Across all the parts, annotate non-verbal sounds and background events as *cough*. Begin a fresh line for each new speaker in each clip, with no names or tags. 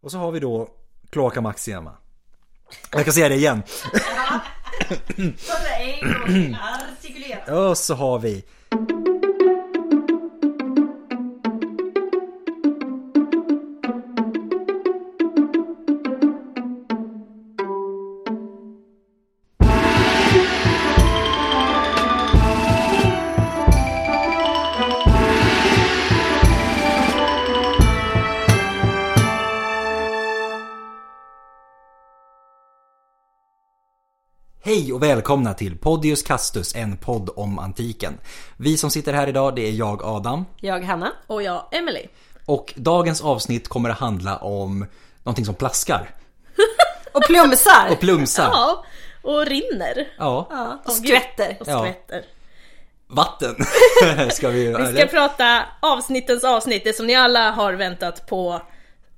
Och så har vi då Cloaca Maxima. Jag kan säga det igen.
Så att det är en gång till artikulerat.
Och så har vi Hej och välkomna till Podius Castus, en podd om antiken. Vi som sitter här idag, det är jag Adam.
Jag Hanna.
Och jag, Emily.
Och dagens avsnitt kommer att handla om någonting som plaskar
Och plumsar.
och plumsar.
Ja. Och rinner.
Ja,
Ja.
Och skvätter.
Och
Ja.
skvätter. *laughs*
vatten ska vi göra.
Vi ska prata avsnittens avsnitt, det som ni alla har väntat på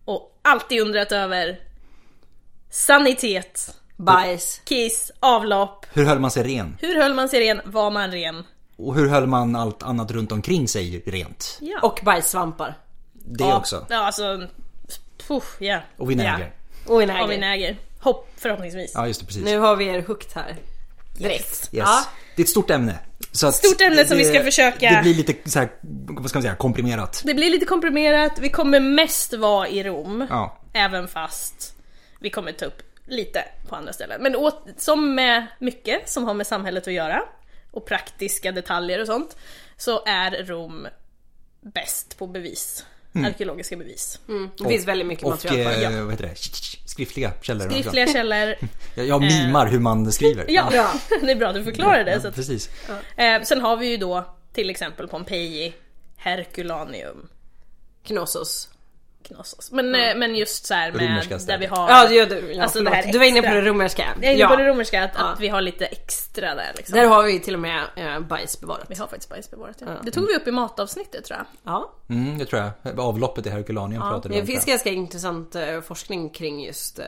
och alltid undrat över. Sanitet,
Bajs.
kiss, avlopp.
Hur höll man sig ren?
Hur höll man sig ren? Var man ren?
Och hur höll man allt annat runt omkring sig rent?
Ja.
Och bajssvampar.
Det
ja.
också.
Ja, alltså... Puff, ja.
Och vinäger.
Och
Ja. Och
vinäger.
vinäger. Hopp, förhoppningsvis.
Ja, just det, precis.
Nu har vi er hooked här.
Direkt.
Yes.
Ja.
Det är ett stort ämne. Så att
Stort ämne som vi ska försöka-
Det blir lite så här, vad ska man säga, komprimerat.
Det blir lite komprimerat, vi kommer mest vara i Rom.
Ja.
Även fast vi kommer ta upp lite på andra ställen. Men åt, som med mycket som har med samhället att göra och praktiska detaljer och sånt så är Rom bäst på bevis. Arkeologiska bevis.
Mm. Det finns väldigt mycket
Och
material på det.
eh, vad heter det? Skriftliga källor. också.
Skriftliga
*laughs*
källor.
Jag, jag mimar hur man skriver.
Ja, *laughs* det är bra att du förklarar det. Så
Ja,
att,
precis.
eh, sen har vi ju då till exempel Pompeji, Herculaneum,
Knossos.
Knossos. Men, eh, men just så här med
Romerska
där vi
städer.
har...
Ja, det gör du. Ja,
Alltså,
förlåt.
det här
du var inne på
extra.
det romerska.
Jag är inne
ja.
på det romerska, att,
Ja.
att vi har lite extra där liksom.
Där har vi ju till och med eh, bajs bevarat.
Vi har faktiskt bajs bevarat ja.
Ja.
Det tog vi upp i matavsnittet tror jag.
Ja.
Mm, det tror jag. Avloppet i Herculaneum pratade vi
Det
om.
finns
tror
ganska intressant eh, forskning kring just eh,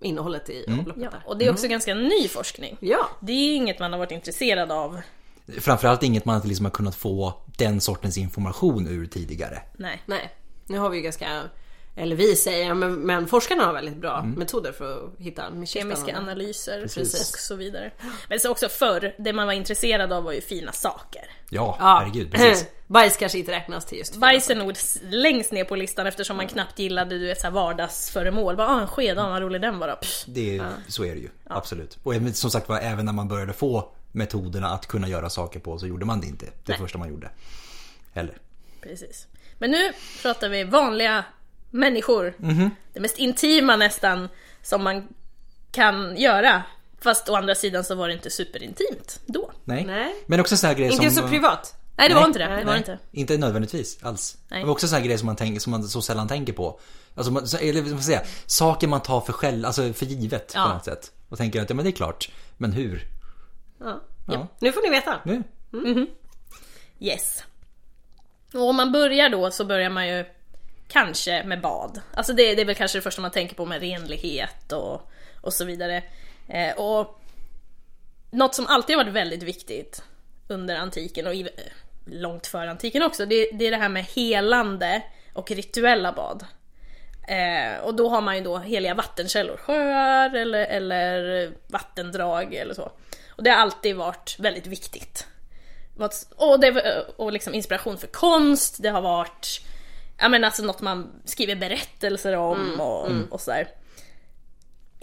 innehållet i
Mm.
avloppet
Ja.
där.
Och det är också ganska ny forskning.
Mm. Ja.
Det är inget man har varit intresserad av.
jag. Framförallt inget man inte liksom har kunnat få den sortens information ur tidigare.
Nej.
Nej, nu har vi ju ganska, eller vi säger, men, men forskarna har väldigt bra
Mm.
metoder för att hitta
Kemiska
kistan.
analyser
Precis.
och så vidare. Men så också förr, det man var intresserad av var ju fina saker.
Ja,
Ja.
herregud.
*clears throat*
Precis.
*laughs* Bajs kanske inte räknas till just
Bajs är nog s- längst ner på listan eftersom man knappt gillade du vet, så här vardagsföremål. Bara, ah, en sked, ah, vad rolig den var då. Pff.
Det, Så är det ju. Absolut. Och även- som sagt var, även när man började få metoderna att kunna göra saker på så gjorde man det inte. Det första man gjorde. Heller.
Precis. Men nu pratar vi vanliga människor.
Mhm.
Det mest intima nästan som man kan göra. Fast å andra sidan så var det inte superintimt då.
Nej.
Nej.
Men också så här grejer som... eh,
Inte så privat.
Nej det
Nej.
var inte det. det var
Nej,
inte.
inte nödvändigtvis alls.
Nej.
Men också sådana grejer som man, tänker, som man så sällan tänker på. Alltså, man, så- eller vad ska man säga, saker man tar för, själv, alltså för givet
Ja.
på något sätt. Och tänker att ja, men det är klart, men hur?
Ja.
Ja,
Nu får ni veta.
nu.
Yes. Och om man börjar då så börjar man ju kanske med bad. Alltså det, det är väl kanske det första man tänker på med renlighet och, och så vidare. Eh, och något som alltid har varit väldigt viktigt under antiken och i, långt före antiken också, det, det är det här med helande och rituella bad. Eh, och då har man ju då heliga vattenkällor, sjöar eller, eller vattendrag eller så. Och det har alltid varit väldigt viktigt. Vad- Och, det, var- och liksom inspiration för konst, det har varit ja, men alltså något man skriver berättelser om och, och sådär.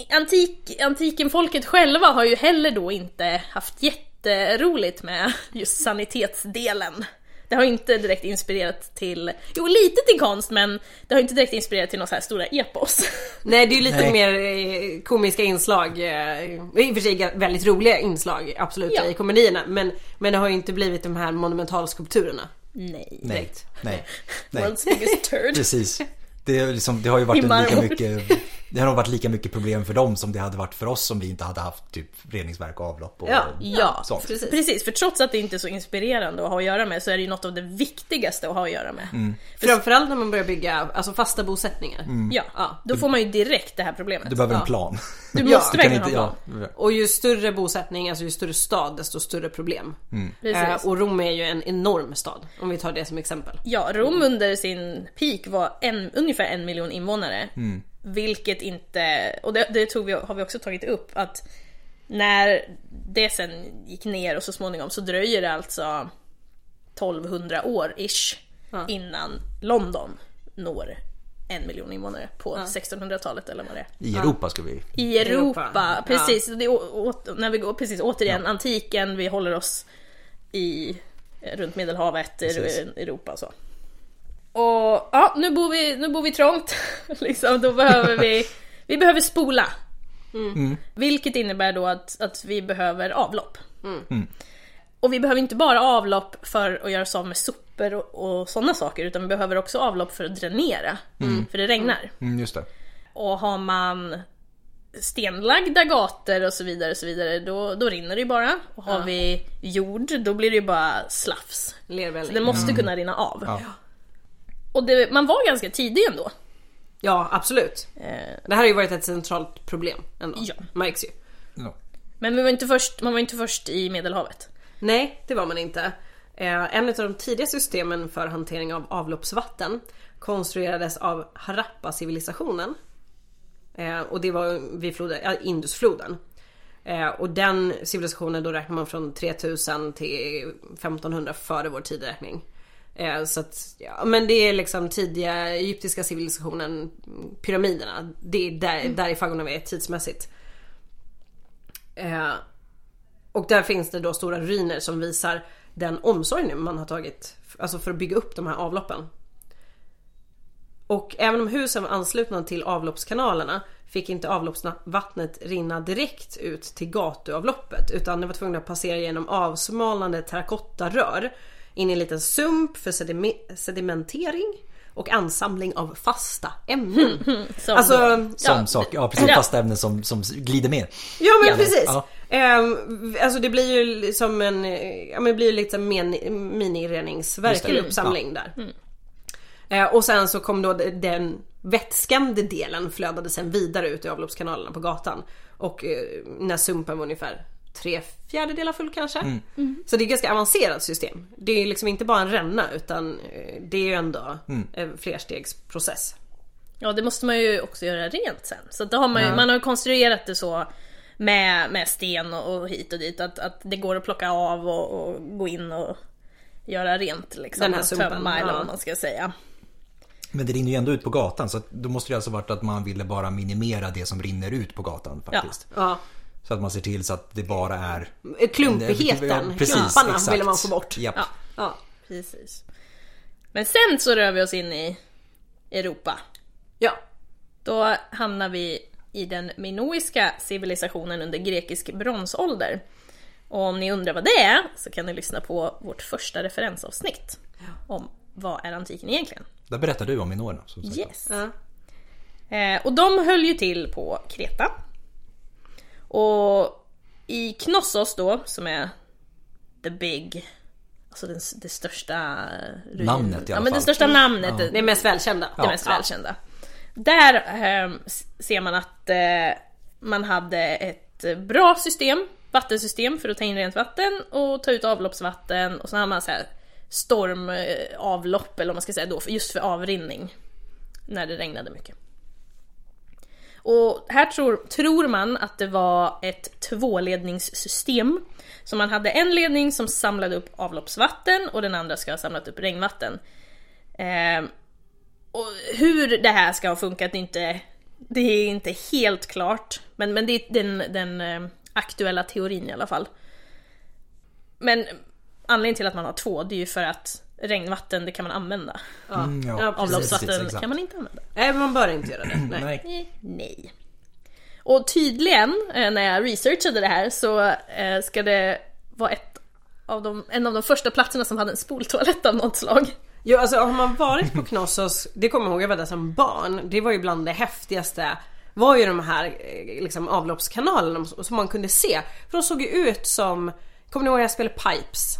Antik, antikenfolket själva har ju heller då inte haft jätteroligt med just sanitetsdelen. Det har ju inte direkt inspirerat till, jo lite till konst men det har ju inte direkt inspirerat till några så här stora epos. *laughs*
Nej det är ju lite
Nej.
mer eh, komiska inslag. eh, I och för sig ga- väldigt roliga inslag absolut
Ja.
i komedierna. Men, men det har ju inte blivit de här monumentalskulpturerna.
Nej.
Nej.
Direkt.
*laughs*
Nej. Nej.
World's biggest turd.
Precis. Det, är liksom,
*laughs*
det har ju varit
I
lika
marmor.
mycket, det har nog varit lika mycket problem för dem som det hade varit för oss om vi inte hade haft typ reningsverk och avlopp. Och,
Ja.
Ja,
sånt.
precis. för trots att det inte är så inspirerande att ha att göra med så är det ju något av det viktigaste att ha att göra med.
Mm,
Framförallt när man börjar bygga alltså fasta bosättningar.
Ja, då får man ju direkt det här problemet.
Du behöver en
Ja.
plan.
Du
Ja,
måste
du
verkligen ha en
*laughs* ja.
plan.
Och ju större bosättning, alltså ju större stad, desto större problem.
Precis.
Eh, och Rom är ju en enorm stad, om vi tar det som exempel.
Mm.
Ja, Rom under sin peak var en, ungefär en miljon invånare. Vilket inte, och det, det tog vi, har vi också tagit upp, att när det sen gick ner och så småningom så dröjer det alltså 1200 år ish
Ja.
innan London når en miljon invånare på 1600-talet eller vad det är.
I Europa ska vi...
I Europa,
Europa,
precis. Det är å- å- när vi går, precis återigen antiken, vi håller oss i, eh, runt medelhavet,
Precis.
Precis. Europa och så. Och ja, nu bor vi, nu bor vi trångt. *laughs* liksom, då behöver *laughs* vi, vi behöver spola. Mm. Vilket innebär då att, att vi behöver avlopp. Och vi behöver inte bara avlopp för att göra sig av med sopor och, och sådana saker, utan vi behöver också avlopp för att dränera. För det regnar.
Mm, just det.
Och har man stenlagda gator och så vidare, och så vidare då, då rinner det ju bara. Och har vi jord, då blir det ju bara slafs.
Lervälling.
Det måste kunna rinna av.
Ja.
Och det, man var ganska tidig ändå.
Ja, absolut.
Eh,
Det här har ju varit ett centralt problem ändå.
Ja.
Märks ju.
Ja.
Men vi var inte först, man var inte först i Medelhavet.
Nej, det var man inte. Eh, en av de tidiga systemen för hantering av avloppsvatten konstruerades av Harappa-civilisationen. Eh, och det var vid floden, ja, Indusfloden. Eh, och den civilisationen då räknar man från 3000 till 1500 före vår tideräkning. Eh, så att, ja, men det är liksom tidiga egyptiska civilisationen, pyramiderna. Det är där, där i faggorna vi är tidsmässigt. Eh, och där finns det då stora ruiner som visar den omsorg man har tagit alltså för att bygga upp de här avloppen. Och även om husen var anslutna till avloppskanalerna fick inte avloppsvattnet rinna direkt ut till gatuavloppet utan det var tvungna att passera genom avsmalnande terrakottarör in i en liten sump för sedime- sedimentering och ansamling av fasta ämnen.
Som
Alltså,
Som
Ja.
sak, ja precis.
Ja.
Fasta ämnen som, som glider med.
Ja men precis.
Ja.
Ehm, alltså det blir ju som en, eh, ja men det blir ju lite som en men- minireningsverk
Just det. Mm.
eller uppsamling där. Eh, och sen så kom då de- den vätskande delen flödade sen vidare ut i avloppskanalerna på gatan. Och eh, när sumpen var ungefär tre fjärdedelar full kanske.
Mm.
Så det är ett ganska avancerat system. Det är liksom inte bara en ränna utan eh, det är ju ändå
Mm.
en flerstegsprocess.
Ja, det måste man ju också göra rent sen. Så att då har man, ju, man har ju konstruerat det så med, med sten och, och hit och dit, att, att det går att plocka av och, och gå in och göra rent liksom.
Den här
och
sumpen,
tömma eller
ja.
vad man ska säga.
Men det rinner ju ändå ut på gatan så att då måste det alltså varit att man ville bara minimera det som rinner ut på gatan faktiskt.
Ja.
Så att man ser till så att det bara är...
Klumpigheten,
Ja, precis,
klumparna
exakt.
ville man få bort.
Japp.
Ja.
Ja.
Precis. Men sen så rör vi oss in i Europa.
ja.
Då hamnar vi i den minoiska civilisationen under grekisk bronsålder. Och om ni undrar vad det är så kan ni lyssna på vårt första referensavsnitt om vad är antiken egentligen?
Där berättar du om minorerna som sagt.
Yes.
ja.
Eh, och de höll ju till på Kreta. Och i Knossos då, som är the big, alltså den, s- det största ruin-
Namnet i alla
Ja men det
fall. Mm.
största namnet,
Det är mest välkända.
det mest välkända. Där eh, s- ser man att eh, man hade ett bra system, vattensystem för att ta in rent vatten och ta ut avloppsvatten och så hade man så här stormavlopp eller vad man ska säga då, för- just för avrinning. När det regnade mycket. Och här tror, tror man att det var ett tvåledningssystem. Så man hade en ledning som samlade upp avloppsvatten och den andra ska ha samlat upp regnvatten. Eh, och hur det här ska ha funkat är inte, det är inte helt klart. Men, men det är den, den eh, aktuella teorin i alla fall. Men anledningen till att man har två, det är ju för att regnvatten, det kan man använda.
Ja.
Mm, ja.
ja, precis.
Avlopps-
Avloppsvatten
exakt.
kan man inte använda. Eh,
Nej man bör inte göra det. Nej.
Nej.
Nej. Och tydligen, eh, när jag researchade det här, så eh, ska det vara ett av de, en av de första platserna som hade en spoltoalett av något slag.
Jo, alltså, har man varit på Knossos, det kommer jag ihåg, jag var där som barn. Det var ju bland det häftigaste var ju de här eh, liksom, avloppskanalerna som man kunde se. För de såg ju ut som, kommer ni ihåg jag spelade Pipes?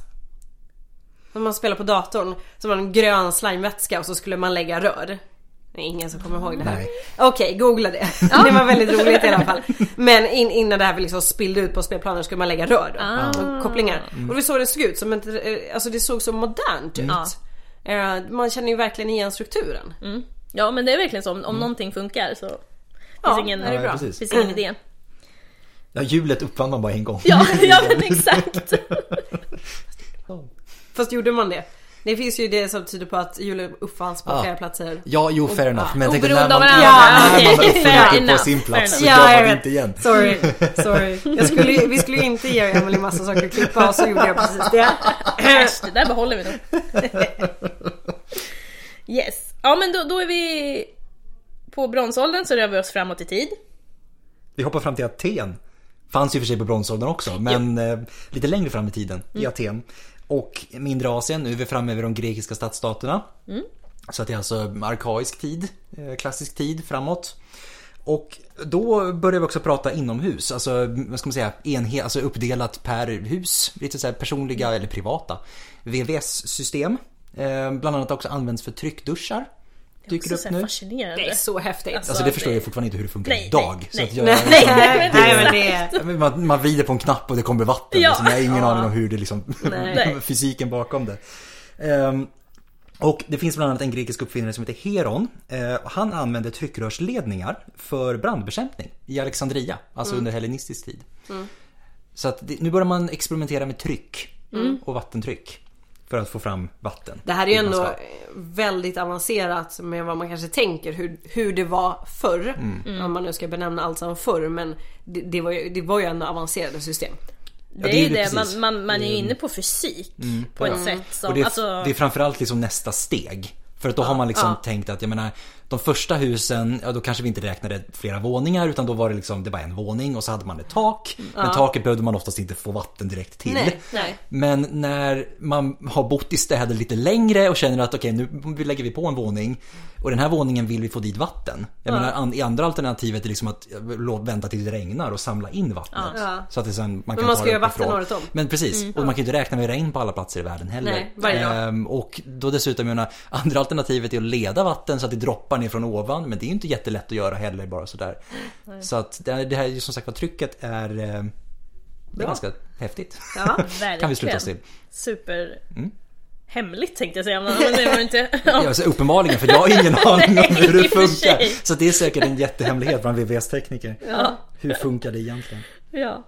När man spelar på datorn så var det en grön slimevätska och så skulle man lägga rör. Det är ingen som kommer ihåg det här.
Nej.
Okej, googla det. *laughs* Det var väldigt roligt i alla fall. Men in, innan det här liksom spillde ut på spelplanen skulle man lägga rör då, och kopplingar. Och det såg det såg ut som ett, eh, alltså det såg så modernt ut. Eh, Man känner ju verkligen igen strukturen.
Ja men det är verkligen så, om, om någonting funkar så Finns
Ja,
ingen,
det är bra.
Mm. precis.
finns
*laughs*
ingen idé.
Ja, hjulet uppfann man bara en gång.
Ja, ja men exakt.
Fast gjorde man det? Det finns ju det som tyder på att hjulet uppfanns på
Ja.
flera platser.
Ja, jo, fair enough. Men jag tänkte
Oberoende
när
av
man,
varandra.
ja, när man
Okej, fair
uppfann det på
enough,
sin
fair
plats så
enough. Ja,
gör man
jag
det
vet.
inte igen.
Sorry, sorry.
*laughs*
Jag skulle, vi skulle ju inte ge Emily massa saker att klippa och så gjorde jag precis
*laughs*
det.
Äsch, det där behåller vi nog. Yes. Ja men då, då är vi på bronsåldern så rör vi oss framåt i tid.
Vi hoppar fram till Aten. Fanns ju för sig på bronsåldern också, men eh, lite längre fram i tiden i
Mm.
Aten. Och mindre Asien, nu är vi framme vid de grekiska stadsstaterna.
Mm.
Så att det är alltså arkaisk tid, eh, klassisk tid framåt. Och då börjar vi också prata inomhus, alltså vad ska man säga, enhet, alltså uppdelat per hus, lite så här
Mm.
personliga eller privata. VVS-system, eh, bland annat också används för tryckduschar. Dyker
Så
upp
så här
nu.
fascinerande.
Det är så häftigt.
Alltså det förstår jag fortfarande inte hur det funkar
Nej,
idag.
nej,
så att
nej.
jag,
Nej, nej, men det...
Ja, men Man, man vrider på en knapp och det kommer vatten.
Ja.
Liksom. Jag har ingen
Ja.
aning om hur det liksom,
Nej.
*laughs* fysiken bakom det. Ehm, och det finns bland annat en grekisk uppfinnare som heter Heron. Eh, och han använde tryckrörsledningar för brandbekämpning i Alexandria, alltså
Mm.
under hellenistisk tid. Så att det, nu börjar man experimentera med tryck
Mm.
och vattentryck för att få fram vatten.
Det här är ju
Hur man
ändå
ska-
eh, väldigt avancerat med vad man kanske tänker hur, hur det var förr. Om man nu ska benämna allt som förr men det, det, var ju, det var ju ändå avancerade system.
Det
det
är
är
ju
det
det,
precis.
man, man, man är ju inne på fysik på ett sätt som...
Och det, är,
alltså,
det är framförallt liksom nästa steg. För att då har man liksom tänkt att, jag menar, de första husen, ja då kanske vi inte räknade flera våningar utan då var det liksom, det var en våning och så hade man ett tak. Men taket behövde man oftast inte få vatten direkt till.
Nej, nej.
Men när man har bott i städer lite längre och känner att okej nu lägger vi på en våning och den här våningen vill vi få dit vatten. Jag menar an, i andra alternativet är liksom att eh, låt vänta tills det regnar och samla in vattnet.
Ja.
Så att det sen, man kan ta
man ska
det
göra vatten
uppifrån.
året om.
Men precis,
Mm.
och man kan ju inte räkna med regn på alla platser i världen heller.
Nej, varje dag.
Ehm, och då dessutom, jag menar, andra alternativet är att leda vatten så att det droppar ner från ovan. Men det är ju inte jättelätt att göra heller bara sådär. Så att det här, det här är ju som sagt var trycket är, eh, det är ganska häftigt.
Ja.
verkligen.
kan vi sluta oss till. Mm.
Super... Hemligt tänkte jag säga, men det var det inte... Ja.
*laughs* Ja, alltså, uppenbarligen, för jag har
*laughs*
ingen aning om hur
Nej, i
det
och för
funkar.
sig.
Så det är säkert en jättehemlighet bland VVS-tekniker. Hur funkar det egentligen?
Ja.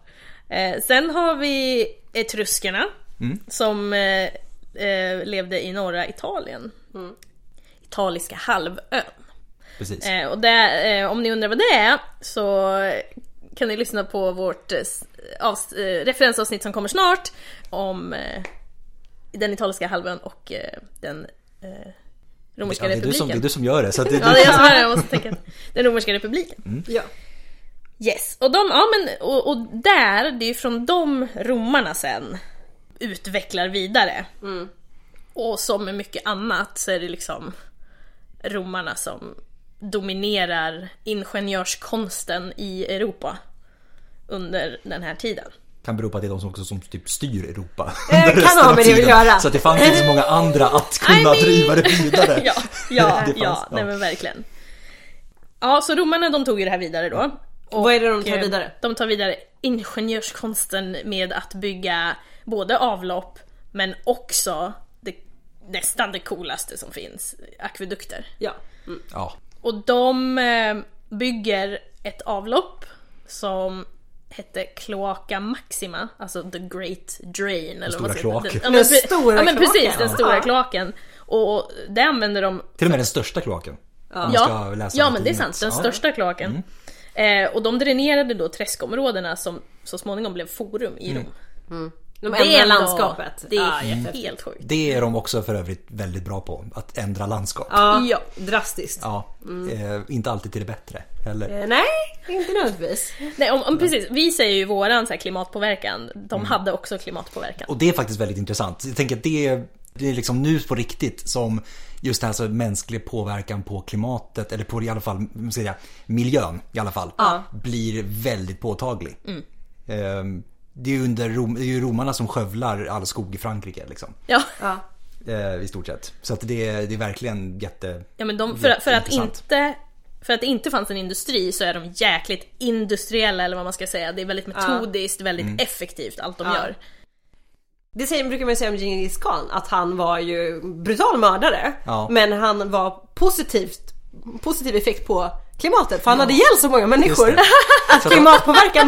Eh, sen har vi etruskerna
Mm.
som eh, eh, levde i norra Italien. Italiska halvön.
Precis.
Eh, och det, eh, om ni undrar vad det är så kan ni lyssna på vårt eh, s- avs- eh, referensavsnitt som kommer snart om eh, den italiska halvön och eh, den eh, romerska
Ja, det, är du
republiken.
som, det är du som gör det. Så att det,
Ja, det är jag som är det, jag måste tänka. Den romerska republiken.
Ja.
Yes, och, de, ja, men, och, och där, det är ju från de romarna sen utvecklar vidare. Och som med mycket annat så är det liksom romarna som dominerar ingenjörskonsten i Europa under den här tiden.
kan bero på att det är de som också som typ styr Europa. *laughs*
Eh,
under
kan
resten
ha
av
med det att
tiden.
göra.
Så att det fanns inte så många andra att kunna
*laughs* I mean-
driva det vidare.
*laughs* ja, ja,
*laughs* Det fanns,
ja,
ja.
nej men verkligen. Ja, så romarna de tog ju det här vidare då. Och,
Vad är det de tar
eh,
vidare?
De tar vidare ingenjörskonsten med att bygga både avlopp men också det, nästan det coolaste som finns, akvedukter.
Ja.
Ja.
Och de eh, bygger ett avlopp som hette Cloaca Maxima, alltså The Great Drain. Den eller vad man
stora
säger.
kloaken.
Ja, men,
Den
pre-
stora
ja, men precis,
kloaken.
den stora
Ja.
kloaken. Och det använder de
Till och med den största kloaken. Om man ska
Ja,
läsa
ja
något
men det är
tidning.
sant. Den
Ja. Mm.
största kloaken. Eh, och de dränerade då träskområdena som så småningom blev forum i
Mm.
Rom.
De
Det
ändrar
är ändå-
landskapet. Ah,
Det är
ja,
helt,
jättehäftigt.
sjukt.
Det är de också för övrigt väldigt bra på. Att ändra landskap. Ja.
ja.
Ja. Mm.
drastiskt.
Eh, inte alltid till det bättre heller.
Eh, Nej, inte nödvändigtvis.
Nej, om, om, precis. Vi säger ju våran så här, klimatpåverkan. De
Mm.
hade också klimatpåverkan.
Och det är faktiskt väldigt intressant. Jag tänker att det är, det är liksom nu på riktigt som just det här så mänsklig påverkan på klimatet eller på i alla fall vad ska jag säga, miljön i alla fall blir väldigt påtaglig.
Mm.
Ehm, Det är ju under Rom, det är ju romarna som skövlar all skog i Frankrike liksom.
Ja.
Ja.
Eh, I stort sett. Så att det, är, det är verkligen jätte...
Ja, men de, för, för, att
Jätteintressant.
inte, för att det inte fanns en industri så är de jäkligt industriella eller vad man ska säga. Det är väldigt
Ah.
metodiskt, väldigt
Mm.
effektivt allt de gör.
Det säger, brukar man ju säga om Djingis khan att han var ju brutal mördare.
Ja.
Men han var positivt, positiv effekt på klimatet. För han hade ihjäl så många människor.
det.
*laughs* Att klimatpåverkan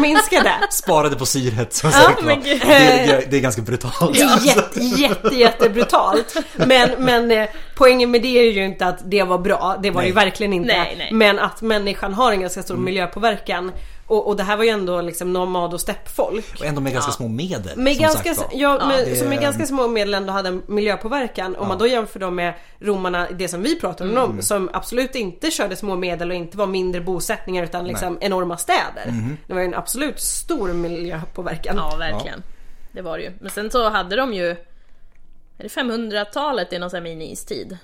*laughs*
minskade.
Sparade på syret som sagt var.
men
Det,
gud.
det, det är ganska brutalt.
Det är jätte, jätte, jätte brutalt. Men, men eh, poängen med det är ju inte att det var bra, det var
Nej. Mm.
ju verkligen inte.
Nej, nej.
Men att människan har en ganska stor miljöpåverkan. Och, och det här var ju ändå liksom nomad och steppfolk.
Och ändå med ganska små medel.
Med
som
ganska,
sagt var.
ja, med,
det-
som med ganska små medel ändå hade en miljöpåverkan. Om man då jämför dem med romarna, det som vi pratar om,
Mm.
de som absolut inte körde små medel och inte var mindre bosättningar utan liksom enorma städer.
Mm-hmm.
Det var ju en absolut stor miljöpåverkan.
Ja, verkligen. Det var det ju. Men sen så hade de ju... Är det 500-talet i någon sån här mini-istid?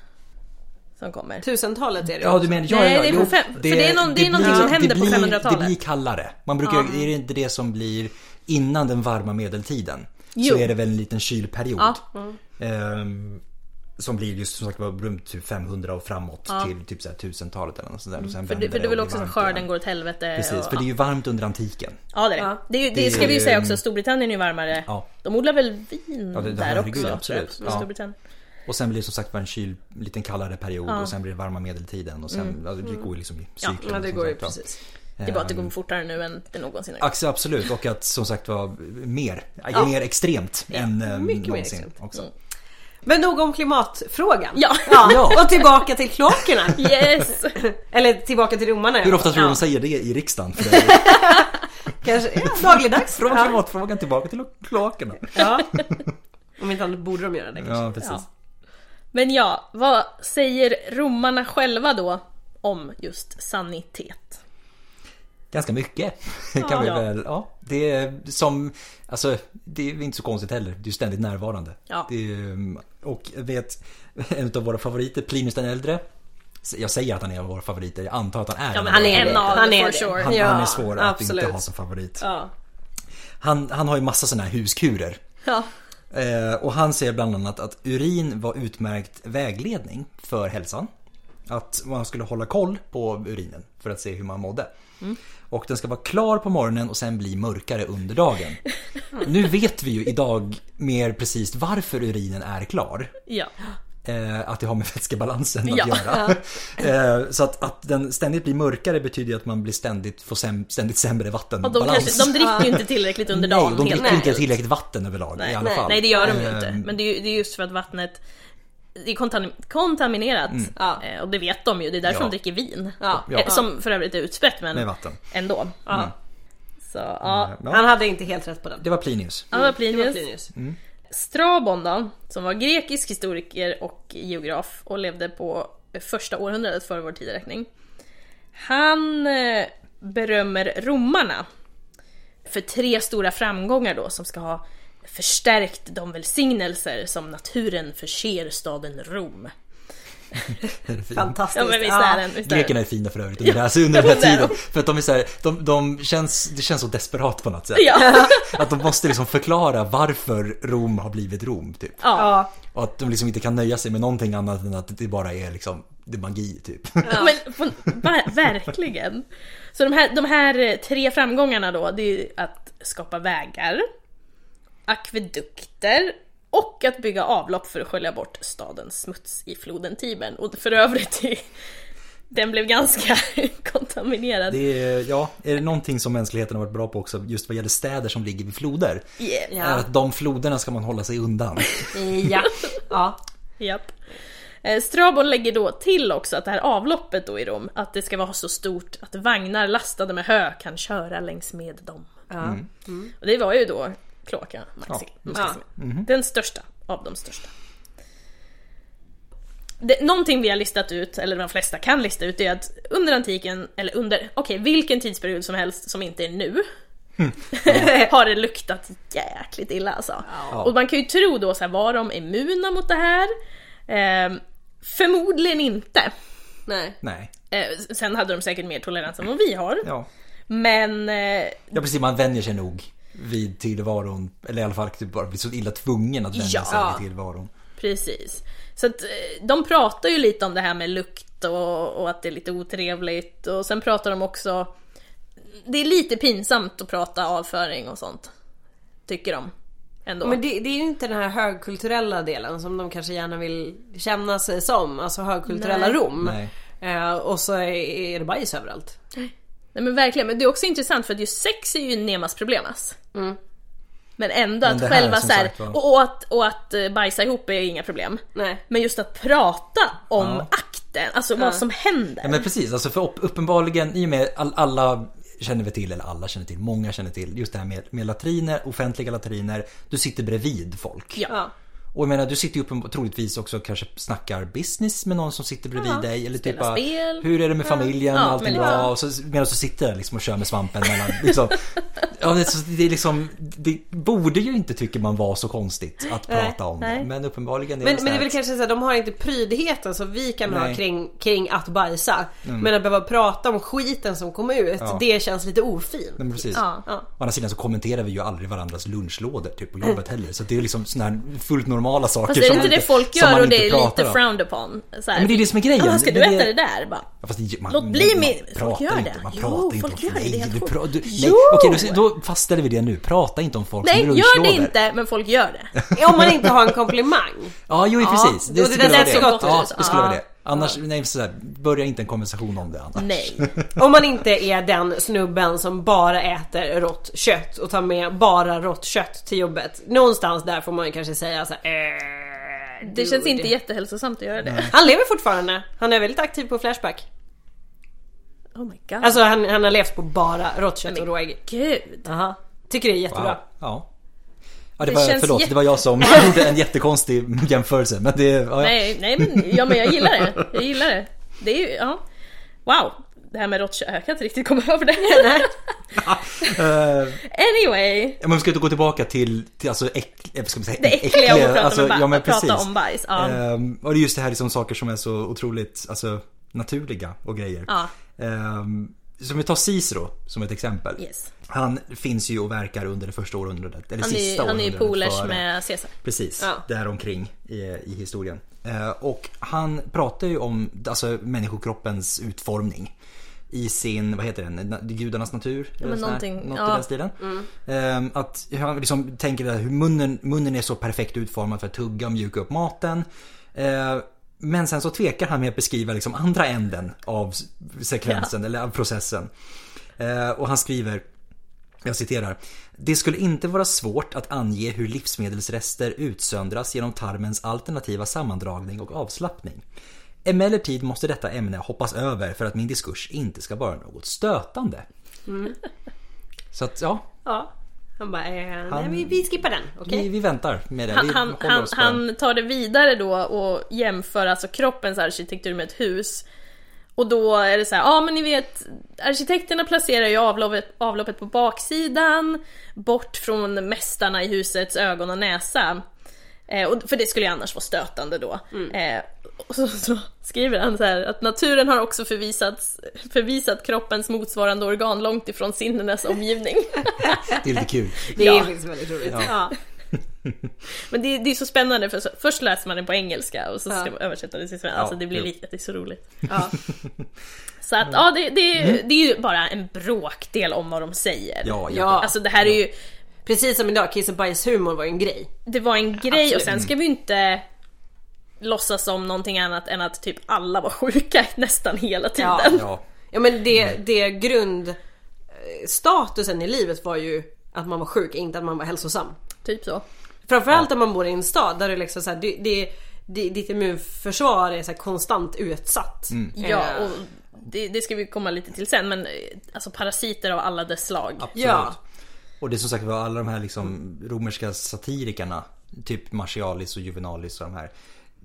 Som kommer.
Typ. Tusentalet är det ju
Ja, du menar, ja,
Nej,
ja,
det är
jo,
på fem- för det är någon- det är någonting som händer på
blir-
500-talet.
Det blir kallare. Man brukar, är det inte det som blir innan den varma medeltiden?
Jo.
Så är det väl en liten kylperiod.
Ja.
Ehm, som blir just som sagt var runt typ 500 och framåt till typ så här 1000-talet eller något sånt där. Och sen
För
vänder
det, för det är
och
väl
blir
också som
varmt
skörden
igen.
går åt helvete.
Precis,
och,
för det är ju varmt under antiken.
Ja, det är det.
Ja.
Det, är ju-
Det
det ska vi
är
ju
ju-
säga också, Storbritannien är ju varmare.
Ja.
De odlar väl vin
Ja, det- det-
där
herregud,
också?
absolut.
tror jag,
Ja.
Storbritannien.
Och sen blir det som sagt var en kyl, lite kallare period och sen blir det varma medeltiden och sen, ja, det går ju liksom i
Mm. Ja,
cykler.
Ja, det
som
går ju
sagt Ehm. var.
precis.
Det är bara att det går fortare nu än det någonsin har gjort.
Ax- Absolut, och att som sagt var mer, mer extremt än eh,
mycket mer
någonsin.
extremt.
Också.
Men nog om klimatfrågan. *laughs*
Ja.
Och tillbaka till kloakerna. *laughs*
Yes!
Eller tillbaka till romarna.
Hur ofta tror du
Ja.
de säger det i riksdagen? För det är
Kanske, ja,
*laughs*
dagligdags.
från
Ja.
klimatfrågan tillbaka till kloakerna.
Ja. Om inte annat borde de göra det kanske.
Ja, precis.
Ja. Men ja, vad säger romarna själva då om just sanitet?
Ganska mycket kan vi
Ja.
väl. Ja, det är som, alltså det är inte så konstigt heller. Det är ju ständigt närvarande.
Ja.
Det är, um, och jag vet, en av våra favoriter, Plinus den äldre. Jag säger att han är en av våra favoriter, jag antar att han är
Ja,
en
men
av
han
våra
är en
favoriter.
av
Han
dem for
är det.
sure.
han,
Ja,
han är svår att inte
absolut.
ha som favorit.
Ja.
Han, han har ju massa sådana här huskurer.
Ja.
Eh, och han säger bland annat att urin var utmärkt vägledning för hälsan. Att man skulle hålla koll på urinen för att se hur man mådde.
Mm.
Och den ska vara klar på morgonen och sen bli mörkare under
*laughs*
dagen. Nu vet vi ju idag mer precis varför urinen är klar.
ja.
Eh, att det har med vätskebalansen att
Ja.
göra. *laughs* eh, så att, att den ständigt blir mörkare betyder ju att man blir ständigt, får säm, ständigt sämre
Och de,
vattenbalans.
kanske, de dricker ju inte tillräckligt under dagen
Nej, de dricker
enkelt.
inte tillräckligt vatten överlag i alla fall.
Nej det gör de ju
Eh,
inte. Men det är, ju- det är just för att vattnet det är kontam- kontaminerat.
Ja.
Eh, Och det vet de ju, det är därför
Mm. Ja.
de dricker vin.
Ja.
Ja.
Eh, Som för övrigt är utspätt men
Med vatten. Mm.
ändå.
Ja.
Så ja,
Ja.
Han hade inte helt rätt på den.
Det var Plinius.
ja det var
Det var
Plinius.
Plinius.
Mm.
Strabon då, som var grekisk historiker och geograf och levde på första århundradet före vår tideräkning. Han eh, berömmer romarna för tre stora framgångar då som ska ha förstärkt de välsignelser som naturen förser staden Rom.
Fantastiskt.
Ja men visst är den, visst är den.
Grekerna är fina för övrigt under, det här, alltså under den här tiden. För att de är så här, de, de känns, det känns så desperat på något sätt.
Ja,
Att de måste liksom förklara varför Rom har blivit Rom typ.
ja.
Ja.
Och att de liksom inte kan nöja sig med någonting annat än att det bara är liksom, det är magi typ.
Men på, va, verkligen. Så de här, de här eh, tre framgångarna då, det är ju att skapa vägar, akvedukter och att bygga avlopp för att skölja bort stadens smuts i floden Tibern. Och för övrigt, *laughs* det- den blev ganska *laughs* kontaminerad.
Det är, ja, är det någonting som mänskligheten har varit bra på också just vad gäller städer som ligger vid floder?
Yeah.
Ja.
Är att de floderna ska man hålla sig undan.
Ja. ja.
Japp. Eh, Strabon lägger då till också att det här avloppet då i Rom, att det ska vara så stort att vagnar lastade med hö kan köra längs med dem. Och det var ju då kloaka Maxi.
Ja.
Den största av de största. Det, någonting vi har listat ut, eller de flesta kan lista ut, är att under antiken, eller under, okej vilken tidsperiod som helst som inte är nu, *laughs* har det luktat jäkligt illa alltså. Och man kan ju tro då så här, var de immuna mot det här? Ehm, förmodligen inte.
Nej.
Nej,
Eh, sen hade de säkert mer tolerans än vad vi har.
ja.
Men eh,
Ja precis, man vänjer sig nog vid tillvaron. Eller i alla fall typ bara blir så illa tvungen att vänja
Ja.
sig vid tillvaron.
Precis. Så att eh, de pratar ju lite om det här med lukt och, och att det är lite otrevligt och sen pratar de också... Det är lite pinsamt att prata avföring och sånt. Tycker de. Ändå.
Men det, det är ju inte den här högkulturella delen som de kanske gärna vill känna sig som. Alltså högkulturella
Nej.
Rom.
Nej.
Eh, och så är, är det bajs överallt.
Nej men verkligen, men det är också intressant för att just sex är ju Nemas problemas.
Mm.
Men ändå
Men
att
det här,
själva
som
så här,
sagt var-
och, och, att, och att eh, bajsa ihop är inga problem.
Nej.
Men just att prata om
Ja.
akten, alltså vad som händer.
Ja, men precis, alltså för upp- uppenbarligen i och med all, alla känner vi till, eller alla känner till, många känner till just det här med, med latriner, offentliga latriner. Du sitter bredvid folk.
Ja.
Ja.
Och jag menar du sitter ju uppen- troligtvis också kanske snackar business med någon som sitter bredvid
Ja,
dig. Eller typ
spelar
bara,
spel.
hur är det med familjen,
Ja,
allting
men-
bra?
ja.
Och så, medan du sitter där liksom och kör med svampen mellan
*laughs*
liksom. ja, det, är så- det är liksom, det borde ju inte tycker man vara så konstigt att prata om det.
nej.
Men uppenbarligen är
Men,
det så
men det är
här-
väl kanske så att de har inte prydheten som vi kan ha
Nej. Mm.
kring, kring att bajsa. Men att behöva prata om skiten som kom ut,
Ja.
det känns lite ofint.
Nej, men precis.
Ja.
Ja.
Å andra sidan så kommenterar vi ju aldrig varandras lunchlådor typ på jobbet heller. Så det är liksom såna här fullt normala saker
Mm. Fast är det
Typ som
inte
man
det folk
som man
gör och
inte
det är
pratar
lite
om.
frowned upon? Så här,
Men det är det som är grejen.
"Ah, ska du
Det är det-
äta det där? Bara.
Ja, fast det- man,
Låt bli
man
min-
pratar
folk gör
inte,
det.
Man
Jo,
pratar inte om
folk gör det, det är
Nej,
helt
du
sjukt.
pra, du, nej
Jo!
okej då, då fastställer vi det nu. Prata inte om folk
Nej,
som
gör det
lunchlådor.
inte! Men folk gör
*laughs*
det.
Om man inte har en komplimang.
Ja, jo precis.
det- det
skulle
där
vara
lät så gott.
Ja, det skulle
Ja.
vara det. Annars, nej sådär, börja inte en konversation om det annars.
Nej.
Om man inte är den snubben som bara äter rått kött och tar med bara rått kött till jobbet. Någonstans där får man ju kanske säga så här, eh,
Det känns
dude."
inte jättehälsosamt att göra det.
Han lever fortfarande. Han är väldigt aktiv på Flashback.
Oh my god.
Alltså han, han har levt på bara rått kött och råägg.
Gud.
Aha. Tycker det är jättebra.
Wow. Ja. Ja, det
Det
var,
känns
förlåt,
jätte-
det var jag som gjorde en jättekonstig jämförelse. Men det, ja, ja.
Nej, nej men, ja, men jag gillar det. Jag gillar det. Det är ju, ja. Wow. Det här med råttkött, jag kan inte riktigt komma
*laughs*
över det.
*laughs* Eh,
anyway.
Ja, men vi ska inte gå tillbaka till, till alltså äck, eh, ska man säga,
Det äckliga om att prata
Alltså,
med ba- att prata om bajs, ja.
Ehm, och det är just det här liksom saker som är så otroligt alltså, naturliga och grejer.
Ja.
Ehm, som vi tar Cicero som ett exempel.
Yes.
Han finns ju och verkar under det första århundradet, eller
Han är,
sista
han är ju
århundradet
polers
före.
med Caesar.
Precis,
Ja.
däromkring i, i historien. Eh, och han pratar ju om alltså, människokroppens utformning. I sin, vad heter den, Na- gudarnas natur? eller
men
sån här-
någonting,
något i
ja. Mm.
den stilen. Eh, att han liksom tänker det här, hur munnen, munnen är så perfekt utformad för att tugga och mjuka upp maten. Eh, men sen så tvekar han med att beskriva liksom andra änden av s- sekvensen eller av processen. Eh, och han skriver jag citerar. Det skulle inte vara svårt att ange hur livsmedelsrester utsöndras genom tarmens alternativa sammandragning och avslappning. Emellertid måste detta ämne hoppas över för att min diskurs inte ska vara något stötande.
Mm.
Så att ja,
Ja. Han bara, eh,
Han-
nej vi, vi skippar den. Okej?
vi, vi väntar med det. Vi
Han, han,
håller
han,
oss på den.
han tar det vidare då och jämför alltså kroppens arkitektur med ett hus. Och då är det så här, ja men ni vet, arkitekterna placerar ju avloppet, avloppet på baksidan, bort från mästarna i husets ögon och näsa. Eh, och, för det skulle ju annars vara stötande då. Eh, och så, så skriver han så här att naturen har också förvisats, förvisat kroppens motsvarande organ långt ifrån sinnenas omgivning.
Det är lite kul.
Det är
Ja.
faktiskt väldigt roligt.
Ja. Men det, det är så spännande för så, först läser man det på engelska och så ska
Ja.
man översätta det till svenska. Alltså
Ja,
det blir
jo.
lite, det är så roligt.
Ja.
Så
Mm.
att ja, det, det, det är ju bara en bråkdel om vad de säger.
Mm. Ja, ja.
Ja.
Alltså det här är ju,
Precis som idag, kiss och bajshumor var ju en grej.
det var en grej och sen ska vi ju inte låtsas som någonting annat än att typ alla var sjuka *laughs* nästan hela tiden.
Ja.
Ja.
Ja men det,
Mm.
det grundstatusen i livet var ju att man var sjuk, inte att man var hälsosam.
Typ så.
Framförallt om man bor i en stad där det liksom så här, det, det, det, ditt immunförsvar är så här konstant utsatt.
Mm.
Ja,
Eh,
och det, det ska vi komma lite till sen men eh, alltså parasiter av alla dess slag.
Absolut.
Ja.
Och det är som sagt var alla de här liksom romerska satirikerna. Typ Martialis och Juvenalis och de här.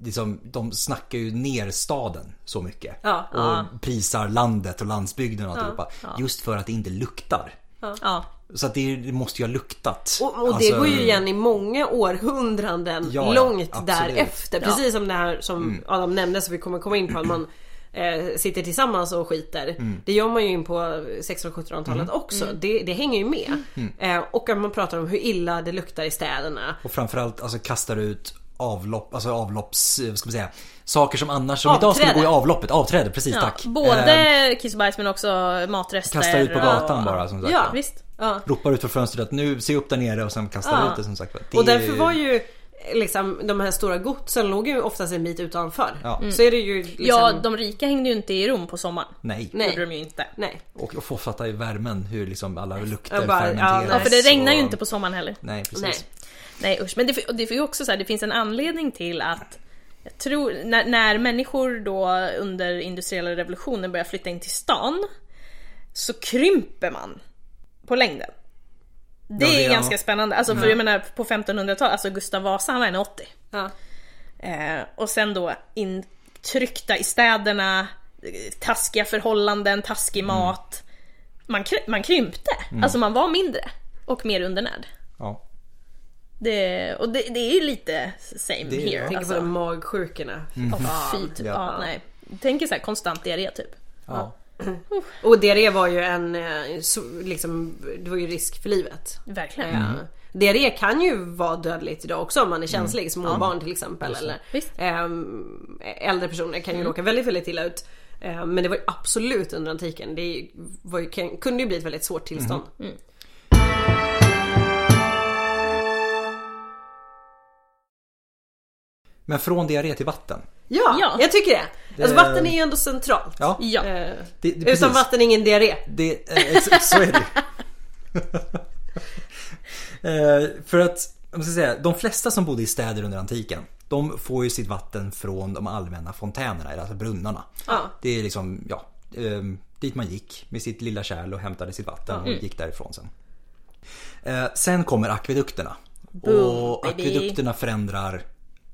Liksom, de snackar ju ner staden så mycket.
Ja.
och prisar landet och landsbygden och alltihopa. Just för att det inte luktar.
Ja.
Så att det, det måste ju ha luktat.
Och, och det
Alltså,
går ju igen i många århundraden
Ja, ja,
långt
absolut. Mm.
därefter. Precis som det här som Adam nämnde som vi kommer komma in på. Att man eh, sitter tillsammans och skiter.
Mm.
Det gör man ju in på 1600 och 1700-talet också.
Mm.
Det, det hänger ju med.
Mm.
Eh, och att man pratar om hur illa det luktar i städerna.
Och framförallt alltså, kastar ut avlopp, alltså avlopps, eh, vad ska man säga, saker som annars, som idag skulle
Avträde.
gå i avloppet. Avträde, precis
Ja,
tack. Eh,
Både kiss och bajs men också matrester.
kasta ut på
och-
gatan bara som sagt
Ja,
var.
visst.
Ja.
Ropar ut för fönstret att nu, se upp där nere och sen kastar
Ja.
ut det som sagt var. Det
Och
är
därför var ju liksom, de här stora godsen låg ju oftast en bit utanför.
Ja.
Så är det ju liksom...
Ja, de rika hängde ju inte i Rom på sommaren.
Nej.
Nej.
Gjorde de ju inte.
Nej.
Och, och få fatta i värmen hur liksom alla lukter
Ja, bara- ja,
fermenteras.
Ja, för det regnar ju
och-
inte på sommaren heller.
Nej, precis.
Nej.
Nej usch, men det, och det är ju också så här, det finns en anledning till att jag tror, när, när människor då under industriella revolutionen börjar flytta in till stan så krymper man på längden. Det
Ja, det-
är
ja. Mm.
ganska spännande, alltså för jag menar på 1500-talet, alltså Gustav Vasa han var 1,80.
Ja.
Eh, och sen då intryckta i städerna, eh, taskiga förhållanden, taskig mat. Man, kry- man krympte, alltså man var mindre och mer undernärd.
Ja.
Det, och det, det är ju lite same
Det-
here.
ja.
Tänk på
alltså.
de magsjukorna.
Mm.
Åh, fy, typ.
Ja.
ja. nej. Tänk så här konstant diarré typ.
ja.
Och diarré var ju en, eh, så- liksom, det var ju risk för livet.
Verkligen.
Mm. Diarré kan ju vara dödligt idag också om man är
Mm.
känslig. Små barn till exempel. Eller,
Visst.
ehm, äldre personer kan ju råka väldigt, väldigt illa ut. Ehm, men det var ju absolut under antiken. Det var ju, kan, kunde ju bli ett väldigt svårt tillstånd.
Mm. Men från diarré till vatten.
Ja,
Ja.
jag tycker det. Alltså
Det-
vatten är ju ändå centralt.
Ja,
Ja.
Eh,
det, det,
utan
precis.
vatten ingen diarré.
Det, eh, ex- så är det eh, För att, om jag ska säga, de flesta som bodde i städer under antiken, de får ju sitt vatten från de allmänna fontänerna, eller alltså brunnarna.
Ja.
Det är liksom, ja, eh, dit man gick med sitt lilla kärl och hämtade sitt vatten
Mm.
och gick därifrån sen. Eh, sen kommer akvedukterna.
Boom,
och
baby.
akvedukterna förändrar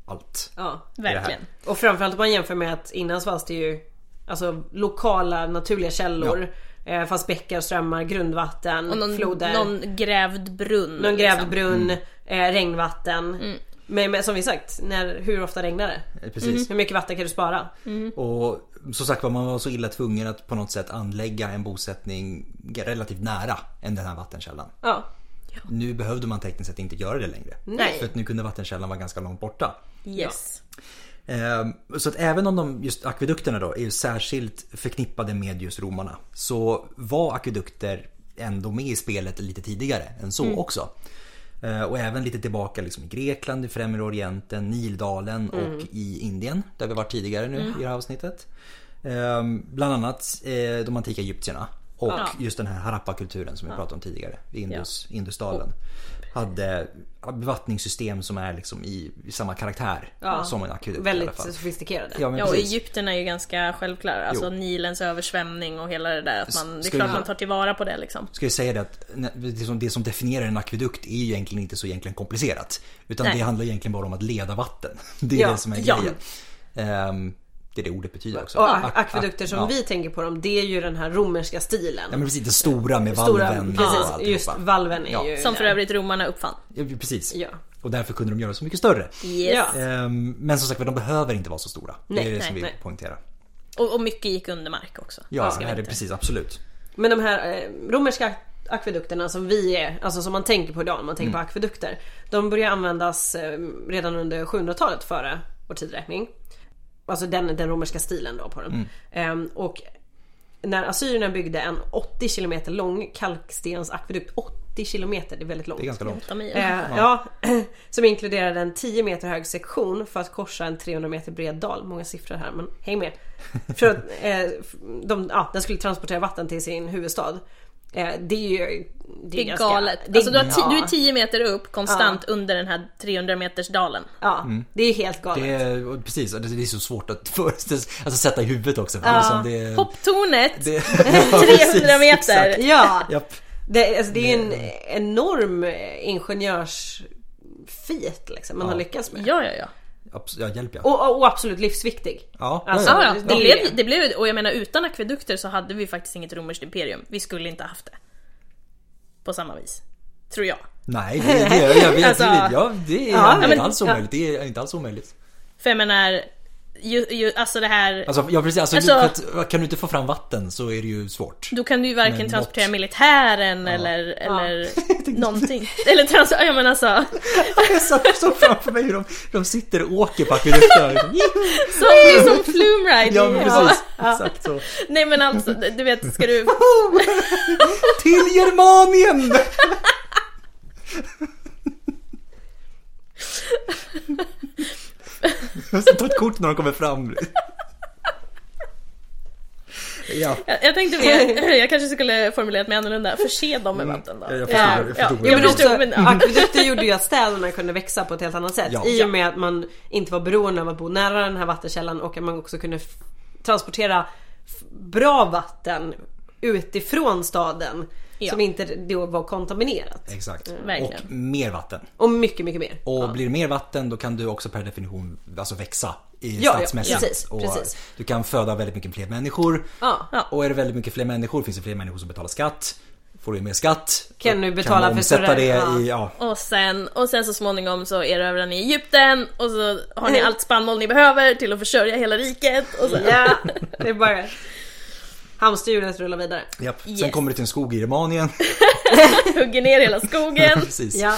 allt.
Ja.
Verkligen.
Och framförallt om man jämför med att innan så fanns det ju alltså, lokala naturliga källor. Eh, fanns bäckar, strömmar, grundvatten,
Och någon,
floder.
någon grävd brunn.
Någon grävd
liksom.
brunn,
Mm.
eh, regnvatten. Men, men som vi sagt, när, hur ofta regnar det?
Eh, Precis.
Hur mycket vatten kan du spara?
Och som sagt var, man var så illa tvungen att på något sätt anlägga en bosättning relativt nära än den här vattenkällan.
Ja.
Nu behövde man tekniskt sett inte göra det längre.
Nej.
För att nu kunde vattenkällan vara ganska långt borta.
Yes.
Ehm, Så att även om de, just akvedukterna då, är ju särskilt förknippade med just romarna. Så var akvedukter ändå med i spelet lite tidigare än så också. Ehm, Och även lite tillbaka liksom i Grekland, i Främre Orienten, Nildalen och i Indien. Där vi varit tidigare nu i det här avsnittet. Ehm, Bland annat eh, de antika egyptierna. Och just den här Harappa-kulturen som vi pratade om tidigare. i Indus, Indusdalen. Hade bevattningssystem som är liksom i, i samma karaktär
Ja.
som en akvedukt i alla
Väldigt
fall.
sofistikerade.
Ja, men
Ja, och
precis.
Egypten är ju ganska självklar. Alltså Nilens översvämning och hela det där. Att man, det är
Skulle-
klart man tar tillvara på det liksom.
Ska jag säga det att när- det som, det som definierar en akvedukt är ju egentligen inte så egentligen komplicerat. Utan
Nej.
det handlar egentligen bara om att leda vatten. *laughs* Det är
Ja,
det som är
ja.
grejen. Ehm, det är det ordet betyder också.
Och
Ak-
ak- akvedukter som
ja.
vi tänker på dem, det är ju den här romerska stilen.
Ja men precis, det stora med
Stora,
valven
precis,
och alltihopa.
just valven är
Ja.
ju
Som för
där.
övrigt romarna uppfann.
Ja, precis.
Ja.
Och därför kunde de göra så mycket större.
Yes.
Ja.
Ehm, men som sagt var, de behöver inte vara så stora. det är det som vi
nej.
poängterar.
Och, och mycket gick under mark också.
Ja,
Ska
det
vi
här är
inte-
precis, absolut.
Men de här eh, romerska ak- akvedukterna som vi är, alltså som man tänker på idag när man tänker på akvedukter. De börjar användas eh, redan under 700-talet före vår tidräkning. Alltså den, den romerska stilen då på den. Ehm, och när assyrierna byggde en 80 km lång kalkstensakvedukt, 80 km, det är väldigt långt.
Det är ganska långt.
Åtta mil.
Eh, ja, *clears throat* som inkluderade en 10 meter hög sektion för att korsa en 300 meter bred dal. Många siffror här men häng med. För *laughs* att, eh, de, ja, den skulle transportera vatten till sin huvudstad. Eh, det är ju...
Det är
ganska-
galet.
det
alltså, du, har ti-
ja,
du är 10 meter upp konstant under den här 300 meters dalen.
Ja, Mm. det är ju helt galet.
Det är, och precis, och det det är så svårt att *laughs* föreställa sig- alltså sätta i huvudet också. För det är som det,
Hopptornet,
det,
300 meter!
*laughs* Ja,
Japp.
det, alltså, det är ju en enorm ingenjörsfeat liksom, man har lyckats med.
Ja, ja, ja.
Abs- Ja, hjälp ja.
Och, och, och absolut livsviktig.
Ja,
Alltså,
ja,
ja,
det-
ja.
det
Det,
är ju
blev,
det.
ju- det blev, ju- och jag menar utan akvedukter så hade vi faktiskt inget romerskt imperium. Vi skulle inte haft det. På samma vis. Tror jag.
Nej, det, det, jag, jag vet,
Alltså-
det- ja, det är
Ja,
inte
men-
alls
ja.
omöjligt. Det är inte alls omöjligt.
För jag menar, ju, ju, alltså det här...
Alltså, ja, precis, alltså,
Alltså-
för att, kan du inte få fram vatten så är det ju svårt. *laughs*
Då kan du ju varken
Men
transportera
något-
militären eller, *laughs* eller någonting. Eller trans... Ja men alltså.
Jag såg så framför mig hur de, de sitter och åker på akvedukterna.
Så, det är som flume ride.
Ja, men precis. Exakt så.
Nej men alltså, du vet, ska du...
Till Germanien! Så Ta ett kort när de kommer fram. Ja,
Jag, jag tänkte *laughs* mer, jag kanske skulle formulerat mig annorlunda. Förse dem med vatten då.
Mm. jag förstod-
Ja,
jag
ja,
förstod det.
ja,
Men
men
också, Mm.
förstod, men, ja.
akvedukter gjorde ju att städerna kunde växa på ett helt annat sätt.
Ja.
I och med att man inte var beroende av att bo nära den här vattenkällan och att man också kunde f- transportera f- bra vatten utifrån staden.
Ja.
Som inte då var kontaminerat.
exakt.
verkligen.
Och mer vatten.
Och mycket, mycket mer.
Och blir det mer vatten då kan du också per definition alltså växa i
Ja, ja,
stadsmässigt.
precis,
och
precis.
Du kan föda väldigt mycket fler människor.
Ja.
Ja.
Och är det väldigt mycket fler människor finns det fler människor som betalar skatt. Får du mer skatt.
Kan
då
du betala
du
för
omsätta
större-
det
ja.
i, ja.
Och sen, och sen så småningom så erövrar ni Egypten och så har *laughs* ni allt spannmål ni behöver till att försörja hela riket. Och så.
Ja, det är bara... Hamsterhjulet rullar vidare.
Japp. Sen
Yes.
kommer du till en skog i
*laughs*
Romanien.
*laughs* Hugger ner hela
*laughs*
skogen.
Precis.
Ja.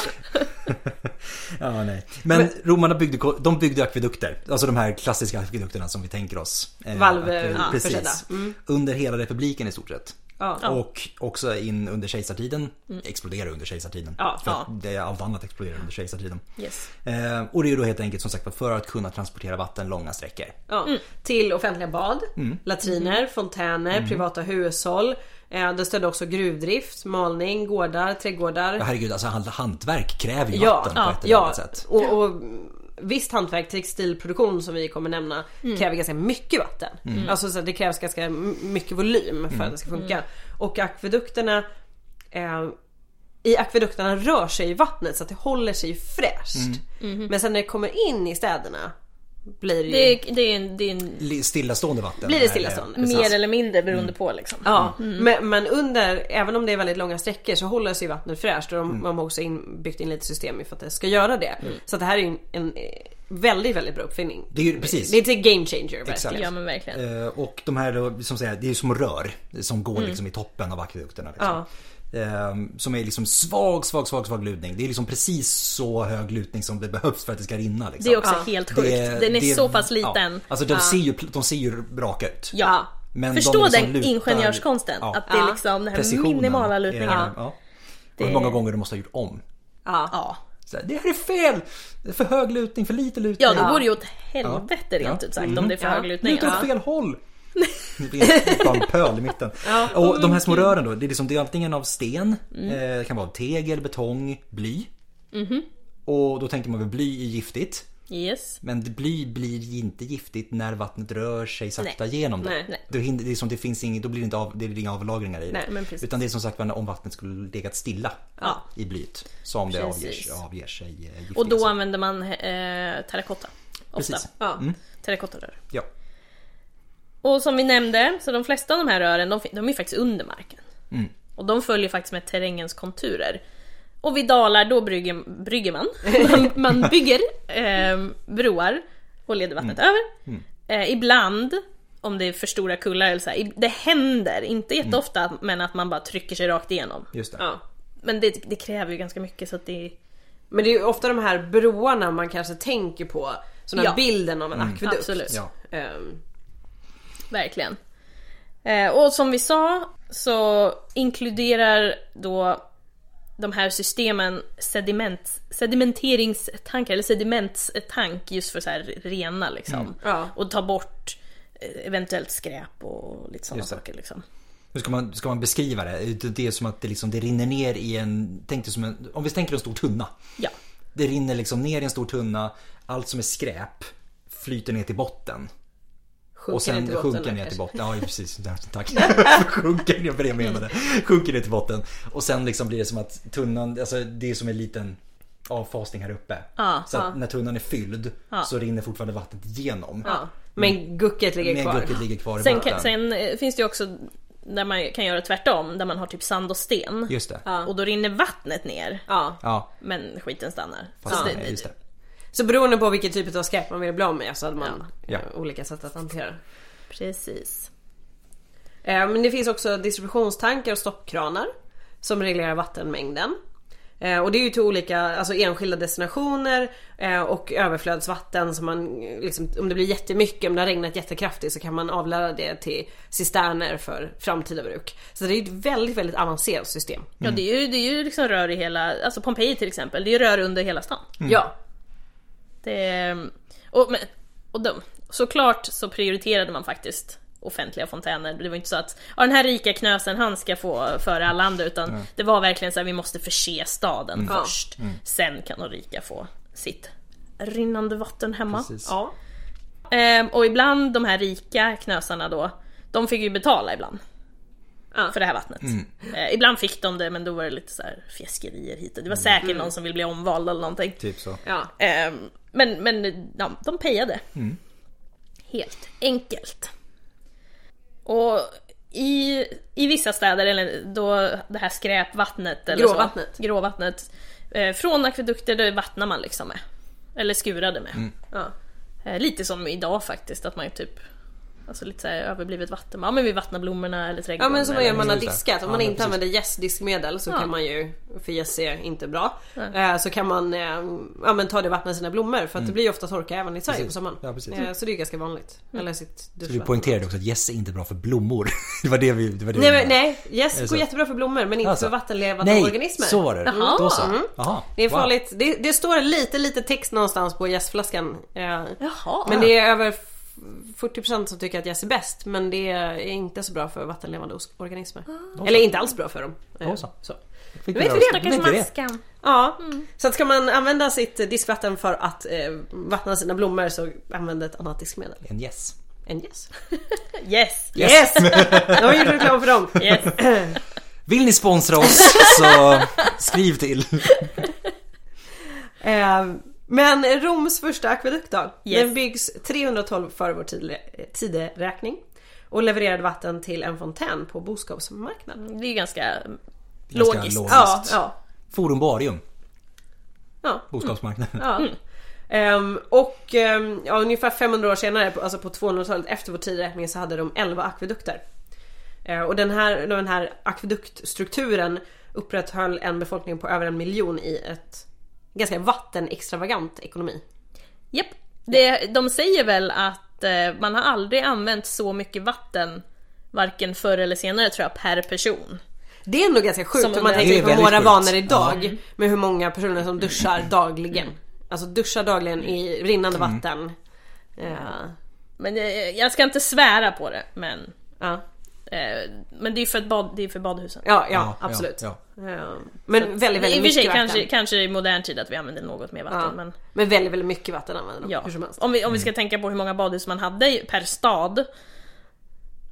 Ja, nej. Men, romarna byggde, ko- de byggde akvedukter, alltså de här klassiska akvedukterna som vi tänker oss. Eh,
Valv-
att, eh,
ja, försedda. Mm.
precis. Under hela republiken i stort sett.
Ja.
Och också in under kejsartiden. Exploderar under kejsartiden.
Ja,
för
ja.
att Det, allt annat exploderar under kejsartiden.
*laughs* Yes.
Eh, och det är ju då helt enkelt som sagt var, för att kunna transportera vatten långa sträckor.
Ja. Till offentliga bad, latriner, fontäner, privata hushåll. Eh, Det stödde också gruvdrift, malning, gårdar, trädgårdar.
Ja, herregud, alltså hand- hantverk kräver ju
Ja,
vatten på ett eller
Ja,
annat sätt.
och, och visst hantverk, textilproduktion som vi kommer nämna kräver ganska mycket vatten.
Mm.
Alltså så att det krävs ganska m- mycket volym för att det ska funka. Och akvedukterna eh, i akvedukterna rör sig i vattnet så att det håller sig fräscht.
Mm.
Men sen när det kommer in i städerna blir det,
Det,
ju,
är- det är en, det är en
Li- Stillastående vatten.
blir det
Eh,
stillastående.
mer eller mindre beroende
Mm.
på liksom.
Ja, Mm. men, men under, även om det är väldigt långa sträckor så håller sig vattnet fräscht och de,
Mm.
de har också in, byggt in lite system för att det ska göra det. Så att det här är ju en, en eh, väldigt, väldigt bra uppfinning.
Det är ju precis.
Det är ett game changer
Exakt.
verkligen.
Ja men verkligen. Mm.
Eh, Och de här då, som säger, det är ju som rör som går liksom i toppen av akvedukterna. Liksom. Eh, Som är liksom svag, svag, svag, svag lutning. Det är liksom precis så hög lutning som det behövs för att det ska rinna. Liksom.
Det är också
Ja.
helt sjukt. Den är
det
så pass
ja.
liten.
Alltså de, ser ju, de ser ju raka ut.
Ja.
Men
Förstå
de liksom
den
lutar-
ingenjörskonsten.
Ja.
Att det är
Ja.
liksom den här
Precisionen
minimala
är-
lutningen.
Ja. Och hur många gånger du måste ha gjort om.
Ja.
Ja.
Så här, det här är fel! Det är för hög lutning, för lite lutning.
Ja, då går det ju åt helvete
Ja. Mm.
rent
Ja.
ut sagt om det är för hög lutning.
Lutar åt
Ja.
fel *laughs* håll! Ni vet, Bara en pöl i mitten. Och de här små rören då, det är, liksom, det är antingen av sten, eh, det kan vara av tegel, betong, bly. Och då tänker man väl bly är giftigt.
Yes.
Men det- bly blir ju inte giftigt när vattnet rör sig sakta genom det.
Nej,
Nej,
nej.
Då, hinner, det är som det finns inget, då blir det, inte av, det blir inga avlagringar i det.
Nej,
men precis.
Utan det är som sagt var när- om vattnet skulle legat stilla
Ja.
i blyet. Som det
Precis.
avger, avger sig eh, giftiga
Och då
saker.
använder man eh, terrakotta. Ofta.
Precis. Mm.
Ja.
Terrakottarör.
Ja.
Och som vi nämnde, så de flesta av de här rören, de, fin- de är ju faktiskt under marken.
Mm.
Och de följer faktiskt med terrängens konturer. Och vid dalar, då brygger, brygger man. man. Man bygger eh, broar och leder vattnet
Mm.
över. Eh, ibland, om det är för stora kullar eller så här, i- det händer, inte jätteofta, men att man bara trycker sig rakt igenom.
Just det.
Ja.
Men det, det kräver ju ganska mycket så att det...
Men det är ju ofta de här broarna man kanske tänker på. Så den här
Ja.
bilden av en akvedukt.
Absolut.
Mm. Ja.
Ehm,
Verkligen. Eh, och som vi sa så inkluderar då de här systemen sediment, sedimenteringstankar, eller sedimentstank just för så här rena liksom.
Mm.
Ja.
Och ta bort eh, eventuellt skräp och lite sådana
Just det.
saker liksom.
Hur ska man, ska man beskriva det? Det det är som att det, liksom, det rinner ner i en, tänk dig som en, om vi tänker en stor tunna.
Ja.
Det rinner liksom ner i en stor tunna, allt som är skräp flyter ner till botten.
sjunker
Och sen
ner till
sjunker
botten,
ner till
kanske.
botten. Ja, precis. Där, Tack. *laughs* sjunker ner, för det jag menade. Sjunker ner till botten. Och sen liksom blir det som att tunnan, alltså det är som en liten avfasning här uppe.
Ja,
så att när tunnan är fylld så rinner fortfarande vattnet igenom.
Ja. Men gucket ligger
Men
kvar.
gucket ligger kvar i
Sen,
botten.
kan, sen eh, finns det ju också där man kan göra tvärtom, där man har typ sand och sten.
Just det. Ja.
Och då rinner vattnet ner,
Ja.
men skiten stannar.
fast
Så
nej, just det.
Så beroende på vilken typ av skräp man vill bli av med så hade man
Ja.
eh, olika sätt att hantera det.
Precis.
Eh, Men det finns också distributionstankar och stoppkranar som reglerar vattenmängden. Eh, Och det är ju till olika, alltså enskilda destinationer eh, och överflödsvatten som man eh, liksom, om det blir jättemycket, om det har regnat jättekraftigt så kan man avlära det till cisterner för framtida bruk. Så det är ju ett väldigt, väldigt avancerat system.
Ja det är ju, det är ju liksom rör i hela, alltså Pompeji till exempel, det är ju rör under hela stan.
Ja.
Det är, och, men, och de, såklart så prioriterade man faktiskt offentliga fontäner. Det var inte så att ja, den här rika knösen han ska få före alla andra utan det var verkligen så här vi måste förse staden
Ja.
först. Sen kan de rika få sitt rinnande vatten hemma.
Precis.
Ja.
Ehm, och ibland de här rika knösarna då, de fick ju betala ibland.
Ja.
För det här vattnet. Eh, ibland fick de det men då var det lite så här fjäskerier hit och det var säkert någon som ville bli omvald eller någonting.
Typ så.
Ja.
Ehm, men men ja, de pejade.
Mm.
Helt enkelt. Och i, i vissa städer, eller då det här skräpvattnet eller
Gråvattnet.
Så, gråvattnet eh, från akvedukter det vattnar man liksom med. Eller skurade med.
Mm.
Ja.
Eh, lite som idag faktiskt, att man typ Alltså lite så här överblivet vatten. Ja men vi vattnar blommorna eller
Ja
trädgården.
men som man
eller-
gör man har
Just det.
diskat. Om
Ja,
man
men
inte
precis.
använder jästdiskmedel så
Ja.
kan man ju, för jäst är inte bra, eh, så kan man eh, ja, men ta det vattnet i sina blommor för att det blir ju ofta torka även i Sverige
Mm. Precis.
på sommaren.
Ja, precis.
Eh, Så det är ju ganska vanligt. Eller sitt
Du
duschvatten.
poängterade också att gäss är inte bra för blommor. *laughs* Det var det vi... Det var det
Nej,
vi
men, nej jäst
Är det
går
så?
jättebra för blommor men inte
Alltså.
för vattenlevande
Nej,
organismer.
så var det.
Jaha.
Då så.
Mm.
Jaha.
Det är
Wow.
farligt. Det, det står lite lite text någonstans på jästflaskan. Eh,
Jaha.
Men det är över f- 40% som tycker att jäst är bäst men det är inte så bra för vattenlevande os- organismer. Eller inte alls bra för dem. Eh,
Då så.
Så.
Fick
vet
vi det.
vi det.
Vet vi
Stackars
det.
maskan.
Ja,
Mm.
så att ska man använda sitt eh, diskvatten för att eh, vattna sina blommor så använd ett annat diskmedel
En gäss.
än yes.
Yes!
Yes! Jag har gjort reklam för dem.
yes.
Vill ni sponsra
*laughs*
oss så skriv till.
*clears throat* Eh, men Roms första akvedukt då?
Yes.
Den byggs 312 före vår tidre- tideräkning och levererade vatten till en fontän på boskapsmarknaden.
Det är ju ganska
Ganska
logiskt.
logiskt.
Ja, ja,
Forum Barium.
ja.
Boskapsmarknaden.
Ja.
Mm.
Ehm, och ehm, ja, ungefär 500 år senare, på- alltså på 200-talet efter vår tidräkning så hade de 11 akvedukter. Eh, och den här, den här akveduktstrukturen upprätthöll en befolkning på över en miljon i ett ganska vattenextravagant ekonomi.
Japp. Det, de säger väl att eh, man har aldrig använt så mycket vatten varken förr eller senare tror jag, per person.
Det är nog ganska
Som
sjukt om
under-
man
Det är
tänker på
väldigt
våra
sjukt.
vanor idag med hur många personer som duschar
Mm.
dagligen. Alltså duschar dagligen i rinnande
Mm.
vatten. Eh,
Men eh, jag ska inte svära på det, men,
ja.
eh, men det är ju för, ett bad, det är för badhusen.
Ja, ja,
Ja, ja,
absolut.
ja.
Eh, Men väldigt,
I
väldigt
och för sig
mycket vatten.
kanske, kanske i modern tid att vi använder något mer vatten.
Ja.
Men,
Men... väldigt, väldigt mycket vatten använder de.
ja.
Hur som helst. Mm.
om, vi, om vi ska tänka på hur många badhus man hade i- per stad.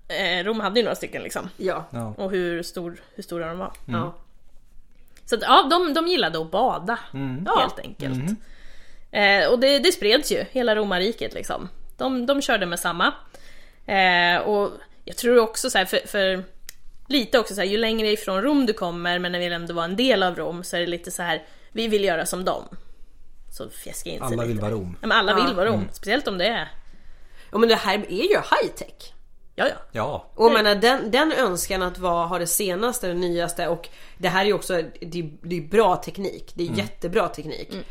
Eh, Rom hade ju några stycken liksom.
Ja. ja. Mm.
Ja.
Och hur, stor, hur stora de var. Så att, ja, de, de gillade att bada
Mm.
helt enkelt. Eh, och det, det spreds ju, hela romarriket liksom. De, de körde med samma. Eh, och jag tror också så här, för, för lite också så här, ju längre ifrån Rom du kommer, men när vi ändå var en del av Rom, så är det lite så här, vi vill göra som dem. Så fjäska in sig
Alla
lite.
vill vara Mm. Rom.
Ja, men alla
Ja.
vill vara Rom, speciellt om det är...
Ja, men det här är ju high tech.
Ja, ja.
Ja.
Och jag menar den, den önskan att vara, ha det senaste, det nyaste och det här är ju också, det, är- det är bra teknik. Det är jättebra teknik.
Mm.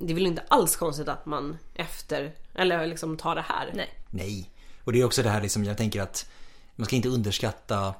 Det är väl inte alls konstigt att man efter, eller liksom tar det här.
Nej.
Nej. Och det är också det här liksom, jag tänker att man ska inte underskatta,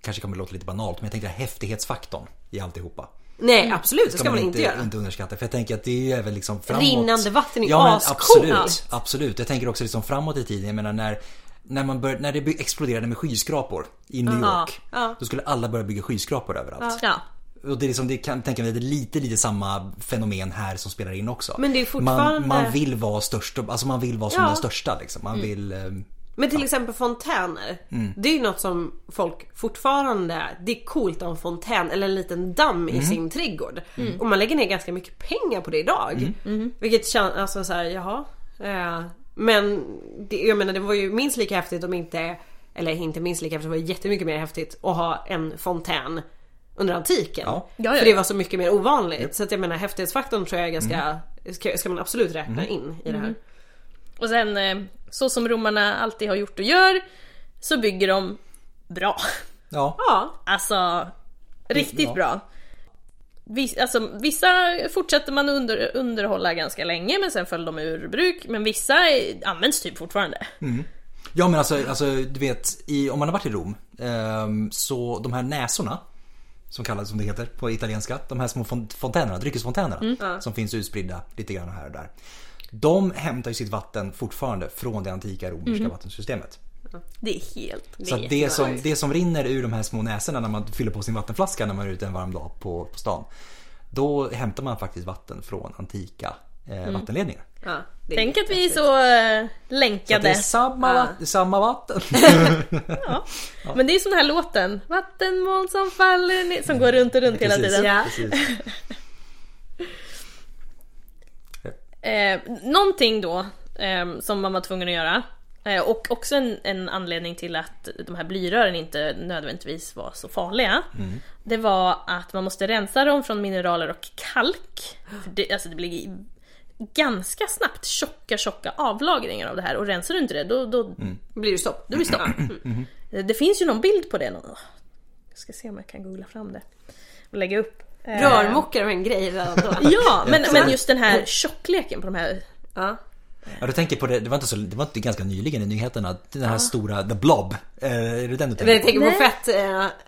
kanske kommer det låta lite banalt, men jag tänker häftighetsfaktorn i alltihopa.
Nej
Mm.
absolut, det ska man, inte göra.
inte underskatta. För jag tänker att det är ju även liksom framåt.
Rinnande vatten alltså. är ju
ja, men
ascoolt.
absolut, absolut. Jag tänker också liksom framåt i tiden. Jag menar när, när, man bör, när det by- exploderade med skyskrapor i New York.
ja.
Då skulle alla börja bygga skyskrapor överallt.
Ja.
Och det är liksom, det kan tänka mig, det är lite, lite samma fenomen här som spelar in också.
Men det är fortfarande-
Man, man vill vara störst, och- alltså man vill vara som
Ja. Mm.
den största liksom. Man vill... ehm,
Men till exempel fontäner. Det är ju något som folk fortfarande, det är coolt att ha en fontän eller en liten damm i sin trädgård.
Mm.
Och man lägger ner ganska mycket pengar på det idag. Vilket känns, alltså såhär, jaha. Eh, men det, jag menar det var ju minst lika häftigt om inte, eller inte minst lika häftigt, det var jättemycket mer häftigt att ha en fontän under antiken.
Ja.
Ja, ja,
För det
ja.
var så mycket mer ovanligt. Så att jag menar häftighetsfaktorn tror jag är ganska, ska, ska man absolut räkna in i det
Mm.
här.
Och sen, eh, så som romarna alltid har gjort och gör, så bygger de bra.
Ja.
Ja,
Alltså, riktigt
Ja.
bra. Vis, alltså, vissa fortsätter man under, underhålla ganska länge, men sen föll de ur bruk. Men vissa eh, används typ fortfarande.
Ja men alltså, alltså du vet, i, om man har varit i Rom ehm, så de här näsorna som kallas som det heter på italienska. De här små fon- fontänerna, dryckesfontänerna som finns utspridda lite grann här och där. De hämtar ju sitt vatten fortfarande från det antika romerska vattensystemet.
Det är helt...
Så att det,
jättebra.
som, det som rinner ur de här små näsorna när man fyller på sin vattenflaska när man är ute en varm dag på, på stan. Då hämtar man faktiskt vatten från antika eh, vattenledningar.
Ja, det är
Tänk att vi är
jättehäftigt.
så
Så att
eh,
det är
länkade.
samma,
Ja.
vatten, samma vatten.
Ja. Men det är sån här låten. Vattenmoln som faller ner. Som går runt och runt hela
Precis.
tiden.
Ja.
Precis.
Eh, någonting då ehm, som man var tvungen att göra. Eh, och också en, en anledning till att de här blyrören inte nödvändigtvis var så farliga. Det var att man måste rensa dem från mineraler och kalk. För det, alltså det blir i- ganska snabbt tjocka, tjocka avlagringar av det här. Och rensar du inte det då... då
Blir det stopp? Då blir det stopp. Mm.
Det finns ju någon bild på det. Någon, jag ska se om jag kan googla fram det. Och lägga upp. Eh,
Rörmokare var en grej redan då.
Ja, men, men just den här tjockleken på de här
Ja.
Ja, du tänker på det, det var inte, så, det var inte ganska nyligen i nyheterna, den här stora The Blob. Eh, är det den du
Men
tänker
jag
på?
tänker
Nej.
på fett... Eh,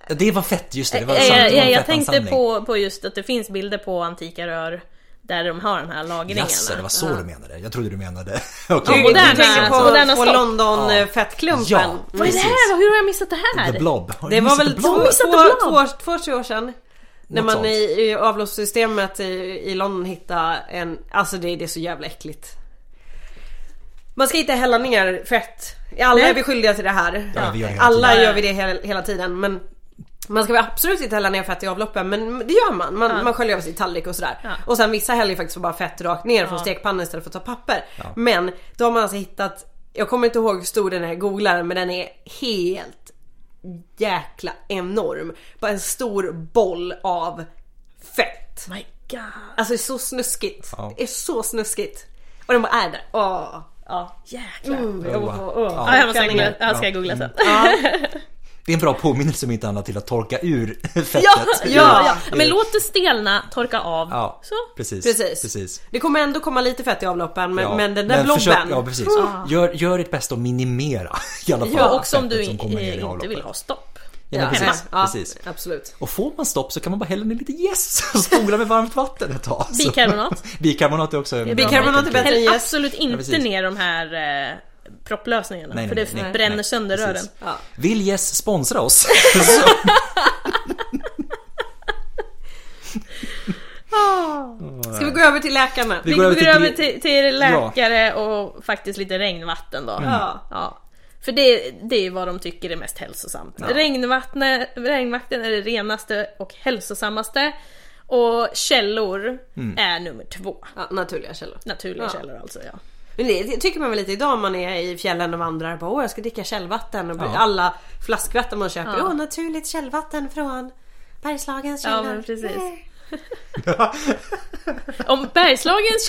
Ja, Det var fett, just det. det var
Eh,
sant, det var en
jag, jag tänkte
fettansamling.
på, på just att det finns bilder på antika rör där de har de här lagringarna.
Jaså, det var så du menade? Jag trodde du menade... *laughs* Okej.
du,
moderna-
du tänker på,
moderna
på
stopp.
London-fettklumpen. Mm.
Ja.
Vad är det här? Hur har jag missat det här?
The Blob. Har
Det
du
var
missat
väl
The
två,
Blob?
Blob.
två,
Missat The
två, två, tre år sedan. När man
sånt.
i, i avloppssystemet i, i London hittade en, alltså det, det är så jävla äckligt. Man ska inte hälla ner fett. Alla
Nej.
är vi skyldiga till det här.
Ja, vi gör det hela
Alla
tiden.
gör vi det hela, hela tiden men man ska väl absolut inte hälla ner fett i avloppen men det gör man. Man, man sköljer över sin tallrik och sådär.
Ja.
Och sen vissa häller ju faktiskt bara fett rakt ner från stekpannan istället för att ta papper. Men då har man alltså hittat, jag kommer inte ihåg hur stor den här googlaren men den är helt jäkla enorm. Bara en stor boll av fett.
My God.
Alltså det är så snuskigt.
Ja.
Det är så snuskigt. Och den bara är där. Åh.
Ja, jäklar.
Ja, det var- ja.
Ja, jag måste
Kan
googla,
ingen-
jag ska googla
Mm.
*laughs* sen.
Det är en bra påminnelse om inte annat till att torka ur *laughs* fettet.
Ja, ja,
ur-
ja. Men låt det stelna, torka av.
Ja,
Så.
precis.
Precis. Det kommer ändå komma lite fett i avloppen men,
Ja,
men den där blobben.
försök- ja, precis. Gör, gör ditt bästa att minimera *laughs* i alla fall.
Ja, också om du
fettet som kommer ner i
in, inte
avloppet.
vill ha stopp.
Ja, men
hemma.
precis.
Ja,
precis.
Absolut.
Och får man stopp så kan man bara hälla ner lite jäst *laughs* och spola med varmt vatten ett tag. Så-
Bikarbonat.
*laughs* Bikarbonat är också en bra
Bikarbonat är
metod.
bättre.
Häll
Yes.
absolut inte
precis.
ner de här eh, propplösningarna
Nej, nej,
för det
nej, nej,
bränner
nej.
sönder
Precis.
rören.
Ja.
Vill Yes sponsra
*laughs*
oss? Så-
Ska vi gå över till läkarna?
Vi
Vi
går
går,
över till
över
gre-
till, till läkare och faktiskt lite regnvatten
Mm.
då.
Ja.
Ja. För det, det är vad de tycker är mest hälsosamt. Regnvattne, regnvatten är det renaste och hälsosammaste. Och källor
Mm.
är nummer två.
Ja, naturliga källor.
Naturliga
Ja.
källor alltså ja.
Men det tycker man väl lite idag om man är i fjällen och vandrar. Bara, Åh jag ska dricka källvatten. Och
Ja.
alla flaskvatten man köper.
Ja.
Åh naturligt källvatten från Bergslagens
Ja
källor.
men precis.
Eh.
Om Bergslagens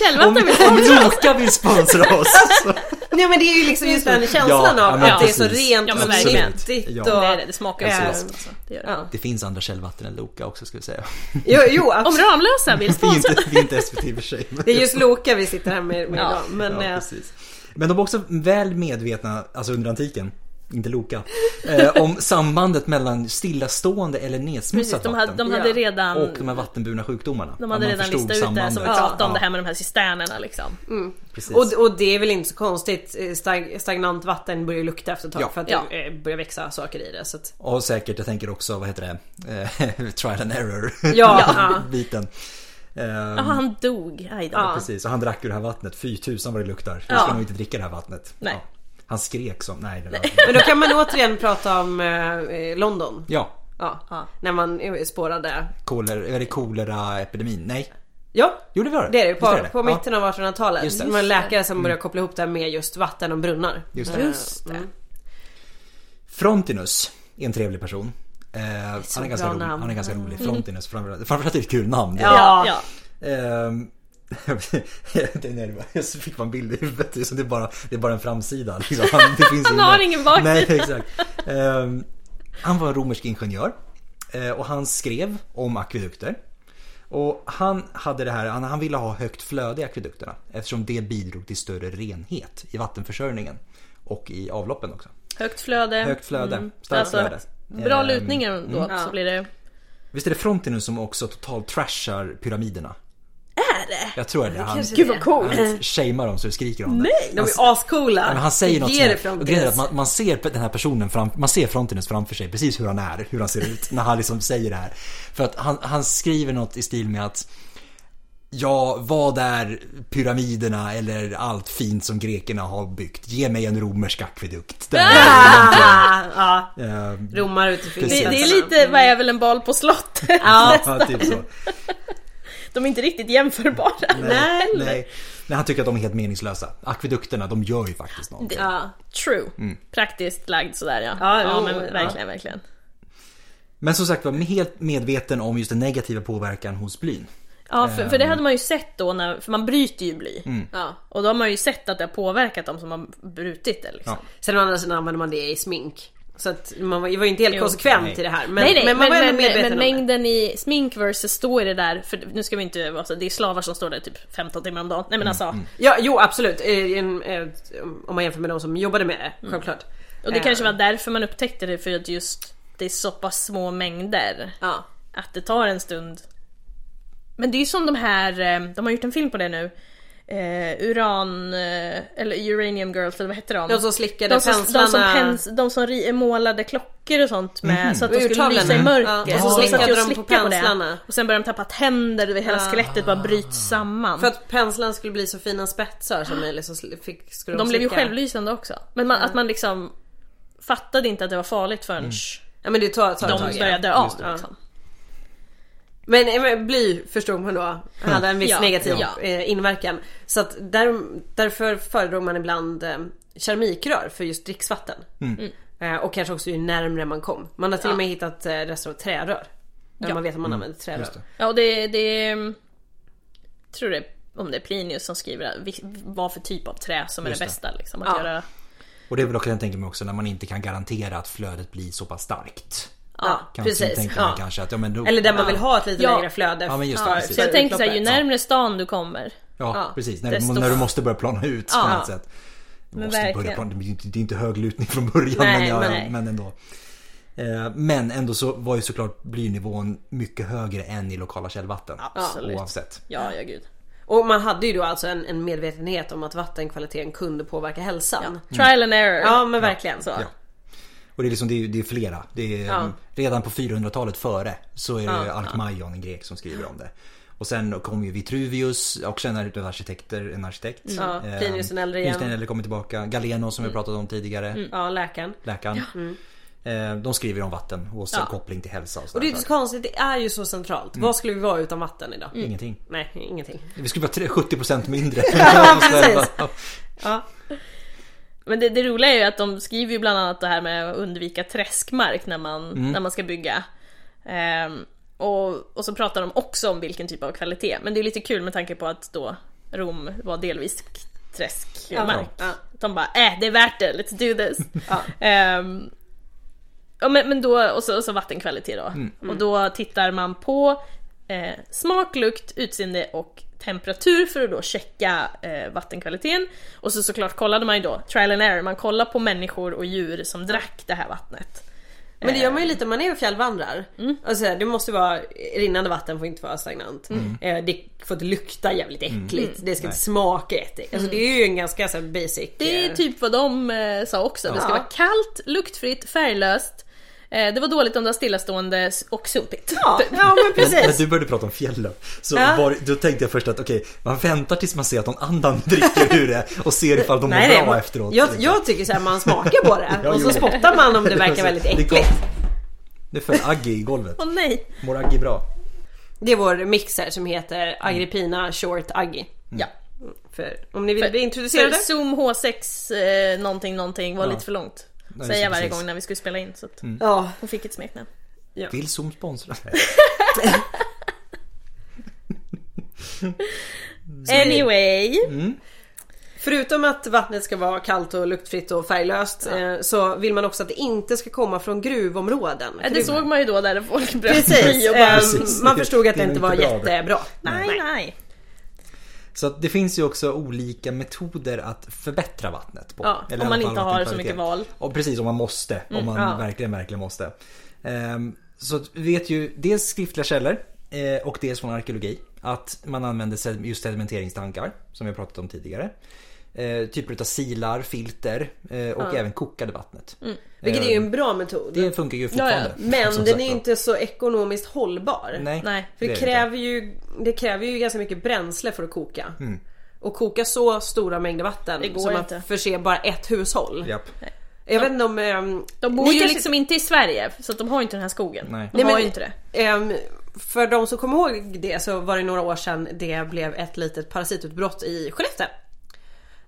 *laughs* Om,
källvatten vill
om Loka vill sponsra oss! så-
Nej men det är ju liksom just den känslan
Ja,
av
men
att det är så
precis.
rent
Ja,
och
men verkligen.
svettigt.
Ja.
Och...
det, är det, det smakar ju så
Ja.
gott alltså. Det gör det.
Ja.
Det finns andra källvatten än Loka också ska vi säga. *laughs*
Jo, jo
Om
absolut.
Ramlösa vill
Vi är
sponsra.
inte, *laughs* vi är inte SVT i och för sig. men-
Det är just Loka vi sitter här med, med
Ja.
idag. Men
ja,
eh,
precis. Men de var också väl medvetna, alltså under antiken, inte Loka, eh, om sambandet mellan stillastående eller
Precis,
nedsmutsat
de hade,
vatten.
de hade
Ja.
redan...
Och de här vattenburna sjukdomarna.
De
Att
hade
man
redan
förstod
listat ut det som vi
sambandet. Mm.
pratade om, det här med de här cisternerna liksom.
Precis.
och, och det är väl inte så konstigt. Eh, Stag, stagnant vatten börjar ju lukta efter ett tag
Ja.
för att
Ja.
det eh, börjar växa saker i det. Så att,
Och säkert, jag tänker också, vad heter det? Eh, *laughs* trial and error. *laughs*
Ja.
Biten. Ehm,
Ja, han dog. Aj då.
Ja.
Precis, och han drack ur det här vattnet. Fy tusan vad det luktar. Jag ska
Ja.
nog inte dricka det här vattnet.
Nej.
Ja. Han skrek som, nej det var...
*laughs* men då kan man återigen prata om eh, eh, London.
Ja,
Ja.
Ja.
När man eh, spårade.
kolera, är det koleraepidemin? Nej?
Ja.
Jo det var det.
Det är det.
Visst
På, på
Ja.
mitten av 1800-talet.
Just det. Mm.
Det var en läkare som började koppla ihop det här med just vatten och brunnar.
Just det.
Eh,
Just det.
mm.
Frontinus är en trevlig person. Eh, han, är ganska
bra
rolig.
namn. Mm.
han är ganska rolig. Frontinus framförallt. Framförallt är det ett kul namn.
Ja.
ja.
Ehm, *laughs* det är när det bara- så fick man bild i huvudet. Så det, är bara, det är bara en framsida.
*laughs*
Liksom. Han, det finns
Han har ingen baksida.
Nej, exakt. Ehm, han var en romersk ingenjör. eh, Och han skrev om akvedukter. Och han hade det här, han, han ville ha högt flöde i akvedukterna. Eftersom det bidrog till större renhet i vattenförsörjningen. Och i avloppen också.
Högt flöde.
Högt flöde, starkt
Alltså,
flöde.
Bra
Ehm,
lutningar då, så blir det...
Visst är det Frontinus som också totalt trashar pyramiderna?
är det!
Jag tror det. Han,
Gud vad coolt!
han shamear dem så det skriker om det.
Nej!
De är ju ascoola!
Men han säger något
Ge det
sånt här-
fram
och
till
grejen är
det
att man, man ser den här personen fram, man ser Frontinus framför sig precis hur han är, hur han ser ut när han liksom säger det här. För att han, han skriver något i stil med att Ja, vad är pyramiderna eller allt fint som grekerna har byggt? Ge mig en romersk akvedukt. Det
*laughs*
är-
ah, ah,
Eh,
Romar ut i
Det,
Precis.
det är lite, vad är väl en bal på slottet? *laughs*
Ja.
*laughs* ja, typ
*laughs*
så.
De är inte riktigt jämförbara.
Nej, eller?
nej. nej, han tycker att de är helt meningslösa. Akvedukterna, de gör ju faktiskt något.
Ja.
True. Praktiskt lagd sådär ja.
Ja,
Ja,
jo,
men
ja.
verkligen, verkligen.
Men som sagt var, helt medveten om just den negativa påverkan hos blyn.
Ja, för,
Ehm.
för det hade man ju sett då, när, för man bryter ju bly.
Ja.
Och då har man ju sett att det har påverkat dem som har brutit det liksom.
Ja.
Sen å andra sidan använder man det i smink. Så att man var, var ju inte helt
Jo.
konsekvent
Nej.
i det här. Men,
nej nej, men,
men man var
men, men,
ändå medveten om det.
mängden i smink versus står i det där, för nu ska vi inte vara så, det är slavar som står där typ 15 timmar om dagen. Nej
Mm,
men alltså,
Ja, jo absolut. Eh, en, eh, Om man jämför med de som jobbade med det, självklart.
Mm. och det
Eh,
kanske var därför man upptäckte det, för att just det är så pass små mängder.
Ja.
Att det tar en stund. Men det är ju som de här, eh, de har gjort en film på det nu. Eh, uran, eh, eller Uranium Girls eller vad hette de?
De som slickade
de som,
penslarna.
de som, pens, de som ri, målade klockor och sånt med, så att de skulle
Urtavlorna.
lysa i mörker.
Ja, och så
Så de
slickade
satt ju och
de på
slickade på
penslarna. Ah.
det. Och sen började de tappa tänder, du vet, hela skelettet bara bryts samman.
För att penslarna skulle bli så fina spetsar som möjligt så sl- fick, skulle
de blev ju
slicka.
självlysande också. Men man, att man liksom fattade inte att det var farligt förrän
Ja men det tar, tar ett tag.
de
ja.
började dö av. Liksom.
Men, eh, men bly förstod man då hade en viss
Ja,
negativ
ja.
eh, inverkan. Så att där, därför föredrog man ibland eh, keramikrör för just dricksvatten.
Mm.
Mm.
Eh, och kanske också ju närmre man kom. Man har till och med hittat eh, rester av trärör. När
Ja.
man vet att man
Mm.
använder trärör.
Ja, och det, det är... mm, Tror det är- om det är Plinius som skriver det, vi- vad för typ av trä som är det
Just det.
bästa liksom, att
Ja.
göra.
Och det är väl också jag tänker mig också när man inte kan garantera att flödet blir så pass starkt.
Ja,
Kan Precis.
precis.
Tänka mig
Ja.
kanske att, ja, men då,
Eller där man vill ha ett lite
Ja.
lägre flöde.
Ja, men just det, precis.
Så jag
för
tänker såhär, ju
utloppet.
närmre stan du kommer.
Ja,
ja,
precis. När,
desto-
när du måste börja plana ut på
Ja.
något sätt. Du
Men
måste börja
verkligen.
plana, det blir ju inte- det är inte hög lutning från början men,
Nej,
ja,
nej.
men ändå. Eh, Men ändå så var ju såklart blynivån mycket högre än i lokala källvatten.
Absolut.
Oavsett.
Ja, ja gud.
Och man hade ju då alltså en, en medvetenhet om att vattenkvaliteten kunde påverka hälsan. Ja,
Trial and error.
men verkligen. Så.
Ja. Och det är, liksom, det är, det är flera. Det är,
Ja.
Redan på 400-talet före så är det Alkmaion, en grek, som skriver om det. Och sen kom ju Vitruvius, också en, en, typ arkitekter, en arkitekt.
Ja,
Eh,
Plinius den äldre
Plinius
igen. Mm.
den äldre kommer tillbaka. Galeno som vi pratat om tidigare.
Ja, läkaren.
Läkaren. Eh, De skriver om vatten och sen koppling till hälsa och,
Mm. Och det är
sådär.
inte så konstigt, det är ju så centralt. Vad skulle vi vara utan vatten idag?
Mm.
Ingenting.
Nej, ingenting.
Vi skulle vara tre- 70%
*laughs*
mindre. *laughs*
precis.
Men det, det roliga är ju att de skriver ju bland annat det här med att undvika träskmark när man, när man ska bygga. Ehm, och, och så pratar de också om vilken typ av kvalitet. Men det är ju lite kul med tanke på att då Rom var delvis k- träskmark.
Ja.
De bara äh, det är värt det, let's do this. Ehm, ja, men, men då, och, så, och så vattenkvalitet då. Och då tittar man på eh, smak, lukt, utseende och temperatur för att då checka eh, vattenkvaliteten. Och så såklart kollade man ju då, trial and error, man kollar på människor och djur som drack det här vattnet.
Men det gör man ju lite om man är och fjällvandrar.
Mm.
Alltså, det måste vara, rinnande vatten får inte vara stagnant.
Mm.
Eh, Det får inte lukta jävligt äckligt. Det ska inte smaka äckligt. Alltså, det är ju en ganska så här, basic...
Mm. Det är
eh,
typ vad de eh, sa också, det ska vara kallt, luktfritt, färglöst. Eh, det var dåligt om det var stillastående s- och sotigt.
Ja, ja men *laughs*
Men när
precis.
du började prata om fjällen så
Ja.
var, då tänkte jag först att okej, man väntar tills man ser att någon annan *laughs* dricker ur det och ser ifall de mår
Nej, nej,
bra
man,
efteråt. liksom.
jag, jag tycker såhär man smakar på det
*laughs* Ja,
och så
jo.
spottar man om det verkar
*laughs*
väldigt
Det är gott.
äckligt.
Det föll Agge i golvet.
*laughs* Åh nej!
Mår Agge bra?
Det är vår mixer som heter Agrippina Short Aggi.
Ja.
För om ni vill
För
bli introducerade.
Zoom H6 eh, någonting någonting var
Ja.
lite för långt.
just
Säga
det,
varje
precis. Mm.
gång när vi skulle spela in så att
Ja,
hon fick ett smeknamn.
Vill Zoom
*laughs*
sponsra?
Anyway.
Mm.
Förutom att vattnet ska vara kallt och luktfritt och färglöst eh, så vill man också att det inte ska komma från gruvområden.
Ja, eh, det såg man ju då där folk bröt
Precis,
i och bara...
ehm,
Precis.
man förstod att det,
Det är
inte
inte
var
bra.
jättebra.
*laughs* Nej, nej.
Så att det finns ju också olika metoder att förbättra vattnet på.
Ja,
Eller i
om man
alla fall
inte har så
vattenkvalitet.
mycket val.
Ja, precis, om man måste. om man
Mm, ja.
verkligen, verkligen måste. Ehm, så att vi vet ju dels skriftliga källor eh, och dels från arkeologi Att man använder sed- just sedimenteringstankar som vi har pratat om tidigare. Eh, typer av silar, filter eh, och även kokade vattnet.
Mm. Vilket är ju en bra metod.
Eh, Det funkar ju fortfarande.
men
som
den
sagt
är ju
var.
inte så ekonomiskt hållbar.
Nej,
Nej,
För
är
det
inte.
kräver, ju, det kräver ju ganska mycket bränsle för att koka.
Mm.
Och koka så stora mängder vatten
Det går
som
inte.
att förse bara ett hushåll.
Japp.
Jag vet inte om... ehm,
De
ni
bor ju
kanske-
liksom inte i Sverige så att de har ju inte den här skogen.
Nej.
De
Nej,
har
men-
ju inte det.
Ehm, för de som kommer ihåg det så var det några år sedan det blev ett litet parasitutbrott i Skellefteå.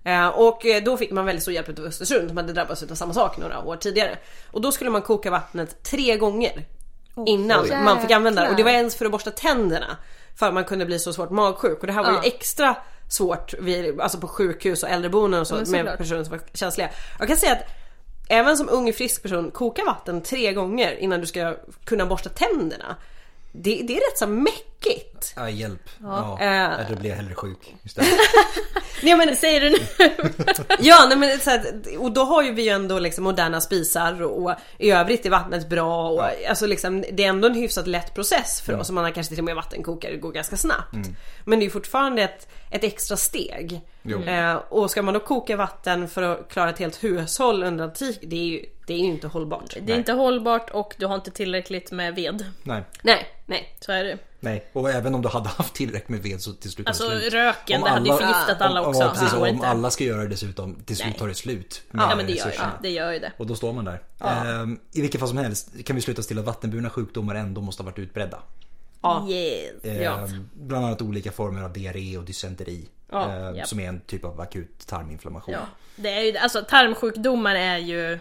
Eh, Och eh, då fick man väldigt stor hjälp av Östersund som hade drabbats av samma sak några år tidigare. Och då skulle man koka vattnet tre gånger innan
oj.
man fick använda det. Och det var
Jäklar.
ens för att borsta tänderna. För man kunde bli så svårt magsjuk. Och det här var
Ja.
ju extra svårt vid, alltså på sjukhus och äldreboenden och så
men
med
såklart.
personer som var känsliga. Jag kan säga att även som ung frisk person, koka vatten tre gånger innan du ska kunna borsta tänderna. Det, det är rätt så mäckigt.
Ja, hjälp. Ja.
Eh.
Eller blir jag hellre sjuk
*laughs*
istället.
Nej men
*laughs*
säger du nu?
Ja, nej, men så här, och då har ju vi ju ändå liksom moderna spisar och, och i övrigt är vattnet bra och alltså liksom, det är ändå en hyfsat lätt process för oss. Man har kanske till och med vattenkokare, det går ganska snabbt. Men det är ju fortfarande ett, ett extra steg.
Jo.
Eh, och ska man då koka vatten för att klara ett helt hushåll under en tid, det är ju, det är ju inte hållbart.
Det är inte hållbart och du har inte tillräckligt med ved.
Nej.
Nej, nej.
Så är det
Nej, och även om du hade haft tillräckligt med ved så till slut tar
Alltså,
det slut.
röken,
Om
det hade ju förgiftat alla
om,
också.
Ja, precis,
Det
och
går
om
inte.
alla ska göra det dessutom, till slut tar det slut. med
Ja, men det gör ju
resurserna.
det. Det gör ju det.
Och då står man där. Ehm, I vilket fall som helst kan vi sluta oss till att vattenburna sjukdomar ändå måste ha varit utbredda.
Ja.
Yes.
Ehm,
Ja.
Bland annat olika former av diarré och dysenteri.
Ja,
ehm,
japp.
Som är en typ av akut tarminflammation.
Ja. Det är ju det. Alltså tarmsjukdomar är ju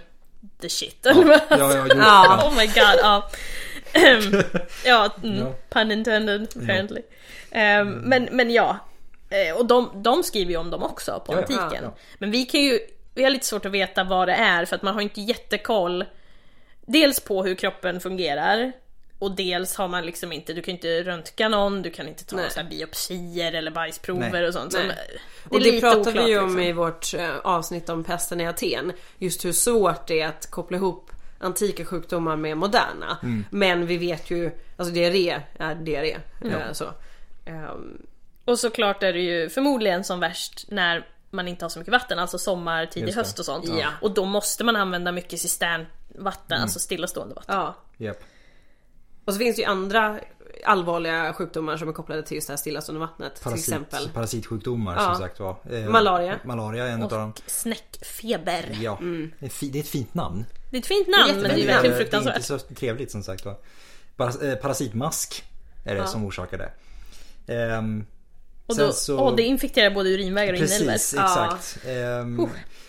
the shit. *laughs* Ja.
Ja, ja, jo,
Ja.
ja.
*laughs* oh my god. Ja. Ehm, ja, mm,
Ja.
pun intended apparently. Ehm, men, men ja. Eh, Och de, de skriver ju om dem också på
Ja, ja.
antiken.
Ja.
Men vi kan ju, vi har lite svårt att veta vad det är för att man har inte jättekoll. Dels på hur kroppen fungerar. Och dels har man liksom inte, du kan inte röntga någon, du kan inte ta
Nej.
så här biopsier eller bajsprover
Nej.
och sånt. Så
Nej.
de-
Och det
lite
pratade
oklart,
vi ju om
liksom.
i vårt eh, avsnitt om pesten i Aten. Just hur svårt det är att koppla ihop antika sjukdomar med moderna.
Mm.
Men vi vet ju, alltså diarré är diarré. eh, Så. Ehm,
Och såklart är det ju förmodligen som värst när man inte har så mycket vatten, alltså sommar, tidig
Just det.
höst och sånt.
Ja.
Och då måste man använda mycket cisternvatten,
Mm.
alltså stillastående vatten.
Ja.
Japp.
Och så finns det ju andra allvarliga sjukdomar som är kopplade till just det här stillastående vattnet. Till exempel.
Parasit, parasitsjukdomar
Ja.
som sagt var. Ehm,
Malaria.
Malaria är en utav dem.
Och snäckfeber.
Ja, det är ett fi- det är ett fint namn. eh,
Det är ett fint namn men det är ju
jättefint
verkligen
det är inte
fruktansvärt.
så trevligt som sagt va. Paras- eh, Parasitmask är det som orsakar det. Ehm,
Och,
sen
då, och det infekterar både urinvägar och inälvor.
Precis, exakt. Ehm,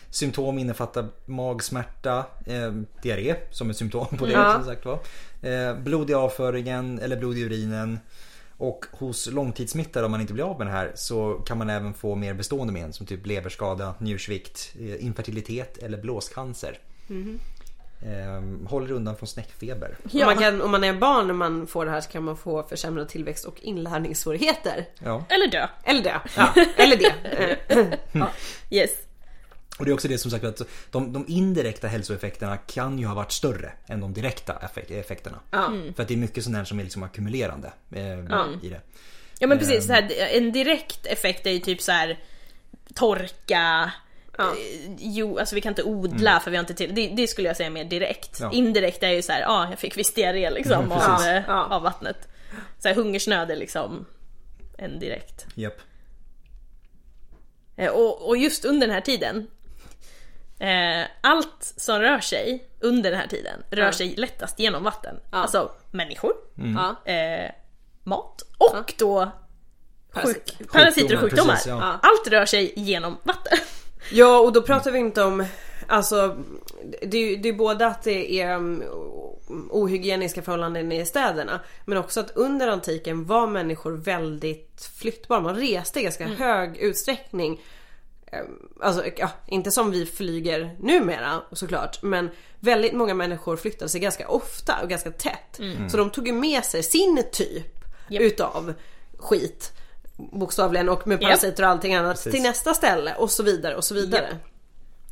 Symptom innefattar magsmärta, ehm, diarré som ett symptom på det.
Ja.
Som sagt, va? Eh, blod i avföringen eller blod i urinen. Och hos långtidssmittade om man inte blir av med det här så kan man även få mer bestående men som typ leverskada, njursvikt, eh, infertilitet eller blåscancer. Ehm, håller undan från snäckfeber.
Om,
Ja.
man kan, om man är barn när man får det här så kan man få försämrad tillväxt och inlärningssvårigheter.
Ja.
Eller dö.
Eller det. Ja. *laughs* Eller det. Eh,
Yes.
Och det är också det som sagt att de, de indirekta hälsoeffekterna kan ju ha varit större än de direkta effek- effekterna.
Ja.
Mm.
För att det är mycket sånt här som är liksom ackumulerande eh, i det.
Ja men
Ehm.
precis, så här, en direkt effekt är ju typ så här torka,
Ja. Mm.
eh, jo, alltså vi kan inte odla för vi har inte till, det, det skulle jag säga mer direkt.
Ja.
Indirekt är ju så här, ja jag fick viss diarré liksom
Mm,
av,
precis.
eh,
Ja.
av vattnet. Så här, hungersnöd är liksom en direkt.
Japp.
Eh, Och, och just under den här tiden, eh, allt som rör sig under den här tiden rör
Ja. Mm.
sig lättast genom vatten. Alltså människor,
Ja.
eh, mat och då
Parasit.
sjuk, parasiter och sjukdomar.
precis, ja.
Ja.
Allt rör sig genom vatten.
Ja och då pratar vi inte om, alltså det är ju det är både att det är um, ohygieniska förhållanden i städerna men också att under antiken var människor väldigt flyttbara. Man reste i ganska hög utsträckning. Um, Alltså ja, inte som vi flyger numera såklart men väldigt många människor flyttade sig ganska ofta och ganska tätt. Så de tog ju med sig sin typ
Japp.
utav skit bokstavligen och med parasiter och allting annat till nästa ställe och så vidare och så vidare.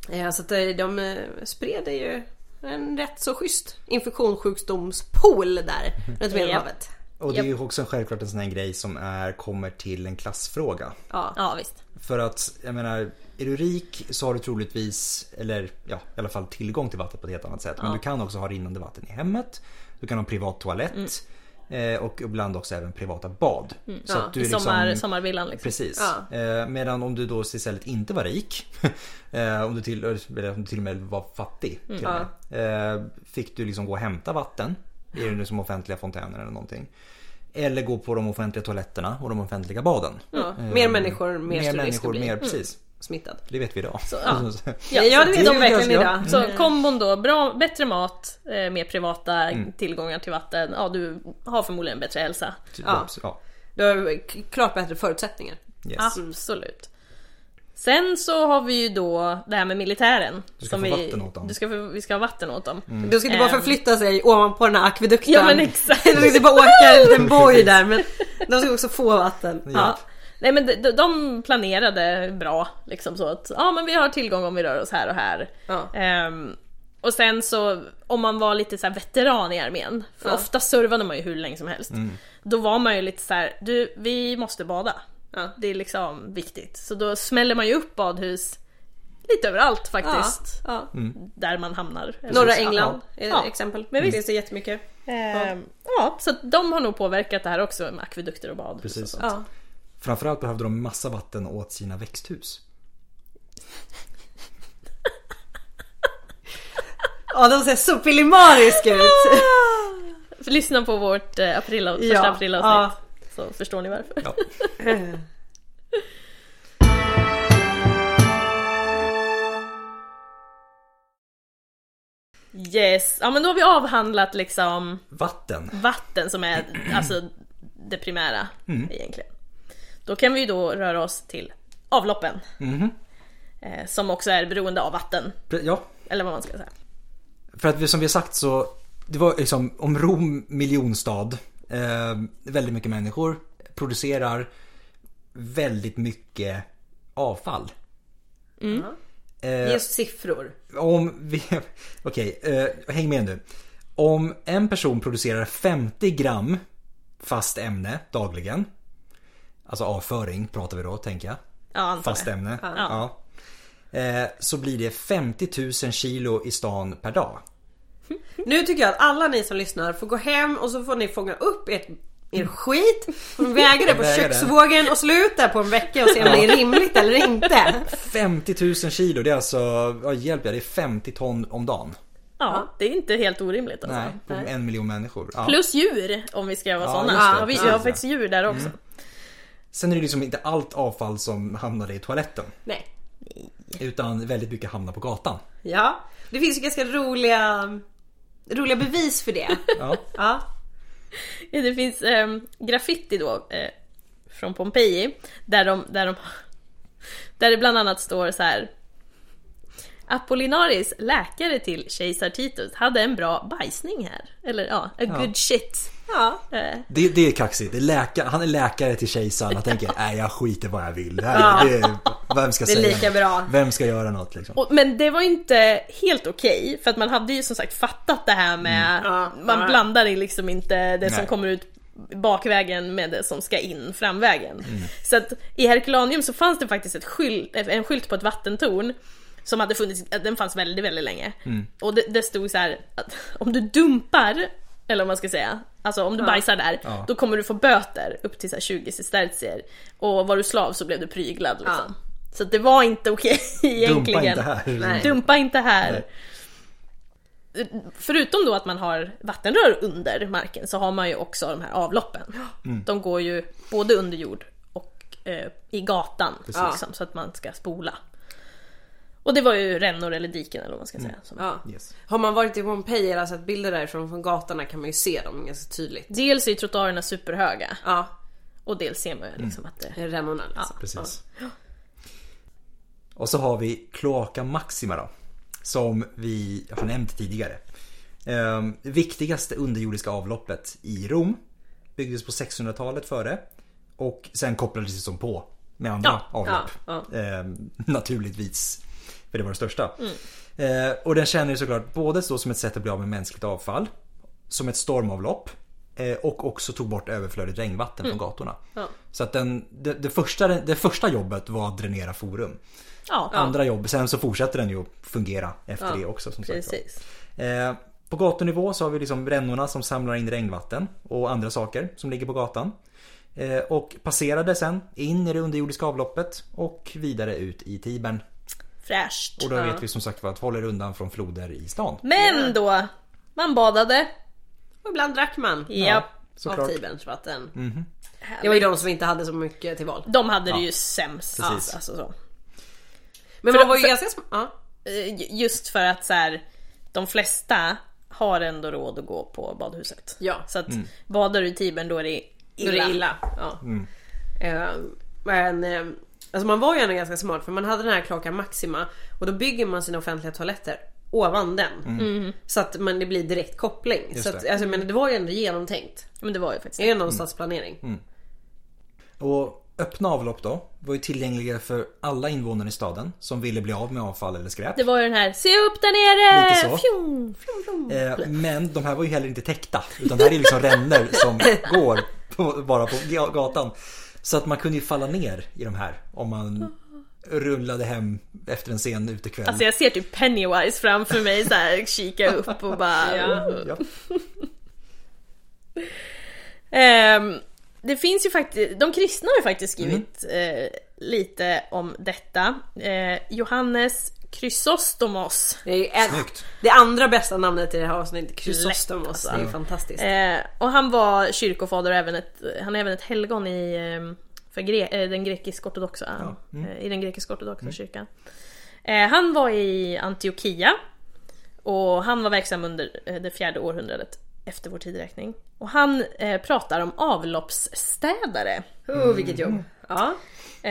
Eh, Så att eh, de eh, spred det ju en rätt så schysst infektionssjukdomspool där runt Medelhavet.
Och det är ju också självklart en sån här grej som är, kommer till en klassfråga.
Ja.
Ja, visst.
För att, jag menar, är du rik så har du troligtvis, eller ja, i alla fall tillgång till vattnet på ett helt annat sätt. Men du kan också ha rinnande vatten i hemmet. Du kan ha en privat
Mm.
toalett. eh, Och ibland också även privata bad. Så
Ja,
att du
I
är liksom-
sommar, sommarvillan liksom.
Precis. Eh, medan om du då istället inte var rik, *laughs* eh, om, du till, eller om du till och med var fattig, till och
Mm.
med, eh, fick du liksom gå och hämta vatten i den som offentliga fontäner eller någonting. Eller gå på de offentliga toaletterna och de offentliga baden.
Ja. Mer människor, Mm. mer,
mer
mer risk att
människor,
bli
mer, precis.
smittad.
Det vet vi idag. *laughs*
ja.
Ja, ja det vet
det
de
är
verkligen
ganska-
idag.
Så kombon då, bra, bättre mat, eh, mer privata
Mm.
tillgångar till vatten. Ja, du har förmodligen bättre hälsa.
typ, ja. ja.
Du har k- klart bättre förutsättningar.
Yes.
Absolut. Sen så har vi ju då det här med militären. Du
ska få vatten åt dem. Mm.
Du ska, få- vi ska ha vatten åt dem.
Du ska inte bara
Ehm.
förflytta sig ovanpå den här akvedukten.
Ja,
*laughs*
men exakt.
Du ska inte bara åka en liten boj där. Men de ska också få vatten.
Ja. Nej men de, de planerade bra liksom så att ja men vi har tillgång om vi rör oss här och här.
Ja.
Ehm, och sen så om man var lite så här veteran i armén, för
Ja. Mm.
ofta servade man ju hur länge som helst. Då var man ju lite så här, du vi måste bada.
Ja.
Det är liksom viktigt. Så då smäller man ju upp badhus lite överallt faktiskt.
Ja.
Där man hamnar.
Norra
Ja.
England är
Ja.
ett exempel.
Men
Men
visst.
visst. Finns det jättemycket.
Ehm, ja, så att de har nog påverkat det här också med akvedukter och badhus.
Precis.
Och så.
Ja.
Framförallt behövde de massa vatten åt sina växthus.
ja, de ser så pillemariska ut.
För *laughs* lyssna på vårt eh, april, första
Ja,
aprilavsnitt så förstår ni varför.
*laughs*
Ja. Eh.
Yes, ja men då har vi avhandlat liksom
Vatten.
vatten som är alltså det primära
Mm.
egentligen. Då kan vi ju då röra oss till avloppen.
Mm-hmm.
Eh, som också är beroende av vatten,
Pre- Ja,
eller vad man ska säga.
För att vi- som vi har sagt så, det var liksom om Rom miljonstad, eh, väldigt mycket människor, producerar väldigt mycket avfall.
Ge oss siffror.
Om vi, *laughs* okej, eh, häng med nu. Om en person producerar 50 gram fast ämne dagligen, alltså avföring pratar vi då tänker jag,
Ja, antar
fast
jag.
ämne. Ja. Eh, så blir det 50 000 kilo i stan per dag.
Nu tycker jag att alla ni som lyssnar får gå hem och så får ni fånga upp ert er skit, får ni väga det på
Väga det.
köksvågen och sluta på en vecka och se om det är rimligt eller inte.
*laughs* 50 000 kilo, det är alltså, ja, hjälp jag, det är 50 ton om dagen.
Ja, det är inte helt orimligt alltså.
Nej, på en miljon människor. Ja.
Plus djur om vi ska vara
Ja,
sådana.
just det.
Ja, vi, vi
Precis,
har
ja.
faktiskt djur där också.
Sen är det liksom inte allt avfall som hamnade i toaletten.
Nej.
Utan väldigt mycket hamnar på gatan.
Ja. Det finns ju ganska roliga, roliga bevis för det.
Ja,
Ja.
Ja, Det finns ehm, graffiti då eh, från Pompeji där de, där de där det bland annat står så här Apollinaris, läkare till kejsar Titus, hade en bra bajsning här. Eller ja, a good shit.
Ja.
Eh,
det, det är kaxigt. Det är läka, han är läkare till kejsaren. Han tänker, nej jag skiter vad jag vill. Det här, det, är- vem ska
Det är
säga
lika bra.
Vem ska göra något liksom?
Och, men det var ju inte helt okej, för att man hade ju som sagt fattat det här med...
Ja,
man
ja.
blandar i liksom inte det som
Mm. Nej.
kommer ut bakvägen med det som ska in framvägen.
Mm.
Så att i Herculaneum så fanns det faktiskt ett skylt, en skylt på ett vattentorn som hade funnits, den fanns väldigt, väldigt länge.
Mm.
Och det, det stod så här att *laughs* om du dumpar, eller vad man ska säga, alltså om du bajsar där,
Ja.
då kommer du få böter upp till så här 20 sestertier. Och var du slav så blev du pryglad liksom. Så att det var inte okej egentligen.
Dumpa inte här.
Nej.
Dumpa inte här. Förutom då att man har vattenrör under marken så har man ju också de här avloppen. De går ju både under jord och eh, i gatan liksom, så att man ska spola. Och det var ju rännor eller diken eller vad man ska
Mm.
säga. som-
ja.
Yes.
Har man varit i Pompeji eller sett bilder därifrån från gatorna kan man ju se dem ganska tydligt.
Dels är ju trottoarerna superhöga
Ja,
och dels ser man ju liksom
Mm.
att det...
rännorna liksom.
Precis. Och så har vi Cloaca Maxima då. Som vi har nämnt tidigare. Ehm, Det viktigaste underjordiska avloppet i Rom. Byggdes på 600-talet före. Och sen kopplades det som på med andra
Ja,
avlopp.
ja,
Ehm, naturligtvis. För det var det största. Ehm, och den känner ju såklart både så som ett sätt att bli av med mänskligt avfall. Som ett stormavlopp. Eh, Och också tog bort överflödigt regnvatten från gatorna.
Ja.
Så att den, det, det, första, det första jobbet var att dränera forum.
Ja,
Andra jobb, sen så fortsätter den ju att fungera efter det också. Som sagt. var.
precis.
Eh, På gatunivå så har vi liksom rännorna som samlar in regnvatten och andra saker som ligger på gatan. Eh, Och passerade sen in i det underjordiska avloppet och vidare ut i Tibern.
Fräscht.
Och då vet vi som sagt var att hålla er undan från floder i stan.
Men då, man badade.
Och ibland drack man.
Ja.
såklart. Mhm.
Av Tiberns vatten. Det var ju de som inte hade så mycket till val.
De hade det ju sämst.
Precis.
Alltså, så.
Men
För-
man var ju
för-
ganska sm- ja.
Eh, ju- Just för att så här, de flesta har ändå råd att gå på badhuset.
Ja.
Så att
Mm.
badar du i Tibern då är det
Då
illa.
är det illa. Ja. Eh, men eh, alltså man var ju ändå ganska smart för man hade den här Klaka Maxima och då bygger man sina offentliga toaletter ovan den. Så att man, det blir direkt koppling. så att,
Mm. det. Mm.
alltså, men det var ju ändå genomtänkt.
Men det var ju faktiskt
Det är ju någon stadsplanering.
Och öppna avlopp då var ju tillgängliga för alla invånare i staden som ville bli av med avfall eller skräp.
Det var ju den här, se upp där nere!
Lite så.
Fjong, fjong, fjong.
Eh, Men de här var ju heller inte täckta utan det här är liksom rännor
*laughs*
som går på, bara på ga- gatan. Så att man kunde ju falla ner i de här om man rullade hem efter en sen utekväll.
Alltså jag ser typ Pennywise framför mig så här, kika upp och
*laughs*
bara...
ja.
Ehm, det finns ju faktiskt, de kristna har ju faktiskt
Mm.
skrivit eh, lite om detta. Eh, Johannes Chrysostomos
Det är ju en,
Snyggt.
det andra bästa namnet i det här avsnittet, Chrysostomos.
Lätt,
Det är ju fantastiskt.
Eh, och han var kyrkofader och även ett, han är även ett helgon i eh, för gre- eh, den grekisk-ortodoxa eh, i den grekisk-ortodoxa kyrkan. Eh, han var i Antiochia och han var verksam under eh, det fjärde århundradet efter vår tideräkning. Och han eh, pratar om avloppsstädare
Oh, vilket jobb. Ja.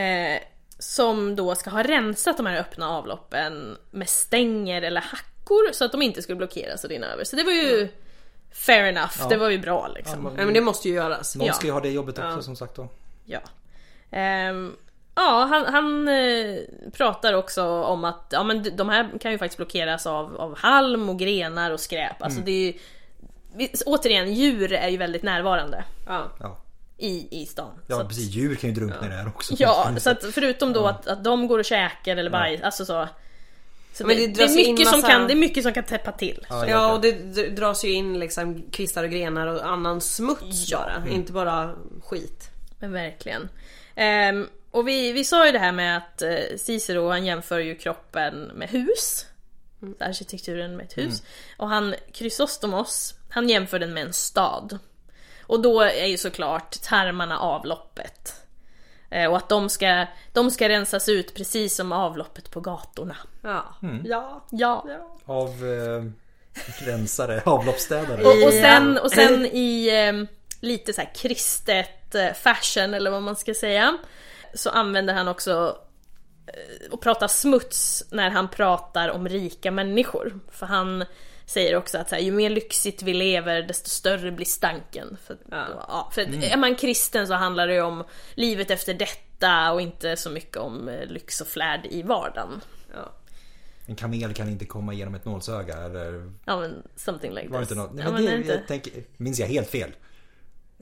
eh, som då ska ha rensat de här öppna avloppen med stänger eller hackor så att de inte skulle blockeras och rinna över. Så det var ju fair enough, det var ju bra liksom.
Nej, men det måste ju göras.
Någon
Ja.
ska ju ha det jobbet också som sagt då.
Ja. Ehm, ja, han, han eh, pratar också om att ja, men d- de här kan ju faktiskt blockeras av, av halm och grenar och skräp. Alltså
Mm.
det är ju, vi- återigen, djur är ju väldigt närvarande
Ja.
Ja,
i, i stan. så
ja
att,
precis. Djur kan ju drunkna i det här också.
ja, så att förutom då att, att de går och käker eller bajs, alltså så. så
Men
det,
det
det,
dras
är
in
mycket som
massa-
kan, det är mycket som kan täppa till.
Ja,
Ja och det d- dras ju in liksom kvistar och grenar och annan smuts bara. Inte bara skit.
Men verkligen. Ehm, och vi, vi sa ju det här med att eh, Cicero han jämför ju kroppen med hus. Arkitekturen med ett hus. Och han, Chrysostomos, han jämför den med en stad. Och då är ju såklart tarmarna avloppet. Eh, och att de ska, de ska rensas ut precis som avloppet på gatorna.
Ja.
Ja. ja.
Av eh, rensare, avloppsstädare.
Och, och sen, och sen i eh, lite så här kristet eh, fashion eller vad man ska säga så använder han också eh, och pratar smuts när han pratar om rika människor. För han säger också att så här, ju mer lyxigt vi lever desto större blir stanken. För, ja. för att är man kristen så handlar det ju om livet efter detta och inte så mycket om eh, lyx och flärd i vardagen.
Ja.
En kamel kan inte komma igenom ett nålsöga eller
Ja men something like
Var det
this.
inte något? Nej,
Ja,
men
men
det,
är det
Jag tänker, minns jag helt fel?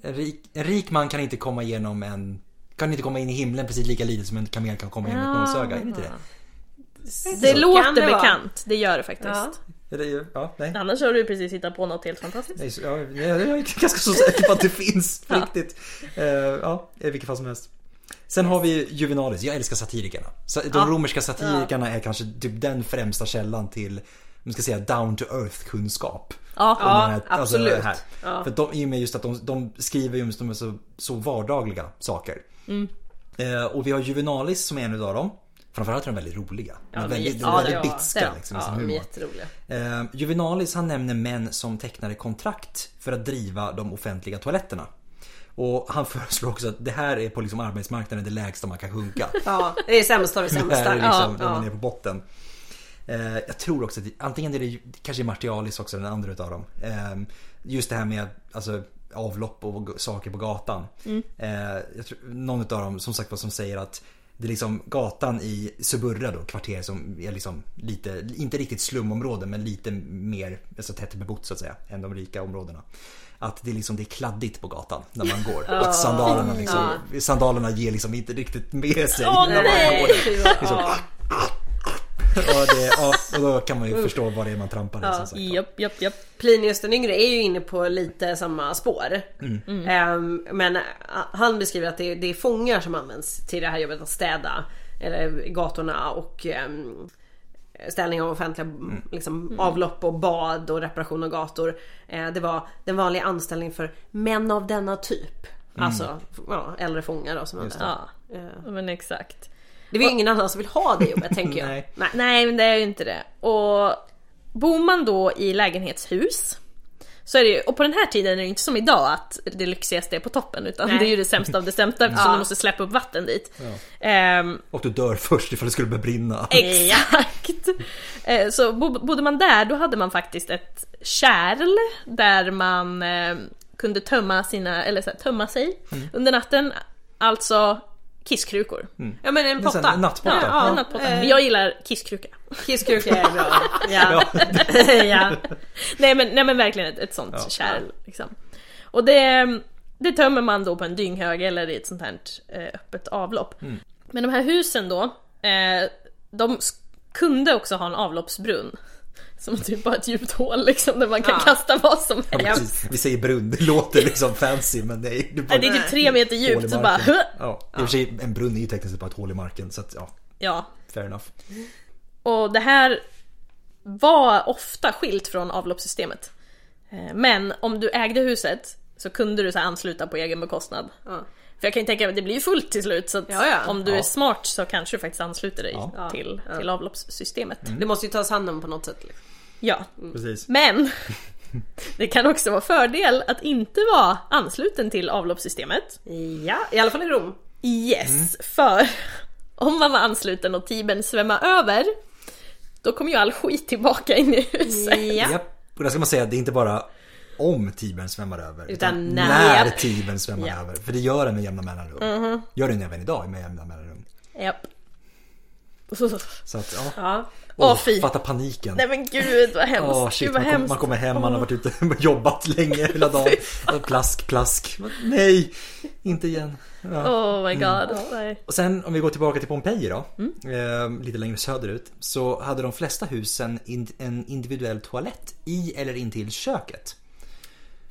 En rik, en rik man kan inte komma igenom en... Kan inte komma in i himlen precis lika lite som en kamel kan komma igenom ett nålsöga. Är det inte det?
Det
Så kan
låter
det vara.
bekant, det gör det faktiskt.
Ja.
Är det ju- ja, nej.
Annars har du ju precis hittat på något helt fantastiskt.
nej så- ja, nej, jag är ganska så säker på att det finns på riktigt. Eh, ja, i vilket fall som helst. Sen har vi ju Juvenalis. Jag älskar satirikerna. Så De romerska satirikerna är kanske typ den främsta källan till, man ska säga down to earth kunskap.
Ja.
om den här-
absolut.
det här. För de, I och med just att de, de skriver ju om de är så, så vardagliga saker. Eh, och vi har Juvenalis som är en utav dem. Framförallt är de väldigt roliga. De är
de är
väldigt,
jätte- ja,
väldigt
det var-
bitska
det-
liksom, i
Ja,
sin
de är
humor.
jätteroliga.
Eh, Juvenalis han nämner män som tecknade kontrakt för att driva de offentliga toaletterna. Och han *laughs* föreslår också att det här är på liksom arbetsmarknaden det lägsta man kan sjunka.
Ja, det är sämst av
*laughs*
det
Det här
sämsta.
är liksom
Ja,
när man är
ja.
på botten. Eh, jag tror också att det- antingen är det ju- det kanske är Martialis också, den andra utav dem. Eh, just det här med alltså, avlopp och g- saker på gatan.
Mm.
Eh, jag tror, någon utav dem som sagt var som säger att det är liksom gatan i Suburra då, kvarter som är liksom lite, inte riktigt slumområden men lite mer alltså, tätt bebott så att säga än de rika områdena. Att det är, liksom, det är kladdigt på gatan när man
*laughs*
går. Att sandalerna, liksom, sandalerna ger liksom inte riktigt med sig.
Åh,
när man
nej!
går.
Fy vad-
*laughs*
ja.
Ja, det, ja, och då kan man ju förstå vad det är man trampar i. som sagt.
Japp, japp, japp.
Plinius den yngre är ju inne på lite samma spår. Ehm, men eh, han beskriver att det är, det är fångar som används till det här jobbet att städa eller gatorna och um, ställning av offentliga liksom, avlopp och bad och reparation av gator. Eh, det var den vanliga anställningen för män av denna typ. Alltså ja, äldre fångar då, som hade. Det.
Ja, men exakt.
det var ju ingen annan som vill ha det jobbet tänker jag.
Nej.
*laughs* Nej.
Nej, men det är ju inte det. Och bor man då i lägenhetshus så är det ju, och på den här tiden är det ju inte som idag att det lyxigaste är på toppen utan
Nej.
det är ju det sämsta av det sämsta
Mm.
eftersom
Ja.
du måste släppa upp vatten dit. Ehm,
Och du dör först ifall det skulle börja brinna.
Exakt! Eh, Så bo- bodde man där då hade man faktiskt ett kärl där man eh, kunde tömma, sina, eller så här, tömma sig
Mm.
under natten. Alltså kisskrukor.
Mm.
Ja men en
Men sen
potta.
en nattpotta.
Ja, eh.
Ja,
ja.
en nattpotta. Jag gillar kisskruka.
Kisskrukor *laughs* är bra. Ja.
*laughs* ja. nej, men, nej men verkligen ett, ett sånt kärl. Liksom. Och det, det tömmer man då på en dynghög eller i ett sånt här eh, öppet avlopp.
Mm.
Men de här husen då, eh, de sk- kunde också ha en avloppsbrunn. Som typ bara ett djupt hål liksom, där man kan
Ja.
kasta vad som
Ja,
helst.
precis. Vi säger brunn, det låter liksom fancy men det är, det är bara
Nej, Det är typ tre meter
ett hål i
djupt så bara
marken. Ja. I och för sig, en brunn är ju tekniskt sett bara ett hål i marken så att ja,
Ja,
fair enough.
Och det här var ofta skilt från avloppssystemet. Eh, Men om du ägde huset så kunde du så här ansluta på egen bekostnad.
Ja.
För jag kan ju tänka mig att det blir ju fullt till slut så att
Ja, ja.
om du
Ja.
är smart så kanske du faktiskt ansluter dig
Ja. Mm.
till, till avloppssystemet.
Det måste ju tas hand om på något sätt. liksom.
Ja.
Precis.
Men *laughs* det kan också vara fördel att inte vara ansluten till avloppssystemet.
Ja, i alla fall i Rom.
Yes,
Mm.
för *laughs* om man var ansluten och tibern svämmar över då kommer ju all skit tillbaka in i huset.
Ja.
Japp. Och där ska man säga att det är inte bara om tibern svämmar över.
Utan när.
när tibern svämmar
Japp. Mm-hmm.
över. För det gör den med jämna mellanrum. Gör den även idag med jämna mellanrum.
Japp. *laughs*
Så att ja.
Ja.
Åh,
Åh, fy.
fatta paniken.
Nej men gud vad hemskt.
Åh shit,
gud vad
man, kom,
hemskt.
man kommer hem, man har varit ute och *laughs* jobbat länge hela dagen. Plask, plask. Nej, inte igen. Ja.
Oh my god. Nej.
Och sen om vi går tillbaka till Pompeji då,
Mm.
eh, lite längre söderut, så hade de flesta husen in, en individuell toalett i eller intill köket.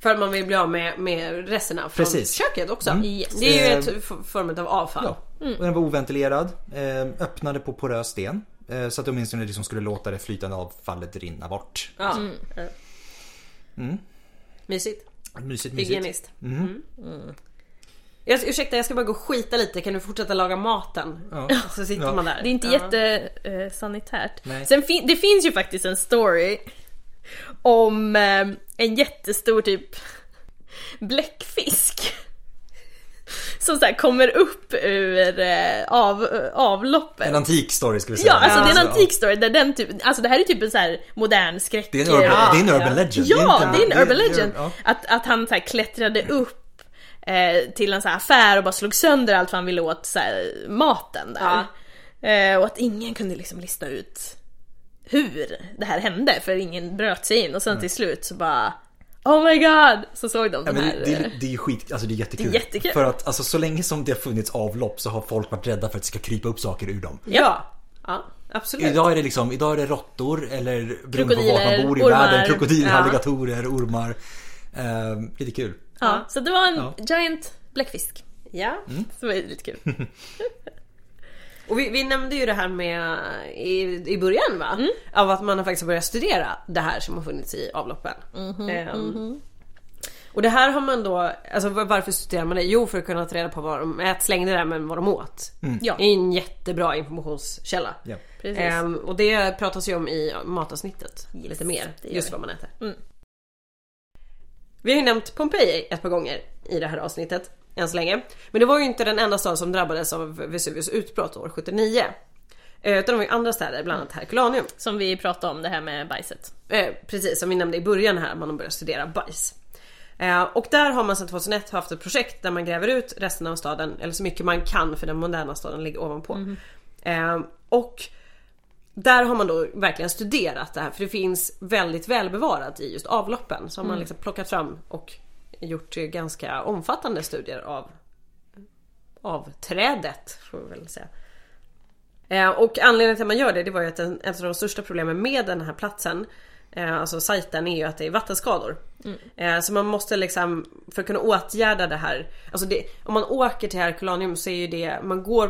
För man vill bli av med, med resterna från
Precis.
köket också.
Mm.
Yes.
Det är ju
Eh,
ett f- form av avfall.
Ja.
Mm.
Och den var oventilerad, eh, öppnade på porös sten. Eh, så att de åtminstone liksom skulle låta det flytande avfallet rinna bort.
Ja. Mm. Mysigt.
Mm. Mysigt, mysigt.
Hygieniskt. Mm. Jag, ursäkta jag ska bara gå och skita lite, kan du fortsätta laga maten?
Ja.
Så sitter
Ja.
man där.
Det är inte
Ja.
jättesanitärt. Eh, sanitärt.
Nej.
Sen fin- det finns ju faktiskt en story om eh, en jättestor typ bläckfisk. Som så här kommer upp ur eh, av, avloppet.
En antik story ska vi säga.
Ja, alltså det är en
Ja.
antik story där den typ, alltså det här är typ en så här modern skräck...
Det är en urban,
Ja.
det är en urban legend.
Ja, det är en
inte
urban legend.
ja.
Att, att han så här klättrade upp eh, till en så här affär och bara slog sönder allt vad han ville åt så här, maten där. Eh, och att ingen kunde liksom lista ut hur det här hände för ingen bröt sig in och sen till slut så bara Oh my god! Så såg de
Mm. Ja, men
den här...
det,
eh,
det, är- det är ju skit, alltså det är jättekul.
Det är jättekul.
För att alltså, så länge som det har funnits avlopp så har folk varit rädda för att det ska krypa upp saker ur dem.
Ja. ja, absolut.
Idag är det liksom, idag är det råttor eller beroende på vart
Krokodiler,
man bor i
ormar.
världen, krokodiler,
Ja.
alligatorer, ormar. Ehm, lite kul.
ja, så det var en
Ja.
giant bläckfisk.
Ja.
Så det var lite kul.
*laughs*
Och vi, vi nämnde ju det här med i, i början va?
Mm.
Av att man har faktiskt börjat studera det här som har funnits i avloppen.
Mm-hmm,
Ehm, Och det här har man då, alltså var- varför studerar man det? Jo för att kunna ta reda på vad de ät, slängde där men vad de åt.
Ja,
Det är en jättebra informationskälla.
Ja.
Mm. precis.
Ehm, och det pratas ju om i matavsnittet lite mer.
det gör
Just
vi.
vad man äter.
Mm.
Vi har ju nämnt Pompeji ett par gånger i det här avsnittet än så länge. Men det var ju inte den enda stad som drabbades av Vesuvius utbrott år 79. Eh, Utan det var ju andra städer, bland annat Herculaneum.
Som vi pratade om, det här med bajset.
Eh, precis som vi nämnde i början här, man har börjat studera bajs. Eh, och där har man sedan 2001 haft ett projekt där man gräver ut resten av staden, eller så mycket man kan för den moderna staden ligger ovanpå. Eh, och där har man då verkligen studerat det här för det finns väldigt välbevarat i just avloppen. Så har man liksom plockat fram och gjort eh, ganska omfattande studier av, av trädet. Får vi väl säga. Eh, Och anledningen till att man gör det, det var ju att en, ett av de största problemen med den här platsen, eh, alltså sajten, är ju att det är vattenskador.
Mm.
Eh, Så man måste liksom, för att kunna åtgärda det här, alltså det, om man åker till Herculaneum så är ju det, man går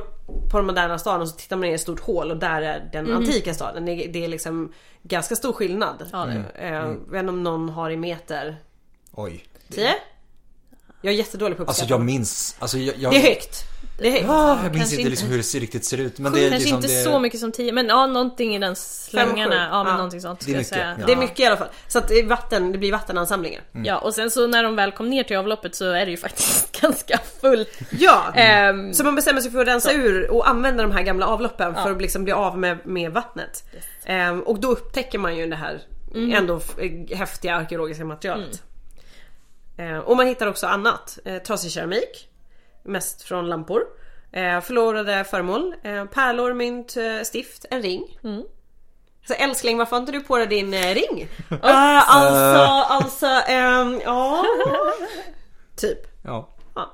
på den moderna staden och så tittar man ner i ett stort hål och där är den
Mm.
antika staden. Det, det är liksom ganska stor skillnad.
Ja, det är
Eh,
Mm.
Jag vet inte om någon har i meter.
Oj.
10? Jag är jättedålig på
Alltså
uppskattning.
jag minns. Alltså jag, jag,
Det är högt. Det är högt.
Ah, jag minns
Kanske
inte liksom
inte-
hur det ser- riktigt ser ut. Men det är
Kanske
liksom
inte
det...
så mycket som 10 men ja någonting i den
Fem,
slängarna.
sju.
Ja men
Ja.
någonting sånt
Det är
skulle jag
mycket,
säga.
ja.
Det är mycket i alla fall. Så att det, är vatten, det blir vattenansamlingar.
Ja och sen så när de väl kom ner till avloppet så är det ju faktiskt *laughs* ganska fullt.
Ja!
Ehm,
Så man bestämmer sig för att rensa ur och använda de här gamla avloppen för att liksom bli av med, med vattnet. Ehm, och då upptäcker man ju det här ändå f- eh, häftiga arkeologiska materialet. Ehm, och man hittar också annat. Eh, trasig keramik. Mest från lampor. Eh, förlorade föremål. Eh, pärlor, mynt, eh, stift, en ring. Så älskling varför har inte du på dig din eh, ring? Eh, alltså, alltså, ehm, ja. typ.
Ja.
Ja.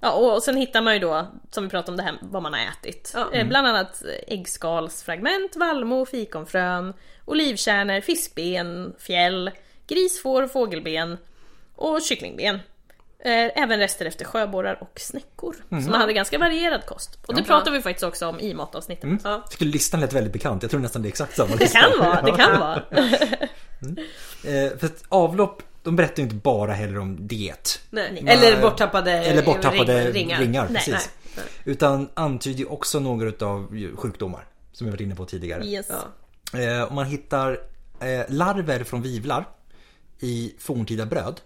Ja, och sen hittar man ju då, som vi pratade om det här, vad man har ätit.
Ja.
Eh, Bland annat äggskalsfragment, vallmo, fikonfrön, olivkärnor, fiskben, fjäll, gris, får och fågelben och kycklingben. Eh, Även rester efter sjöborrar och snäckor.
Mm.
Så man hade ganska varierad kost. Och det pratar vi faktiskt också om i matavsnittet.
Ja.
Jag tycker listan lät väldigt bekant. Jag tror nästan det är exakt samma
Det
lista.
kan vara, det kan vara.
Eh, för att avlopp, de berättar ju inte bara heller om diet.
*laughs* Nej.
Nej.
Eller borttappade,
Eller borttappade
ring-
ringar.
Nej,
precis.
nej.
Utan antyder ju också några av sjukdomar. Som vi varit inne på tidigare.
Yes.
Ja.
Eh, och man hittar eh, larver från vivlar i forntida bröd.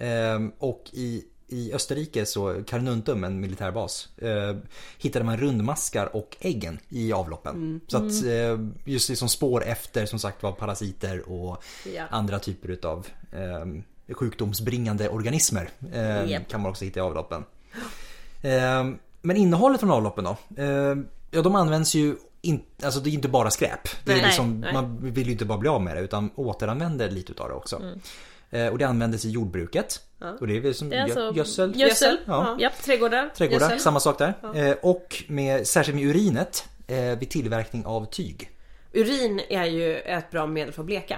Eh, och i, i Österrike, så Carnuntum, en militärbas, eh, hittade man rundmaskar och äggen i avloppen.
Mm.
Så att eh, just liksom spår efter som sagt var parasiter och
Ja.
andra typer utav eh, sjukdomsbringande organismer eh,
Japp.
kan man också hitta i avloppen. Eh, Men innehållet från avloppen då? Eh, Ja, de används ju in, alltså det är inte bara skräp. Det är
Nej,
liksom,
nej.
Man vill ju inte bara bli av med det utan återanvänder lite utav det också.
Mm.
Eh, Och det användes i jordbruket. Och det är väl som
Det är alltså
gö- gödsel,
gödsel.
Ja.
Ja.
Japp.
Trädgårdar.
trädgårdar,
gödsel.
samma sak där. Eh, Och med, särskilt med urinet eh, vid tillverkning av tyg.
Urin är ju ett bra medel för att bleka.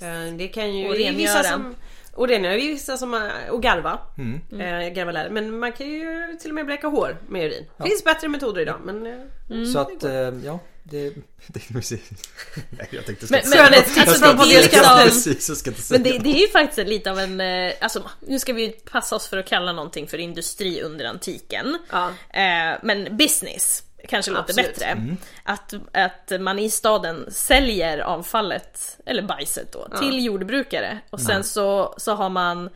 Eh, Det kan ju...
Och
det är
rengöra.
vissa som, och rengöra. Det är vissa som... eh, Och garva. Eh,
Mm.
garva läder. Men man kan ju till och med bleka hår med urin. Det finns bättre metoder idag men... eh,
Mm.
Så att, eh, ja. Det, *laughs* det, Nej, jag tänkte
Men-
inte
men-
säga
*laughs*
något.
alltså,
Jag ska
det
inte säga *laughs*
är liksom-
något. Precis, jag ska inte säga
Men det, det är ju faktiskt lite av en, eh, alltså nu ska vi ju passa oss för att kalla någonting för industri under antiken.
Ja.
Eh, men business kanske låter
Absolut.
bättre. Att, att man i staden säljer avfallet, eller bajset då, till jordbrukare. Och sen så, så har man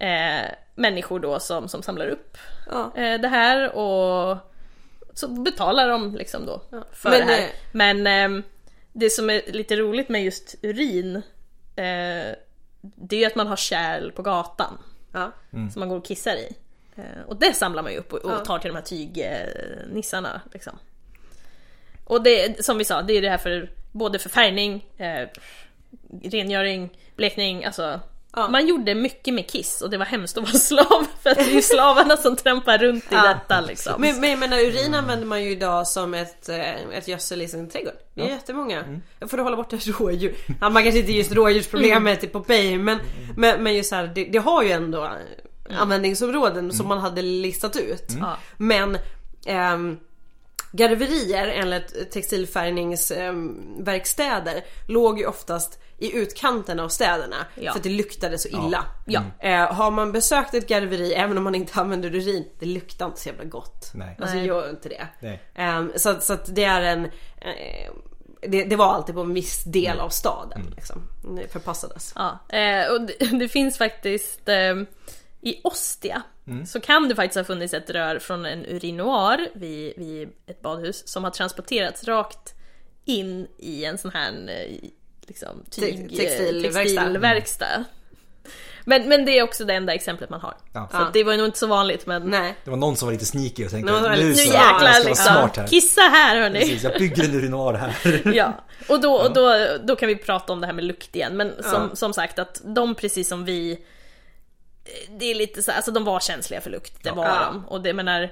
eh, människor då som, som samlar upp
Ja.
eh, det här och så betalar de liksom då för
Men,
det här.
eh,
Men ehm, det som är lite roligt med just urin eh, det är ju att man har kärl på gatan
Ja.
som man går och kissar i. Eh, och det samlar man ju upp och, och tar till de här tygnissarna. Liksom. Och det som vi sa, det är ju det här för både för färgning, eh, rengöring, blekning, alltså
Ja.
Man gjorde mycket med kiss och det var hemskt att vara *laughs* slav för att det är ju slavarna som trampar runt i
Ja.
detta liksom.
Men, men jag menar urin använder man ju idag som ett, eh, ett gödsel i sin trädgård. Det är jättemånga. För att hålla borta rådjur. Ja, man kanske inte just rådjursproblemet på Popeye men, men, men just så här, det, det har ju ändå eh, användningsområden som man hade listat ut.
Ja.
Men ehm, garverier eller textilfärgningsverkstäder låg ju oftast i utkanten av städerna
Ja.
för att det luktade så illa.
Ja.
Eh, har man besökt ett garveri även om man inte *laughs* använder urin, det luktar inte så jävla gott.
Nej.
Alltså
Nej.
gör inte det.
Nej.
Eh, så att- så att det är en... Eh, det, det var alltid på en viss del av staden. Liksom. Det Förpassades.
Mm. Ja, eh, och det, *laughs* det finns faktiskt eh, i Ostia
Mm.
så kan det faktiskt ha funnits ett rör från en urinoar vid, vid ett badhus som har transporterats rakt in i en sån här eh, liksom, tyg,
Te- textilverkstad.
textilverkstad. Men, men det är också det enda exemplet man har.
Ja.
Så att det var ju nog inte så vanligt men
Nej.
Det var någon som var lite sneaky och tänkte
Någon som var
nu
lite-
nu
så,
Ja,
jag
jäklar
ska vara smart
liksom.
här.
Kissa här hörni!
Precis, jag bygger en urinoar här.
Ja, och, då, och då, då kan vi prata om det här med lukt igen. Men som,
Ja.
som sagt att de precis som vi det är lite så här, alltså de var känsliga för lukt, det
Ja.
var
Ja.
de. Och det, jag menar,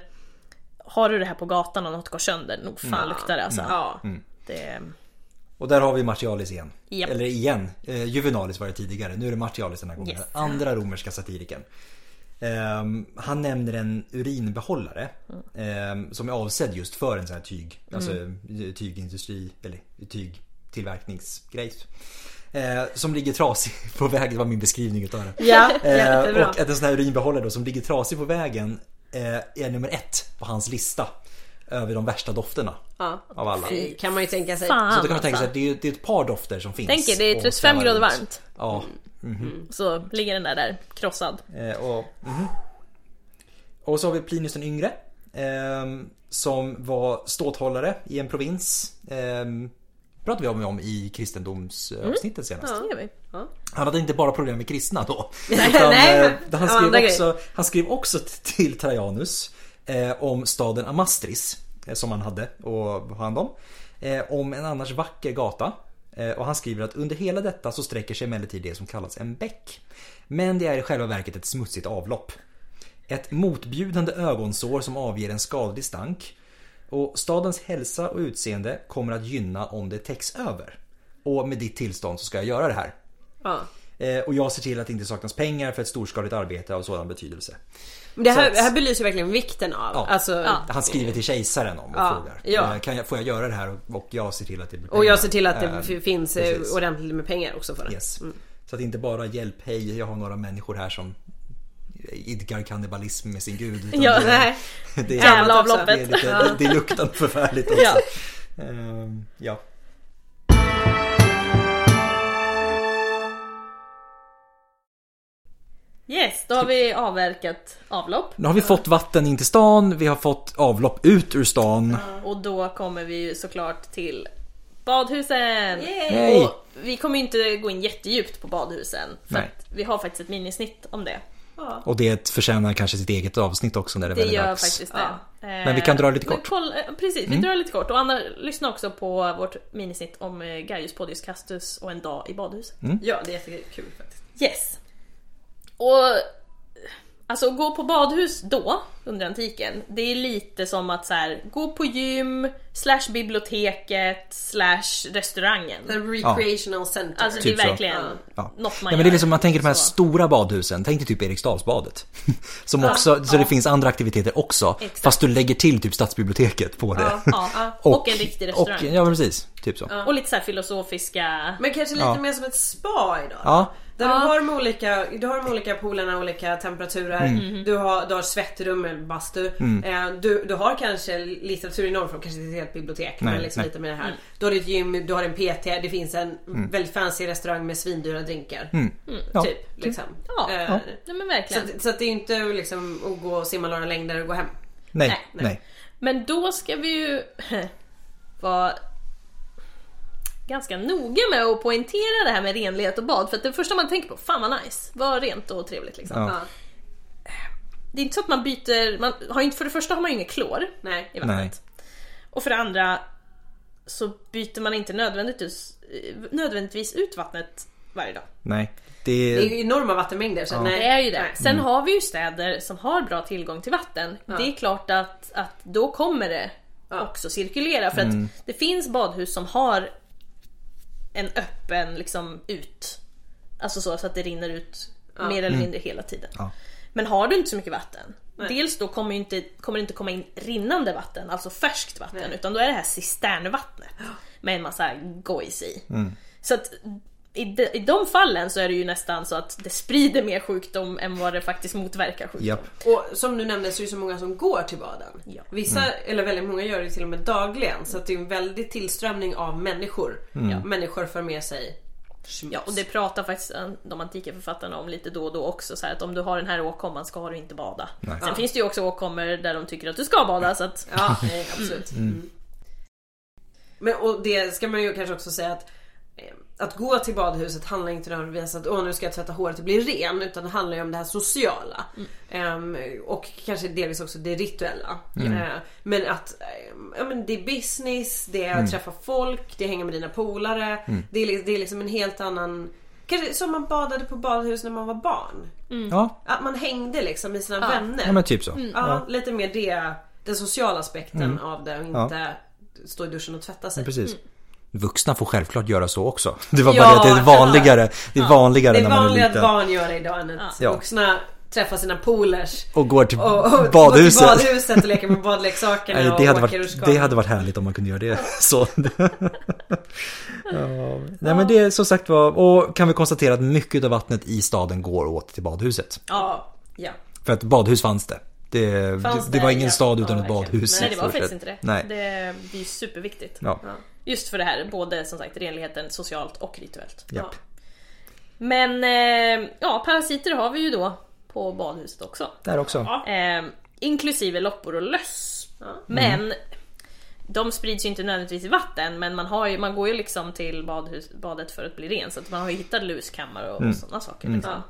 har du det här på gatan och något går sönder, nog fan luktar det alltså.
Ja.
Mm.
Det,
Och där har vi Martialis igen.
Japp.
Eller igen, eh, Juvenalis var det tidigare. Nu är det Martialis den här gången.
Yes.
Den andra romerska satiriken. Ehm, han nämner en urinbehållare ehm, som är avsedd just för en sån här tyg,
Mm.
alltså eh, tygindustri eller tygtillverkningsgrej. Eh, som ligger trasig *laughs* på vägen, det var min beskrivning utav det.
Ja,
Eh,
*laughs* jättebra.
och att en sån här urinbehållare då, som ligger trasig på vägen eh, är nummer ett på hans lista över de värsta dofterna
Ja.
av alla.
Fy, kan man ju tänka sig.
fan
Så då kan man tänka sig
alltså.
att det är, det är ett par dofter som finns.
Tänk er, det är
och
35
svävar
grader
runt.
varmt.
Ja.
Så ligger den där där, krossad.
eh, Och, mhm. och så har vi Plinius den yngre. ehm, Som var ståthållare i en provins. ehm, pratade vi om, om i kristendomsavsnittet
Mm.
senast.
Det gör vi.
Ja.
Han hade inte bara problem med kristna då.
*laughs* nej,
eh,
men-
han,
av andra
skrev också, han skrev också t- till Trajanus eh, om staden Amastris eh, som han hade och hand om. Eh, om en annars vacker gata. Eh, och han skriver att under hela detta så sträcker sig emellertid det som kallas en bäck. Men det är i själva verket ett smutsigt avlopp. Ett motbjudande ögonsår som avger en skadlig stank. Och stadens hälsa och utseende kommer att gynna om det täcks över. Och med ditt tillstånd så ska jag göra det här.
Ja.
Eh, Och jag ser till att det inte saknas pengar för ett storskaligt arbete av sådan betydelse.
Men det, här,
Så att-
det här belyser verkligen vikten av.
Ja.
Alltså,
Ja.
Han skriver till kejsaren om och
Ja,
frågar.
ja.
eh, Kan jag, får jag göra det här? Och- Och jag ser till att det blir
Och jag ser till att det
Eh,
f- finns eh,
precis.
ordentligt med pengar också för det.
Yes. Så att inte bara hjälp, hej, jag har några människor här som idkar kannibalism med sin gud. utan
Ja,
det-
Nej.
det är-
Jävla
annat också.
Det, är
avloppet.
lite, det, det luktar förfärligt också. Ehm, ja.
Yes, då har vi avverkat avlopp.
Nu har vi fått vatten in till stan, vi har fått avlopp ut ur stan.
Och då kommer vi ju såklart till badhusen!
Yay!
Och vi kommer ju inte gå in jättedjupt på badhusen. För
Nej.
att vi har faktiskt ett minisnitt om det.
Och det förtjänar kanske sitt eget avsnitt också när det
Det
väl är
gör
dags.
faktiskt det.
Ja.
Men vi kan dra lite
Men
kort. Mm.
kolla- eh, precis, vi drar lite kort. Och Anna, lyssna också på vårt minisnitt om eh, Gaius Podius Castus och en dag i badhuset.
Mm.
Ja, det är jättekul faktiskt.
Yes. Och alltså att gå på badhus då, under antiken, det är lite som att så här, gå på gym, slash biblioteket, slash restaurangen.
The recreational center.
Alltså
Typ
det är
så.
verkligen
Ja.
något man
ja, men det är
gör.
liksom, man tänker de här
Så.
stora badhusen, tänk dig typ Eriksdalsbadet. *laughs* Som också, så det finns andra aktiviteter också.
Exakt.
Fast du lägger till typ stadsbiblioteket på det. *laughs*
Ja, och, en riktig restaurang.
Och, ja men precis, typ så.
Och lite så här filosofiska...
Men kanske lite
Ja.
mer som ett spa idag.
Ja.
Där du, har de olika, du har de olika poolerna, olika temperaturer.
Mm.
Du, har, du har svettrum eller bastu. Eh, Du, du har kanske litteratur i någon form, kanske inte ett helt bibliotek.
Nej,
men liksom
nej. Mm.
lite med det här. Du har ditt gym, du har en PT, det finns en väldigt fancy restaurang med svindyra drinkar.
Ja.
Typ. Liksom.
Ja,
Eh,
ja. Nej, men
Så,
verkligen.
att- så att det är inte liksom att gå och simma några längder och gå hem.
Nej,
Nej,
nej.
Men då ska vi ju *laughs* vara ganska noga med att poängtera det här med renlighet och bad. För att det första man tänker på, fan vad nice, vad rent och trevligt liksom.
Ja.
Ja.
Det är inte så att man byter, man har ju inte, för det första har man ju inget klor
Nej.
i
Nej.
vattnet. Och för det andra så byter man inte nödvändigtvis, nödvändigtvis ut vattnet varje dag.
nej.
Det är
Det,
ju enorma vattenmängder. Så nej,
Det är ju det.
Nej.
Sen har vi ju städer som har bra tillgång till vatten. Det är klart att, att då kommer det också cirkulera. För att det finns badhus som har en öppen liksom ut. Alltså så, så att det rinner ut mer eller mindre hela tiden.
Ja.
Men har du inte så mycket vatten. Dels då kommer, ju inte, kommer det inte komma in rinnande vatten, alltså färskt vatten. Utan då är det här cisternvattnet. Med en massa gojs i.
Mm.
Så att i de, i de fallen så är det ju nästan så att det sprider mer sjukdom än vad det faktiskt motverkar sjukdom.
japp.
Och som du nämnde så är det så många som går till baden.
Ja.
Vissa, eller väldigt många gör det till och med dagligen. Så att det är en väldig tillströmning av människor. Människor för med sig smuts.
Ja, och det pratar faktiskt eh, de antika författarna om lite då och då också. Så här att om du har den här åkomman ska du inte bada. Sen
Ja.
finns det ju också åkommor där de tycker att du ska bada. Så att,
Ja, *laughs* nej, absolut. Mm. Men och det ska man ju kanske också säga att eh, att gå till badhuset handlar inte nödvändigtvis om att åh nu ska jag tvätta håret och bli ren utan det handlar ju om det här sociala. Ehm, och kanske delvis också det rituella. Eh, men att ehm, ja, men det är business, det är att träffa folk, det är att hänga med dina polare. Det, är, li- det är liksom en helt annan Kanske som man badade på badhus när man var barn.
Ja,
Att man hängde liksom med sina
Ja.
vänner.
ja men typ så.
Ja, lite mer det, den sociala aspekten av det och inte stå i duschen och tvätta sig.
Precis. Vuxna får självklart göra så också. *laughs* Det var bara
Ja,
det att det är vanligare, det är vanligare
Det är
när man är
vanligt att
liten.
barn gör det idag än att
Ja.
vuxna träffar sina polers
Och går till
och, och
badhuset.
går till badhuset och leker med badleksakerna
Nej,
och
det, hade
åker ur
varit,
skalet.
det hade varit härligt om man kunde göra
*laughs*
det så. ja. Nej men det är som sagt var, och kan vi konstatera att mycket av vattnet i staden går åt till badhuset.
Ja, ja.
För att badhus fanns det. Det,
Fanns
det, det var
det,
ingen
ja.
stad utan
Ja,
ett
verkligen.
badhus. i
Nej det var
stort
faktiskt
sett.
inte det.
Nej.
Det, är- det är ju superviktigt.
Ja.
Ja.
Just för det här, både som sagt renligheten socialt och rituellt.
Japp.
Men eh, ja, parasiter har vi ju då på badhuset också.
Där också.
Ja.
Eh, inklusive loppor och löss. Men de sprids ju inte nödvändigtvis i vatten men man, har ju, man går ju liksom till badhus, badet för att bli ren så att man har ju hittat luskammare och, sådana saker. Liksom.
Ja.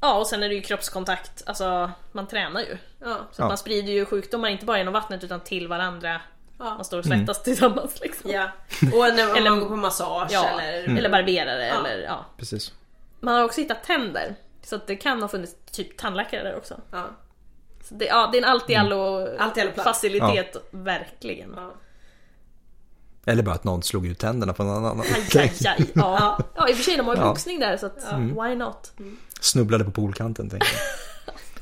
Ja och sen är det ju kroppskontakt, alltså man tränar ju.
Ja.
Ja.
Så att man sprider ju sjukdomar inte bara genom vattnet utan till varandra.
Ja.
Man står och svettas tillsammans liksom.
ja.
*laughs*
Och när
Eller-
eller, man går på massage
Ja,
eller...
eller,
Mm.
barberare
Mm. Ja.
eller ja.
Precis.
Man har också hittat tänder. Så att det kan ha funnits typ tandläkare där också.
Ja.
Så det, ja, det är en allt i allo
Mm. Allt i allo plats.
facilitet, verkligen.
Ja.
Eller bara att någon slog ut tänderna på någon annan.
Aj, aj, aj. Ja. ja, i och för sig de har ju
Ja.
boxning där så att
Mm.
why not?
*laughs* Snubblade på poolkanten tänker jag.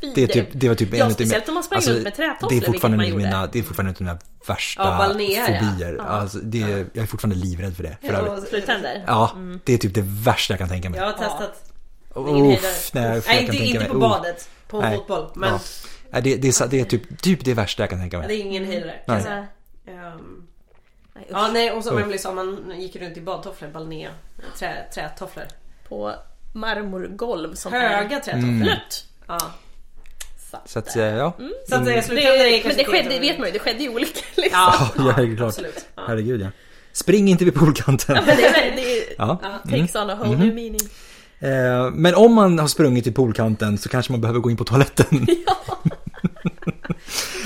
Fy,
Det, är typ, det var typ
Ja,
utav
speciellt
mina-
om man sprang runt med trätofflor,
det är
vilket
fortfarande
man
en av
gjorde.
mina, Det är fortfarande en av mina värsta
Ja, balnea, ja.
fobier. Alltså, det är, jag är fortfarande livrädd för det. För övrigt.
Och-
Sluttänder.
Ja,
Mm.
det är typ det värsta jag kan tänka mig.
Jag har testat. ingen hejdare.
Uff, nej, uff, jag
Nej
kan
inte,
tänka
inte
mig.
på
Uff.
badet. På
Nej.
fotboll. Men
Ja. Nej, Det, det, är, sa- det är typ, typ det värsta jag kan tänka
det
mig.
är ingen höjdare.
Mm. Nej.
kan jag säga. Ehm, Ja nej och som Emelie sa man gick runt i badtofflor, balnea, trä, trätofflor.
På marmorgolv som
Mm.
är
Höga trätofflor.
blött.
Ja.
Så att, eh, ja.
Så att Mm. det
Det,
slutade
men det skedde, vet man ju, det skedde ju olika liksom. *laughs*
Ja,
ja, det är klart.
absolut. Ja.
Herregud ja. Spring inte vid poolkanten.
Men det, är- det är-
*laughs* Ja.
Mm.
takes on a whole
Mm-hmm.
new meaning.
Eh, Men om man har sprungit till poolkanten så kanske man behöver gå in på
*laughs*
toaletten.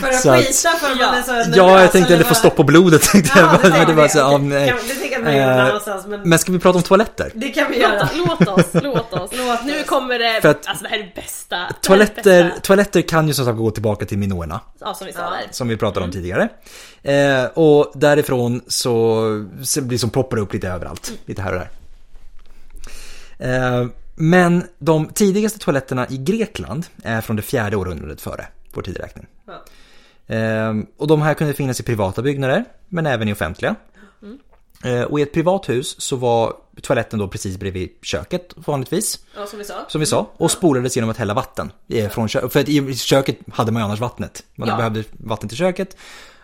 För att
Så att-
skita för man är så nervös,
Ja, jag tänkte
eller
eller få
vad-
stopp på blodet tänkte jag.
det
bara, Men det
tänkte
var
jag.
så, ja,
Okej.
nej.
Ja, men det tänker jag att man gör någon
Eh,
annanstans, men-
Men ska vi prata om toaletter?
Det kan vi göra.
Låt, låt oss, låt oss.
Låt
nu
oss.
kommer det,
För att-
alltså det här är det bästa. det här är det
Toaletter,
bästa.
toaletter kan ju som sagt gå tillbaka till minoerna.
Ja som vi sa där.
som vi pratade om tidigare. Eh, och därifrån så, så blir som poppar det upp lite överallt, lite här och där. Eh, men de tidigaste toaletterna i Grekland är från det fjärde århundradet före vår tideräkning.
Ja.
Eh, och de här kunde finnas i privata byggnader, men även i offentliga. Eh, och i ett privat hus så var toaletten då precis bredvid köket vanligtvis.
Ja, som vi sa.
Som vi sa, och spolades genom att hälla vatten eh, från köket. För att i köket hade man ju annars vattnet. Man
Ja.
behövde vatten till köket.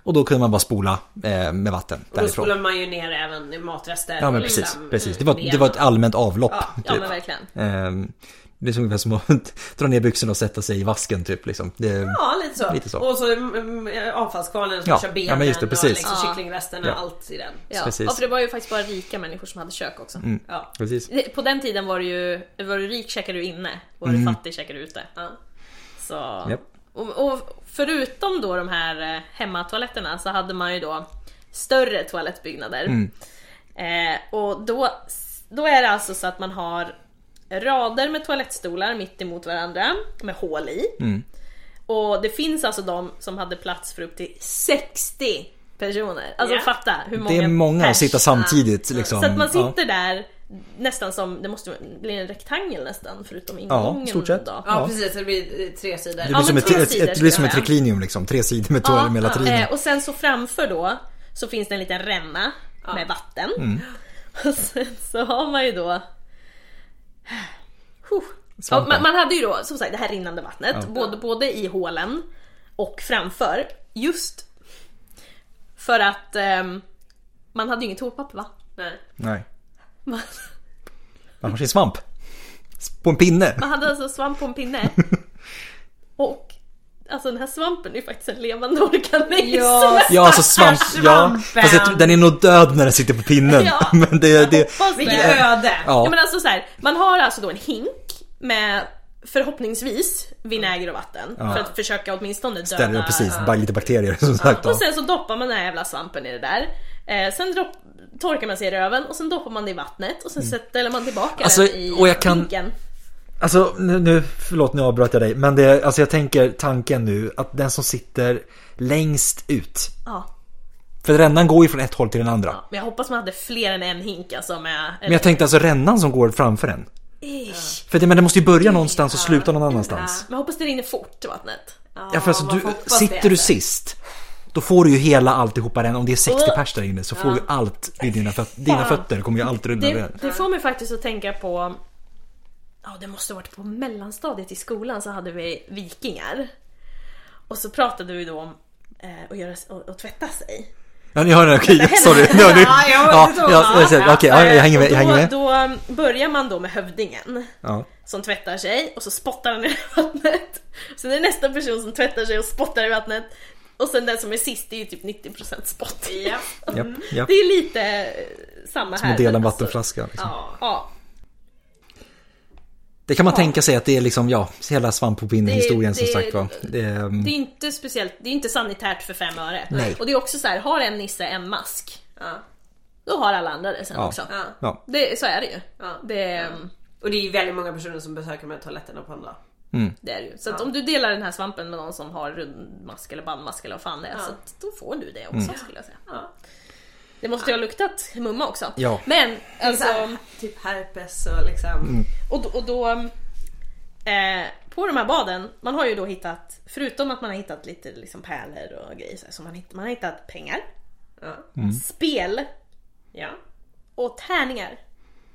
Och då kunde man bara spola eh, med vatten
Och då
därifrån.
spolar man ju ner även matrester.
Ja men
och
precis,
liksom,
precis. Det
mm,
var,
ner.
det var ett allmänt avlopp.
Ja
typ.
men verkligen.
Ehm, det är ungefär som att *laughs* dra ner byxorna och sätta sig i vasken typ. Liksom. Det,
Ja, lite så.
Lite så.
Och så mm, mm, avfallskvarnen som
Ja,
kör benen
ja, men just det,
och
precis.
liksom
Ja.
kycklingresterna,
Ja.
allt i den.
Ja.
Precis. Mm.
ja för det var ju faktiskt bara rika människor som hade kök också.
Ja.
Precis.
Det- På den tiden var du ju, var du rik käkade du inne, var du fattig käkade du ute.
Ja.
Så.
Mm. Japp.
Och, och förutom då de här eh, hemmatoaletterna så hade man ju då större toalettbyggnader.
Mm.
Eh, och då, då är det alltså så att man har rader med toalettstolar mitt emot varandra med hål i.
Mm.
Och det finns alltså de som hade plats för upp till 60 personer. Alltså
Ja.
fatta hur många
Det är många att
pers.
sitta samtidigt liksom.
Så att man
Ja.
sitter där nästan som, det måste bli en rektangel nästan förutom ingången.
Ja, stort sett.
Då.
Ja,
Ja.
precis. Det blir eh, tre sidor.
Det
Ja,
blir som
men
ett,
tre
ett,
sidor
ett, det blir
ska
som ett
jag.
triklinium liksom. Tre sidor med, toal- med latriner.
eh, och sen så framför då så finns det en liten ränna med vatten.
Mm.
*laughs* Och sen så har man ju då... Huh. Ja,
Svampen.
man, man hade ju då som sagt det här rinnande vattnet både, både i hålen och framför. Just för att ehm, man hade ju inget toapapper va?
Nej.
Nej,
*laughs* Man,
man har sin svamp. På en pinne.
man hade alltså svamp på en pinne. *laughs* Och alltså den här svampen är ju faktiskt en levande organism.
Ja,
Ja, alltså svamp.
Stackars
Ja,
svampen.
fast jag tror, den är nog död när den sitter på pinnen.
*laughs* Ja,
*laughs* men det,
jag
det,
hoppas det.
Vilket öde!
Ja.
Ja. men alltså så här, man har alltså då en hink med förhoppningsvis vinäger och vatten.
Ja.
För att försöka åtminstone döda...
Ställer precis, bara lite bakterier *laughs* som sagt.
Och sen så doppar man den här jävla svampen i det där. Eh, sen dropp, torkar man sig i röven och sen doppar man det i vattnet och sen ställer man tillbaka
Mm. Alltså,
den i
och jag kan-
hinken.
Alltså nu, nu, förlåt nu avbröt jag dig. Men det, alltså jag tänker tanken nu att den som sitter längst ut.
Ja.
För rännan går ju från ett håll till den andra.
Men jag hoppas man hade fler än en hink alltså med...
Men jag tänkte alltså rännan som går framför en.
Ish.
För det, men det måste ju börja någonstans och sluta någon annanstans.
Men jag hoppas det rinner fort vattnet.
Ja, för alltså,
man
du,
får hoppas det.
sitter du sist, då får du ju hela alltihopa den. Om det är 60 pers där inne så får du allt vid dina, föt- dina fötter. kommer ju allt rulla
Det,
över.
det får mig faktiskt att tänka på... Ja, det måste ha varit på mellanstadiet i skolan så hade vi vikingar. Och så pratade vi då om eh, att göra, och, och tvätta sig.
Ja, ni hör den. Okej, sorry. Nu, nu.
Ja, jag var
Ja,
inte så-
jag, jag, jag, okej, ja, jag hänger med. Jag hänger med.
Då, då börjar man då med hövdingen.
Ja.
som tvättar sig och så spottar han i *laughs* vattnet. Sen är det nästa person som tvättar sig och spottar i vattnet. Och sen den som är sist, det är ju typ 90% spott.
Ja.
Japp, japp.
Det är lite eh, samma här.
Som att dela en
men
vattenflaska. Liksom.
Alltså, ja,
Det kan man tänka sig att det är liksom, ja, hela svampopinne-historien
Det-
som
det-
sagt var. Det, ehm,
det är inte speciellt, det är inte sanitärt för fem öre.
Nej.
Och det är också så här, har en nisse en mask,
Ja.
då har alla andra det sen
Ja.
också.
Ja.
ja.
Det, så är det ju.
Ja.
Det,
Och det är ju väldigt många personer som besöker de här toaletterna på en dag.
det är det ju. Så att om du delar den här svampen med någon som har rundmask eller bandmask eller vad fan det är, så att då får du det också
Mm.
skulle jag säga.
Ja.
Det måste ju ha luktat mumma också.
Ja.
Men alltså,
Så här, typ herpes och liksom...
Mm.
och då, och då eh, på de här baden, man har ju då hittat, förutom att man har hittat lite liksom pärlor och grejer så här, så man, hitt- man har hittat pengar,
Ja.
Mm.
spel
ja.
och tärningar.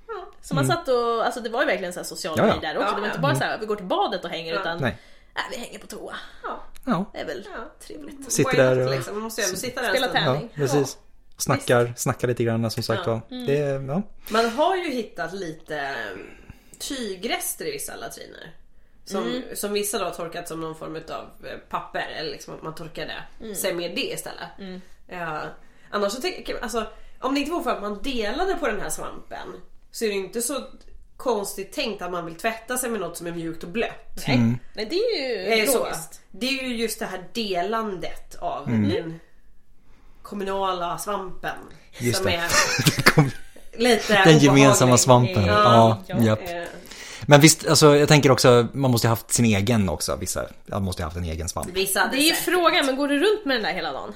Ja, så man satt och, alltså det var ju verkligen så här social
Mm. Ja, ja.
grej där också.
Ja,
det var inte
ja.
bara så här, vi går till badet och hänger utan,
Nej.
"Äh, vi hänger på toa.
ja.
Ja,
Det är väl
ja.
trevligt.
Sitter
Why not,
där och-
liksom. Man måste ju ändå sitta där en
Spela
stund.
ja
tärning.
precis. Snackar, snackar lite grann som sagt var. Det, ja.
Man har ju hittat lite eh, tygrester i vissa latriner. Som,
Mm.
som vissa då har torkat som någon form av papper eller liksom att man torkar det.
Mm.
Sen med det istället. Ja, annars så tänker alltså om det inte vore för att man delade på den här svampen så är det ju inte så konstigt tänkt att man vill tvätta sig med något som är mjukt och blött.
Nej,
Mm.
Nej, det är ju
Det är, Eh, så.
logiskt.
det är ju just det här delandet av
Mm.
den kommunala svampen.
Just
som
det.
är
*laughs* Det kom-
lite
Den
obehaglig.
gemensamma svampen. Ja,
Ja.
japp.
Eh,
Men visst, alltså, jag tänker också, man måste ju haft sin egen också. Vissa man måste ju haft en egen svamp.
Vissa hade
Det är ju
säkert-
frågan, men går du runt med den där hela dagen?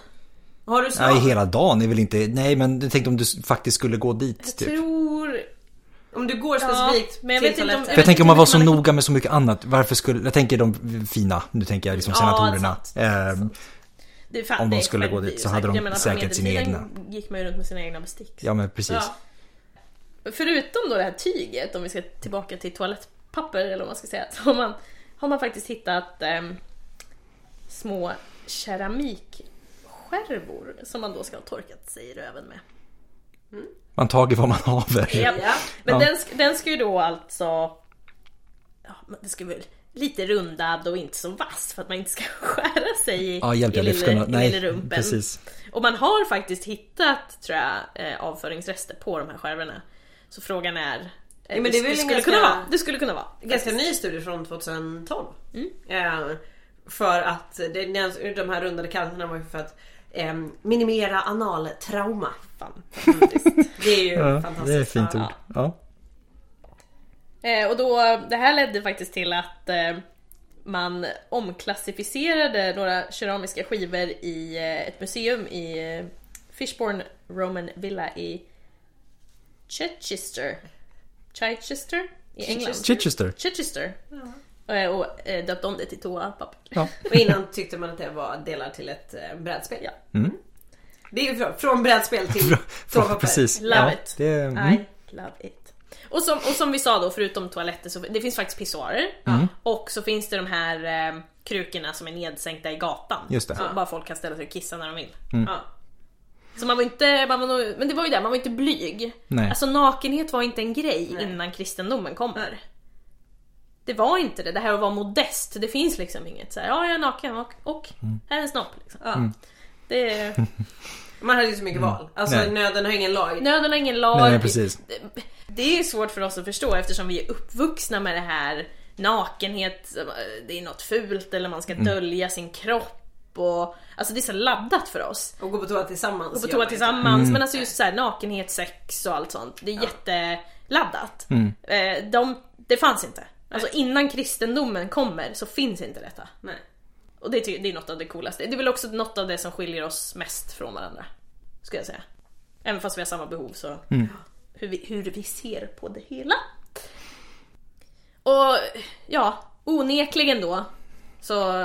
Har du svamp?
Nej, hela dagen är väl inte... Nej, men jag tänkte om du s- faktiskt skulle gå dit. Typ. För
Tror
Om du går specifikt
men jag
till
vet inte om-
toaletten.
jag
vet
tänker
inte
om man
hur
var så
man-
noga med så mycket annat. Varför skulle... Jag tänker de fina, nu tänker jag liksom senatorerna.
sant,
Ehm,
Det är fan,
Om de
det är
skulle gå
självdyr
dit så hade de
Jag menar, på
säkert sina
medeltiden gick man ju runt med sina egna bestick.
Ja, men precis.
Ja. Förutom då det här tyget, om vi ska tillbaka till toalettpapper eller vad man ska säga, så har man, har man faktiskt hittat ehm, små keramikskärvor som man då ska ha torkat sig i röven med.
Man tar vad man haver.
Ja.
Ja.
Ja.
Men den, sk- den ska ju då alltså... Ja, men det ska väl lite rundad och inte så vass för att man inte ska *laughs* skära sig i,
Ja, hjälp
i,
jag lyfter
lille,
den.
i lille
Nej,
rumpen.
precis.
Och man har faktiskt hittat, tror jag, eh, avföringsrester på de här skärvorna. Så frågan är... eh,
men det är väl en
skulle
ganska-
kunna vara. Det skulle kunna vara.
Ganska ny studie från 2012.
Mm.
Eh, för att det, de här rundade kanterna var ju för att eh, minimera analtrauma.
Fantastiskt.
Det är ju
Ja,
fantastiskt.
det är ett fint
Ja.
ord. Ja.
Eh, och då, det här ledde faktiskt till att eh, man omklassificerade några keramiska skivor i eh, ett museum i eh, Fishbourne Roman Villa i Chichester. Chichester? I England.
Chichester. *laughs*
Chichester. Eh, Och eh, döpte om det till toapapper.
Ja.
Och innan tyckte man att det var delar till ett eh, brädspel.
Ja. Mm.
Det är ju från, från brädspel till toapapper.
Precis.
Love
ja,
it.
Det, mm.
I love it. Och som, och som vi sa då, förutom toaletter, så det finns faktiskt pissoarer.
Mm.
Och så finns det de här eh, krukorna som är nedsänkta i gatan.
Just det.
Så bara folk kan ställa sig och kissa när de vill.
Ja.
Så man var inte, man var nog, men det var ju det, man var inte blyg.
Nej.
Alltså nakenhet var inte en grej innan kristendomen kommer. Det var inte det, det här att vara modest, det finns liksom inget så här, ja jag är naken och, och
Mm.
här är en snopp. Liksom.
Ja.
Det,
Man hade ju så
Mm.
mycket val. Alltså
Nej.
nöden har ingen lag.
nöden har ingen lag.
Nej, precis.
Det är svårt för oss att förstå eftersom vi är uppvuxna med det här nakenhet, eh, det är något fult eller man ska
Mm.
dölja sin kropp. Och, alltså det är så laddat för oss.
Och gå på toa tillsammans.
Gå på
gör
toa
man inte.
tillsammans,
Mm.
men alltså just så här, nakenhet, sex och allt sånt. Det är jätteladdat.
Mm.
Eh, de, det fanns inte. Alltså innan kristendomen kommer så finns inte detta.
Nej.
Och det, ty- det är något av det coolaste. Det är väl också något av det som skiljer oss mest från varandra. Skulle jag säga. Även fast vi har samma behov så... Hur, vi, hur vi ser på det hela. Och ja, onekligen då så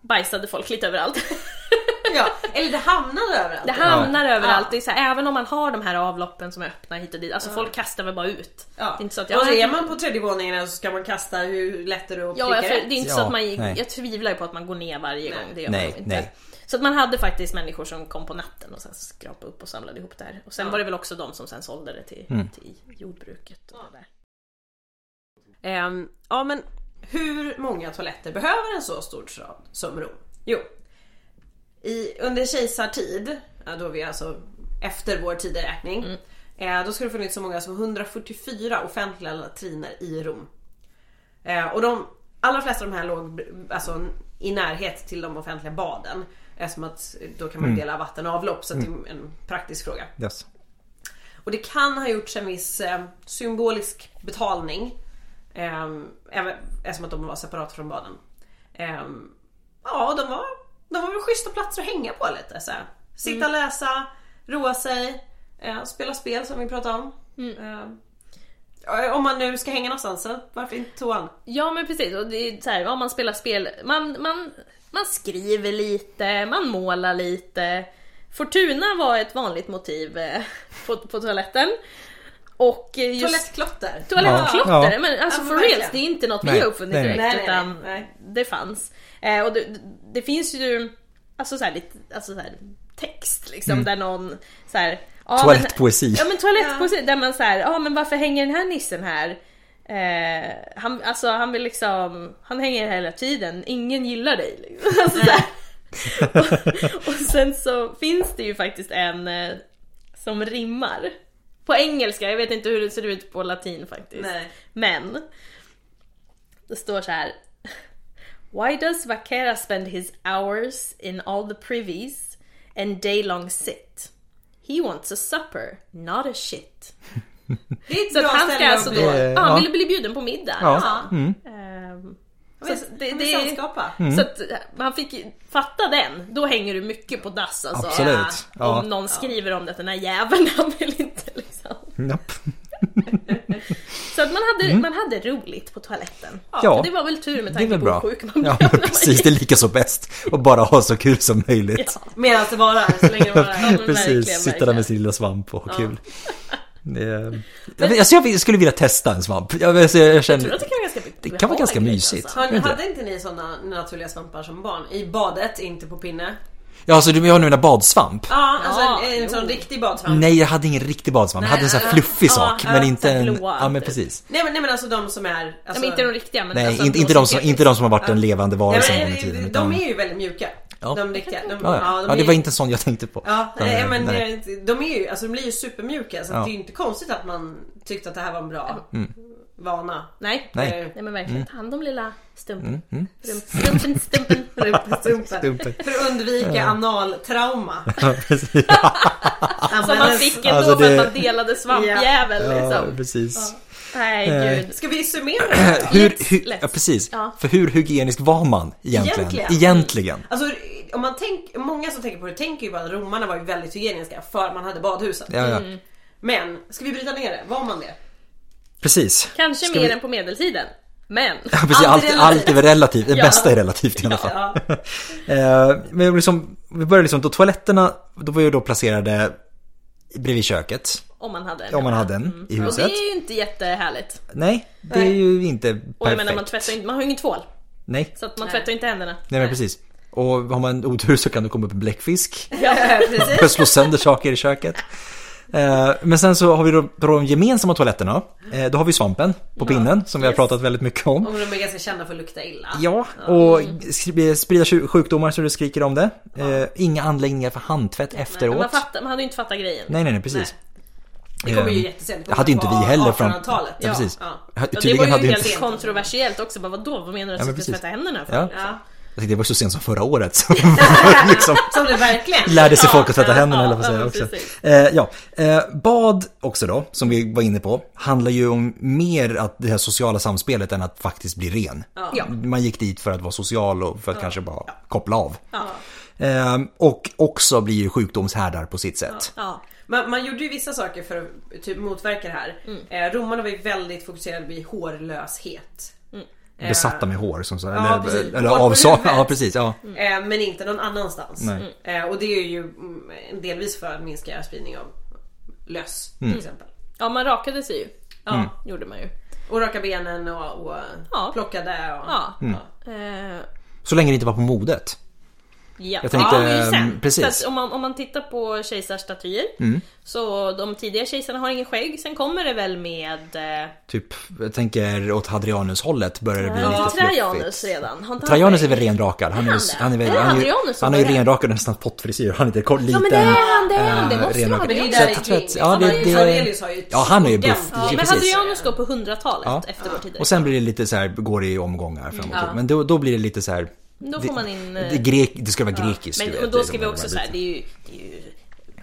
bajsade folk lite överallt.
Ja, eller det hamnade överallt.
Det *laughs* hamnar
Ja.
överallt. Det är så här, även om man har de här avloppen som är öppna hit och dit. Alltså folk kastar väl bara ut.
Ja.
Det är inte så att
och
jag...
är man på tredje våningen så ska man kasta, hur lätt är det att
Ja,
pricka
jag, det är
rätt?
inte så
Ja,
att man
nej.
Jag tvivlar ju på att man går ner varje gång. Det gör man
Nej,
nog inte.
nej.
Så att man hade faktiskt människor som kom på natten och sen skrapade upp och samlade ihop det här. Och sen var det väl också de som sen sålde det till,
Mm.
till jordbruket. Och det där.
Ehm, ja men hur många toaletter behöver en så stor stad som Rom? Jo, i, under kejsartid, ja, då vi alltså efter vår tideräkning, eh, då skulle det funnits så många som 144 offentliga latriner i Rom. Eh, och de allra flesta av de här låg alltså, i närhet till de offentliga baden. Eftersom att då kan man dela vatten och avlopp så att det är en praktisk fråga.
mm. Yes. *laughs*
Och det kan ha gjorts en viss eh, symbolisk betalning. ehm, även, eftersom att de var separata från barnen. Ehm, ja, de var, de var väl schyssta platser att hänga på lite. Så här. Sitta,
Mm.
läsa, roa sig, eh, spela spel som vi pratade om.
Mm.
Ehm, ja, om man nu ska hänga någonstans, så varför inte toan?
Ja men precis, och det är så här, ja, man spelar spel, man, man, man skriver lite, man målar lite. Fortuna var ett vanligt motiv eh, på, på toaletten. Och eh, just...
Toalettklotter.
Toalettklotter,
Ja.
men alltså
Ja,
for
verkligen.
reals, det är inte något vi
Nej,
har uppfunnit
nej, nej.
direkt
Nej, nej,
utan
nej.
det fanns. Eh, och det, det finns ju alltså så här, lite, alltså så här, text liksom där någon så här, ja,
Toalettpoesi.
Men, ja men toalettpoesi där man så här, ja men varför hänger den här nissen här? Eh, han, alltså han vill liksom, han hänger här hela tiden, ingen gillar dig. Liksom. *laughs* Alltså, så här. *laughs* och, och sen så finns det ju faktiskt en eh, som rimmar. På engelska, jag vet inte hur det ser ut på latin faktiskt.
Nej.
Men det står så här. Why does Vaquera spend his hours in all the privies and day long sit? He wants a supper, not a shit.
Det är ett
Så
bra
att han ska
ställe
alltså
att
då,
bli.
ja, han
ja.
ville bli bjuden på middag.
Ja.
Ehm,
Ja,
så
men-
att
ja,
det,
men
det,
sällskapa.
Mm.
så att man fick ju- fatta den, då hänger du mycket på dass alltså.
Absolut. Ja.
Om någon skriver om det, den här jäveln *laughs* han vill inte liksom.
Japp.
Så att man hade, man hade roligt på toaletten.
Mm. Ja.
Det var väl tur med
Det är
tanke
väl
på hur
bra.
sjuk man
Ja, *laughs*
blev. när
men
man
precis.
gick.
Det är lika så bäst. Och bara ha så kul som möjligt.
Medan det varar, så länge det varar.
Ja, men
*laughs*
verkligen,
Precis, sitta där
verkligen.
med sin lilla svamp och ha kul. Det är- Jag vet- Alltså jag skulle vilja testa en svamp. Jag, alltså jag
Jag tror att
känner...
det kan vara ganska
Det kan vara ganska
behagligt,
mysigt.
alltså.
Har ni-
Inte.
Hade inte ni sådana naturliga svampar som barn? I badet, inte på pinne?
Ja, alltså du jag menar badsvamp?
Ja, alltså
Ja,
en, en sån
jo.
riktig badsvamp. Nej.
Nej, jag hade ingen riktig badsvamp. Jag hade en sån här
Nej,
fluffig
ja,
sak,
ja,
men
så
inte
här
en...
blåa,
Ja, men
typ.
precis.
men, nej men alltså de som är... Alltså,
Ja, men inte de riktiga men
Nej,
alltså,
inte, inte, de som, inte de som har varit en levande
nej,
varelse en gång i
men,
tiden.
de,
Utan,
de
ja,
är ju väldigt mjuka.
Ja.
De riktiga. De,
ja.
de
ja,
är
det
ju-
var inte en sån jag tänkte på.
Ja, nej, men
nej.
eh, de är ju, alltså de blir ju supermjuka så
Ja. Mm.
det är ju inte konstigt att man tyckte att det här var en bra vana.
Nej. Nej.
Nej. Mm.
Eh,
men verkligen. Ta hand om lilla stumpen. Rump- Stumpen, stumpen,
*laughs*
rumpen.
Stumpen.
Dumt.
För att undvika analtrauma.
*laughs* Ja, precis.
Som man fick ändå
Alltså,
för
det-
att man delade svampjävel
Ja,
liksom.
precis.
Nej
Eh.
gud.
Ska vi
*clears throat*
summera det här?
*laughs* Hur,
Let's-
hur,
let's.
ja, precis.
Ja.
För hur hygienisk var man egentligen?
Egentligen.
Egentligen.
Alltså om man tänker, många som tänker på det tänker ju bara att romarna var ju väldigt hygieniska för man hade badhusen.
Ja, ja.
Men, ska vi bryta ner det? Var man det?
Precis.
Kanske
Ska
mer
vi-
än på medeltiden. Men.
Ja, precis.
Allt
Allt,
är
allt är väl relativt. Det
Ja.
bästa är relativt i alla fall.
Ja.
*laughs* Eh, Men liksom, vi började liksom då toaletterna, då var ju då placerade bredvid köket.
Om man hade en. Mm.
Om man hade en i
Och det
huset.
är ju inte jättehärligt.
Nej, det är
Nej.
ju inte
Och jag menar man
perfekt.
tvättar ju inte, man har ju ingen tvål.
Nej,
Så att man
Nej.
tvättar ju inte händerna.
nej men precis. Och har man otur så kan det komma upp en bläckfisk. *laughs*
Ja, precis.
Börja slå sönder saker i köket. Eh, Men sen så har vi då då de gemensamma toaletterna. Eh, Då har vi svampen på pinnen som vi har pratat väldigt mycket om.
Och de är ganska kända för att lukta illa.
Ja, och skri- sprida sju- sjukdomar så det skriker om det. Eh, Inga anläggningar för handtvätt
Men man,
efteråt.
fattar, man hade ju inte fattat grejen.
Nej, nej, nej, precis.
Det kommer ju
Ehm,
jättesent.
det hade ju inte vi heller från...
1800-talet.
Ja, precis.
Ja.
Ja,
Ja, det
tydligen
var
hade
ju
ju
helt
inte...
kontroversiellt också. Bara, vadå, vad menar du?
Ja, men
att jag ska
precis.
tvätta händerna för?
Ja.
Ja.
Jag tänkte, alltså, det var så sent som förra året som var liksom,
Som det verkligen.
lärde
*laughs*
sig
Ja,
folk att tvätta
ja,
händerna,
ja,
eller vad
ja,
säga
men
också.
precis.
Eh, ja. eh, bad också då, som vi var inne på, handlar ju om mer att det här sociala samspelet än att faktiskt bli ren.
Ja.
Man gick dit för att vara social och för att kanske bara koppla av.
Ja.
Eh, och också blir ju sjukdomshärdar på sitt sätt.
Ja.
Man, man gjorde ju vissa saker för att typ, motverka det här.
Mm.
Eh, romarna var ju väldigt fokuserade vid hårlöshet. Eh,
Besatta med hår som så,
precis.
eller, eller
Hår på
avsaknad.
huvudet.
Ja, precis. Ja.
Mm.
eh, men inte någon annanstans.
Nej.
Eh, och det är ju mm, delvis för att minska spridning av löss
Mm.
till exempel.
ja, man rakade sig ju. Ja, gjorde man ju.
Och raka benen och, och
Ja.
plockade. Och,
Ja.
ja.
Mm.
Eh,
Så länge det inte var på modet.
Ja.
Jag tänkte,
ja, det är ju sant.
ehm, precis. Mm.
Så att om, man, om man tittar på kejsarstatyer så de tidiga kejsarna har ingen skägg. Sen kommer det väl med eh,
Typ, jag tänker åt Hadrianus-hållet börjar det bli lite
Trajanus
fluffigt.
redan. Har inte han
Trajanus är
skägg?
väl renrakad? Han är,
han
han
det?
han är, väl,
Är det
han är, ju-
Adrianus som
han är ju
är det?
renrakad och nästan pottfrisyr. Han är lite kort, liten.
Ja men det är han, det är han. Det
eh,
måste ju vara
renrakad.
Men det är ju
Så
där
att-
kring.
ja,
Alltså,
det- det-
Aurelius har ju ett
Ja, han är ju buff.
gigantiskt-
Ja,
Men
precis.
Hadrianus går på 100-talet efter vår tid.
Och sen blir det lite så här, går det i omgångar framåt. Men då, då blir det lite så här.
Då
det-
får man in, eh,
Det, grek, det ska vara grekiskt.
men,
du vet,
men då
liksom,
ska vi
de här
också säga,
bitarna.
det är ju, det är ju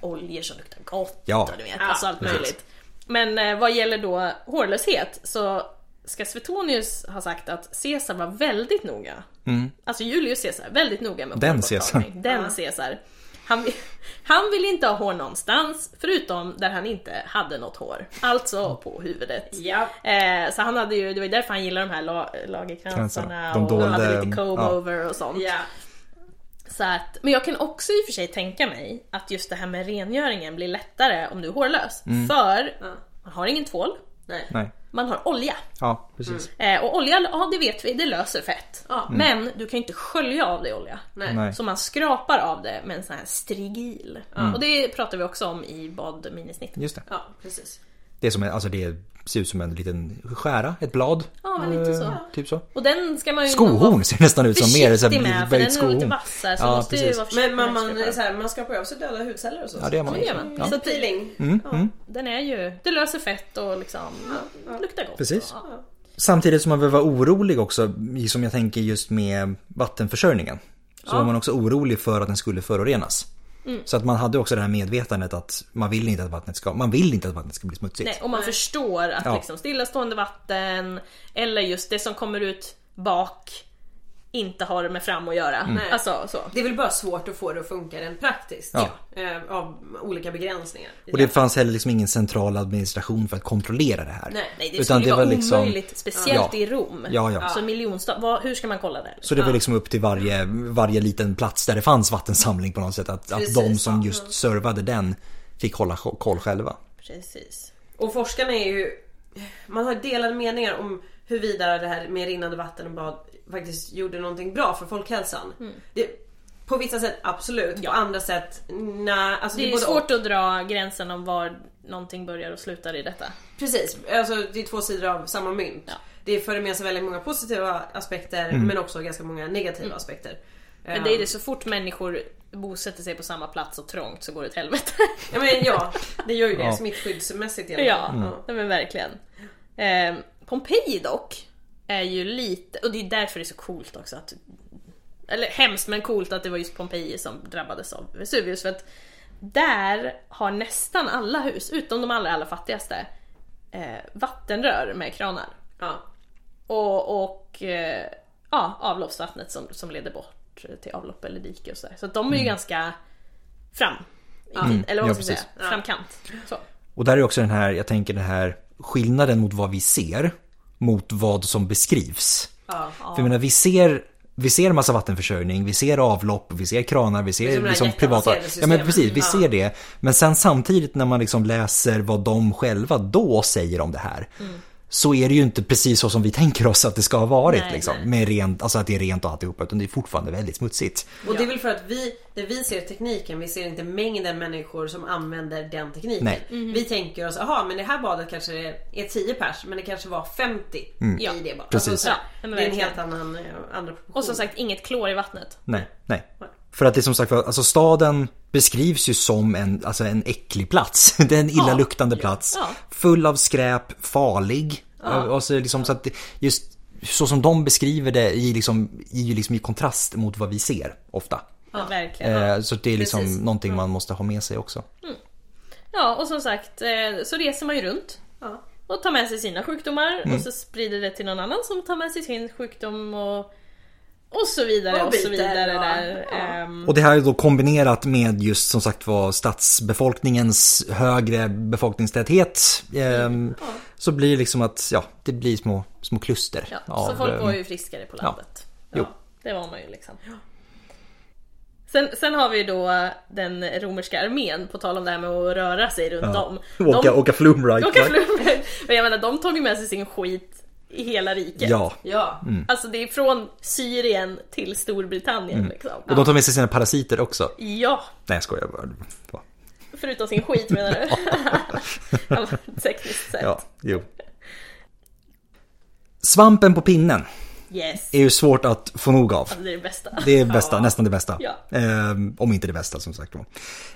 oljor som luktar gott
Ja.
och du vet,
Ja,
alltså allt
precis.
möjligt. Men eh, vad gäller då hårlöshet så ska Svetonius ha sagt att Caesar var väldigt noga. Alltså Julius Caesar, väldigt noga med
Mm. Den
hårborttagning.
Caesar.
Den Caesar. Han, vill- *laughs* han vill inte ha hår någonstans förutom där han inte hade något hår. Alltså på huvudet.
Ja.
Eh, så han hade ju, det var ju därför han gillade de här la, lagerkransarna
De
och hade
dolde,
lite
ja.
comb-over och sånt.
Ja.
Så att, men jag kan också i och för sig tänka mig att just det här med rengöringen blir lättare om du är hårlös.
Mm.
För man har ingen tvål,
Nej.
Nej.
man har olja.
Ja, precis.
Eh, och olja, ja det vet vi, det löser fett.
Ja.
Men du kan ju inte skölja av dig olja.
Nej.
Mm. Nej.
Mm.
Mm.
Så man skrapar av det med en sån här strigil. Och det pratar vi också om i badminisnitt.
Just det.
Ja, precis.
Det, är som, en- alltså, det ser ut som en liten skära, ett blad.
Ja, men lite så.
Eh, Typ så.
Och den ska man ju
Skohorn ser nästan ut som mer så här
försiktig med, för
böjt
den är nog lite
skohorn.
vassare. Så
Ja,
måste ju
precis.
vara försiktig
Men
med
man, eh, man,
att
är
skrapa.
så här, man skapar ju av sig döda hudceller och så.
Ja, det gör man.
Ja, det gör man.
Ja. Mm.
Så peeling. ja.
Den är ju, det löser fett och liksom luktar gott.
Precis.
Ja.
Samtidigt som man behöver vara orolig också, som jag tänker just med vattenförsörjningen. Så var man också orolig för att den skulle förorenas.
Mm.
Så att man hade också det här medvetandet att man vill inte att vattnet ska, man vill inte att vattnet ska bli smutsigt.
Nej, och man förstår att
Ja.
liksom stillastående vatten eller just det som kommer ut bak inte har med fram att göra.
Mm.
Alltså så.
Det är väl bara svårt att få det att funka rent praktiskt.
Ja.
Eh, Av olika begränsningar.
Och det fanns heller liksom ingen central administration för att kontrollera det här.
Nej,
Nej, det skulle ju vara omöjligt, speciellt
liksom- Ja.
i Rom.
Ja, ja.
Så miljonstad, vad, hur ska man kolla det?
Så det var liksom upp till varje, varje liten plats där det fanns vattensamling på något sätt. Att, att
Precis,
de som
ja.
just servade den fick hålla koll själva.
Precis.
Och forskarna är ju... Man har delade meningar om huruvida det här med rinnande vatten och bad faktiskt gjorde någonting bra för folkhälsan.
Mm.
Det, på vissa sätt absolut, på andra sätt nej. Alltså
Det är,
både
svårt att dra gränsen om var någonting börjar och slutar i detta.
Precis, alltså det är två sidor av samma mynt. Det för med sig väldigt många positiva aspekter
Mm.
men också ganska många negativa aspekter.
Mm.
Eh,
Men det är det, så fort människor bosätter sig på samma plats och trångt så går det åt helvete. *laughs*
Ja, men ja, det gör ju det
Ja. Mm.
smittskyddsmässigt. i alla
Ja,
fall.
nej men verkligen. Eh, Pompeji dock är ju lite, och det är därför det är så coolt också att... Eller hemskt men coolt att det var just Pompeji som drabbades av Vesuvius för att där har nästan alla hus, utom de allra, allra fattigaste, eh, vattenrör med kranar.
Ja.
Och, och eh, ja, avloppsvattnet som, som leder bort till avlopp eller dike och sådär. Så att de är ju ganska fram. I tid, eller vad
Mm. ja,
man ska säga,
precis.
framkant. Så.
Och där är också den här, jag tänker den här skillnaden mot vad vi ser mot vad som beskrivs.
Ja.
För jag menar, vi ser vi ser massa vattenförsörjning, vi ser avlopp, vi ser kranar, vi
Det är
ser
som det här
liksom privata...
jätteavancerade
Ja men
systemet.
precis, vi
Ja.
ser det. Men sen samtidigt när man liksom läser vad de själva då säger om det här.
Mm.
Så är det ju inte precis så som vi tänker oss att det ska ha varit.
Nej,
liksom,
nej.
Med rent, alltså att det är rent och alltihopa. Utan det är fortfarande väldigt smutsigt.
Och det är väl för att vi, det vi ser tekniken, vi ser inte mängden människor som använder den tekniken.
Nej.
Mm-hmm.
Vi tänker oss, jaha men det här badet kanske är, är 10 pers men det kanske var 50 i
Ja,
det badet.
Mm.
Alltså,
precis.
så här,
Ja, men
det är en
verkligen.
helt annan, eh, andra proportion.
Och som sagt, inget klor i vattnet.
Nej, nej. För att det är som sagt var, alltså staden beskrivs ju som en, alltså en äcklig plats. *laughs* Det är en illaluktande plats.
Ja.
Full av skräp, farlig. Alltså liksom så att det- just så som de beskriver det är ju liksom, är ju liksom i kontrast mot vad vi ser ofta.
Ja, verkligen.
Eh, så det är liksom
precis.
någonting man måste ha med sig också.
Ja, och som sagt eh, så reser man ju runt
Ja.
och tar med sig sina sjukdomar
Mm.
och så sprider det till någon annan som tar med sig sin sjukdom och, och så vidare
Och
och, så
byter,
vidare
ja.
där.
Ja.
Ehm,
Och det här är då kombinerat med just som sagt var stadsbefolkningens högre befolkningstäthet. ehm, Så blir det liksom att, ja, det blir små, små kluster.
ja. så
av,
folk var
ehm,
ju friskare på landet. Ja,
Jo.
det var man ju liksom. Sen, sen har vi ju då den romerska armén, på tal om det här med att röra sig runt om.
Åka, åka flumride.
åka flugor. *laughs* Men jag menar, de tog ju med sig sin skit i hela riket.
Ja.
Ja.
Mm.
Alltså det är från Syrien till Storbritannien liksom.
Mm. Och de tar med sig sina parasiter också.
Ja,
Nej jag skojar bara. Va?
förutom sin skit menar
*laughs*
du? ja, men tekniskt sett.
Ja, jo. Svampen på pinnen
Yes.
är ju svårt att få nog av.
Det är det bästa.
Det är bästa, nästan det bästa.
Ja.
Ehm, om inte det bästa som sagt var.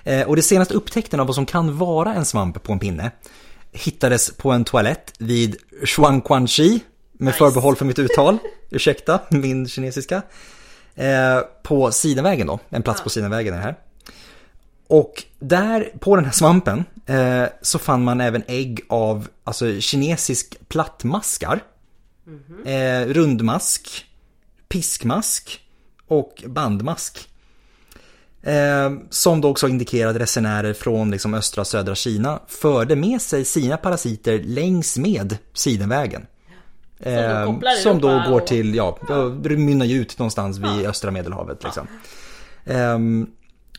Eh, och det senaste upptäckten av vad som kan vara en svamp på en pinne hittades på en toalett vid Shuangquanxi med förbehåll för mitt uttal. *laughs* Ursäkta min kinesiska. Eh, på Sidenvägen då, en plats på Sidenvägen är det här. Och där på den här svampen eh, så fann man även ägg av alltså, kinesisk plattmaskar. Eh, rundmask, piskmask och bandmask. Eh, som då också indikerade resenärer från liksom östra och södra Kina förde med sig sina parasiter längs med Sidenvägen. Eh,
då kopplar
som då
Europa
går
och-
till, ja, det mynnar ju ut någonstans vid östra medelhavet. Liksom. Ehm,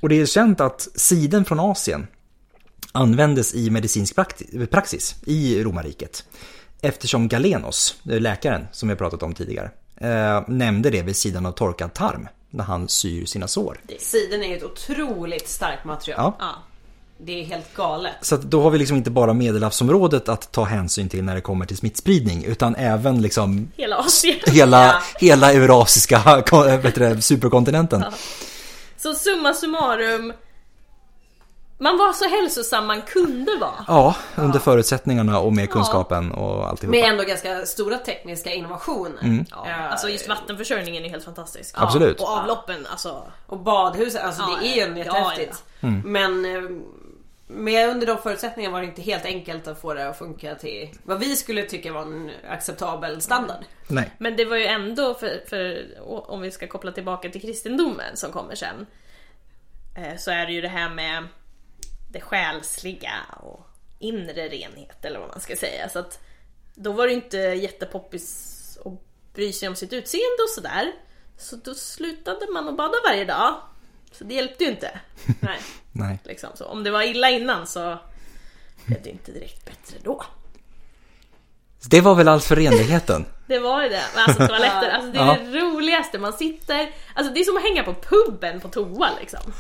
och det är känt att siden från Asien användes i medicinsk prakti- praxis i romarriket. Eftersom Galenos, eh, läkaren som vi har pratat om tidigare, eh, nämnde det vid sidan av torkad tarm när han syr sina sår.
Siden är ju ett otroligt starkt material.
Ja.
Ja.
Det är helt galet.
Så att då har vi liksom inte bara medelhavsområdet att ta hänsyn till när det kommer till smittspridning utan även liksom
Hela Asien.
hela, hela eurasiska ko- eh, vet du det, superkontinenten.
Så summa summarum. Man var så hälsosam man kunde vara.
Ja, under förutsättningarna och med kunskapen och alltihopa.
Med ändå ganska stora tekniska innovationer.
Mm.
Ja,
Eh,
alltså just vattenförsörjningen är helt fantastisk.
Absolut.
Och avloppen, alltså.
Och badhuset, alltså
Ja,
det är ju
ja,
jättehäftigt.
Mm.
Men eh, med under de förutsättningarna var det inte helt enkelt att få det att funka till vad vi skulle tycka var en acceptabel standard.
Nej.
Men det var ju ändå, för, för om vi ska koppla tillbaka till kristendomen som kommer sen, eh, så är det ju det här med det själsliga och inre renhet eller vad man ska säga. Så att då var det ju inte jättepoppis att bry sig om sitt utseende och sådär. Så då slutade man att bada varje dag. Så det hjälpte ju inte. Nej,
Nej.
liksom så. Om det var illa innan så blev det inte direkt bättre då.
Det var väl allt för
*laughs*
renligheten.
Det var ju det. Men alltså toaletter, alltså det är
Ja.
det roligaste. Man sitter, alltså det är som att hänga på puben på toa liksom.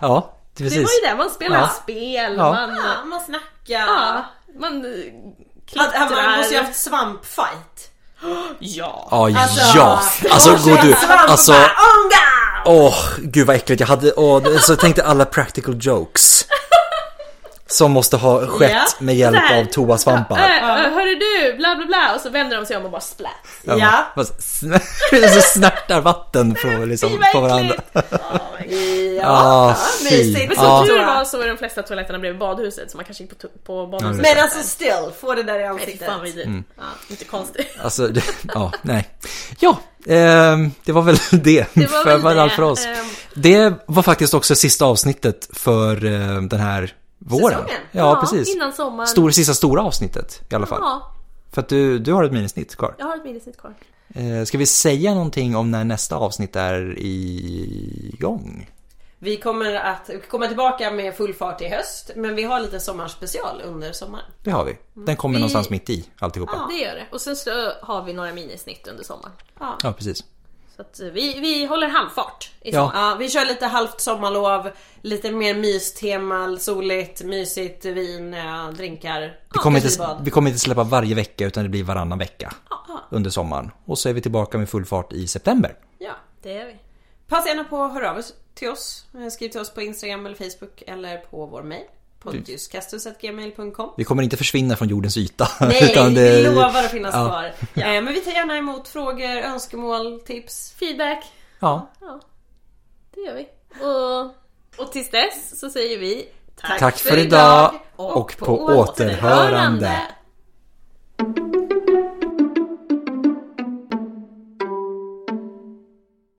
ja, precis.
Det var ju det, man spelar
Ja.
spel,
Ja.
man...
Ja, man snackar.
Ja, man eh,
Att, att man
klittrar.
måste ju haft svampfight.
*gasps* Ja.
Ja,
Alltså,
ja. Alltså går du,
Svamp och
alltså,
bara, "Onga!"
åh, gud vad äckligt. Jag hade, åh, det- så tänkte alla practical jokes. Som måste ha skett
Ja,
med hjälp
där.
av toasvampar.
Äh, äh, hörru du, bla bla bla och så vänder de sig om och bara splat.
Ja.
Fast sn- *laughs* så snärtar vatten från, liksom,
Fy,
på
vad
varandra.
äckligt. Oh my God.
Ah,
mysigt.
fy.
Men som
Ja.
tur var så var de flesta toaletterna bredvid badhuset så man kanske gick på, to- på badhuset.
Men alltså still, få det där i
Fy
ansiktet.
fan vad vidrigt. Ja, inte konstigt.
Alltså, det- ja, nej. Ja, ehm, det var väl *laughs* det.
Det var
för,
väl det.
Allt för oss.
Ehm.
Det var faktiskt också sista avsnittet för eh, den här våren.
Säsongen.
Ja, precis.
Innan sommaren.
Stor, sista stora avsnittet i alla fall.
Ja,
För att du, du har ett minisnitt kvar.
jag har ett minnesnitt kvar.
Eh, ska vi säga någonting om när nästa avsnitt är igång?
Vi kommer att komma tillbaka med full fart i höst. Men vi har lite sommarspecial under sommaren.
Det har vi. Den kommer
Mm.
Vi-
någonstans mitt i alltihopa. Ja,
Det gör det. Och sen så har vi några minisnitt under sommaren.
ja precis.
Så att eh, vi, vi håller halvfart i
Ja.
sommar.
Ja, vi kör lite halvt sommarlov, lite mer mystema, soligt, mysigt, vin, eh, drinkar.
Vi kommer, inte,
kanske
vi kommer inte släppa varje vecka utan det blir varannan vecka under sommaren. Och så är vi tillbaka med full fart i september.
Ja.
Det gör vi.
Passa gärna på att höra av er till oss. Eh, Skriv till oss på Instagram eller Facebook eller på vår mejl. Pontiuskastus.gmail.com
Vi kommer inte försvinna från jordens yta. *laughs*
Nej,
utan
vi
det-
lovar att finnas
ja.
kvar. Eh, Men vi tar gärna emot frågor, önskemål, tips.
Feedback.
Ja,
Ja, det gör vi. Och, och tills dess så säger vi
tack för idag och på återhörande.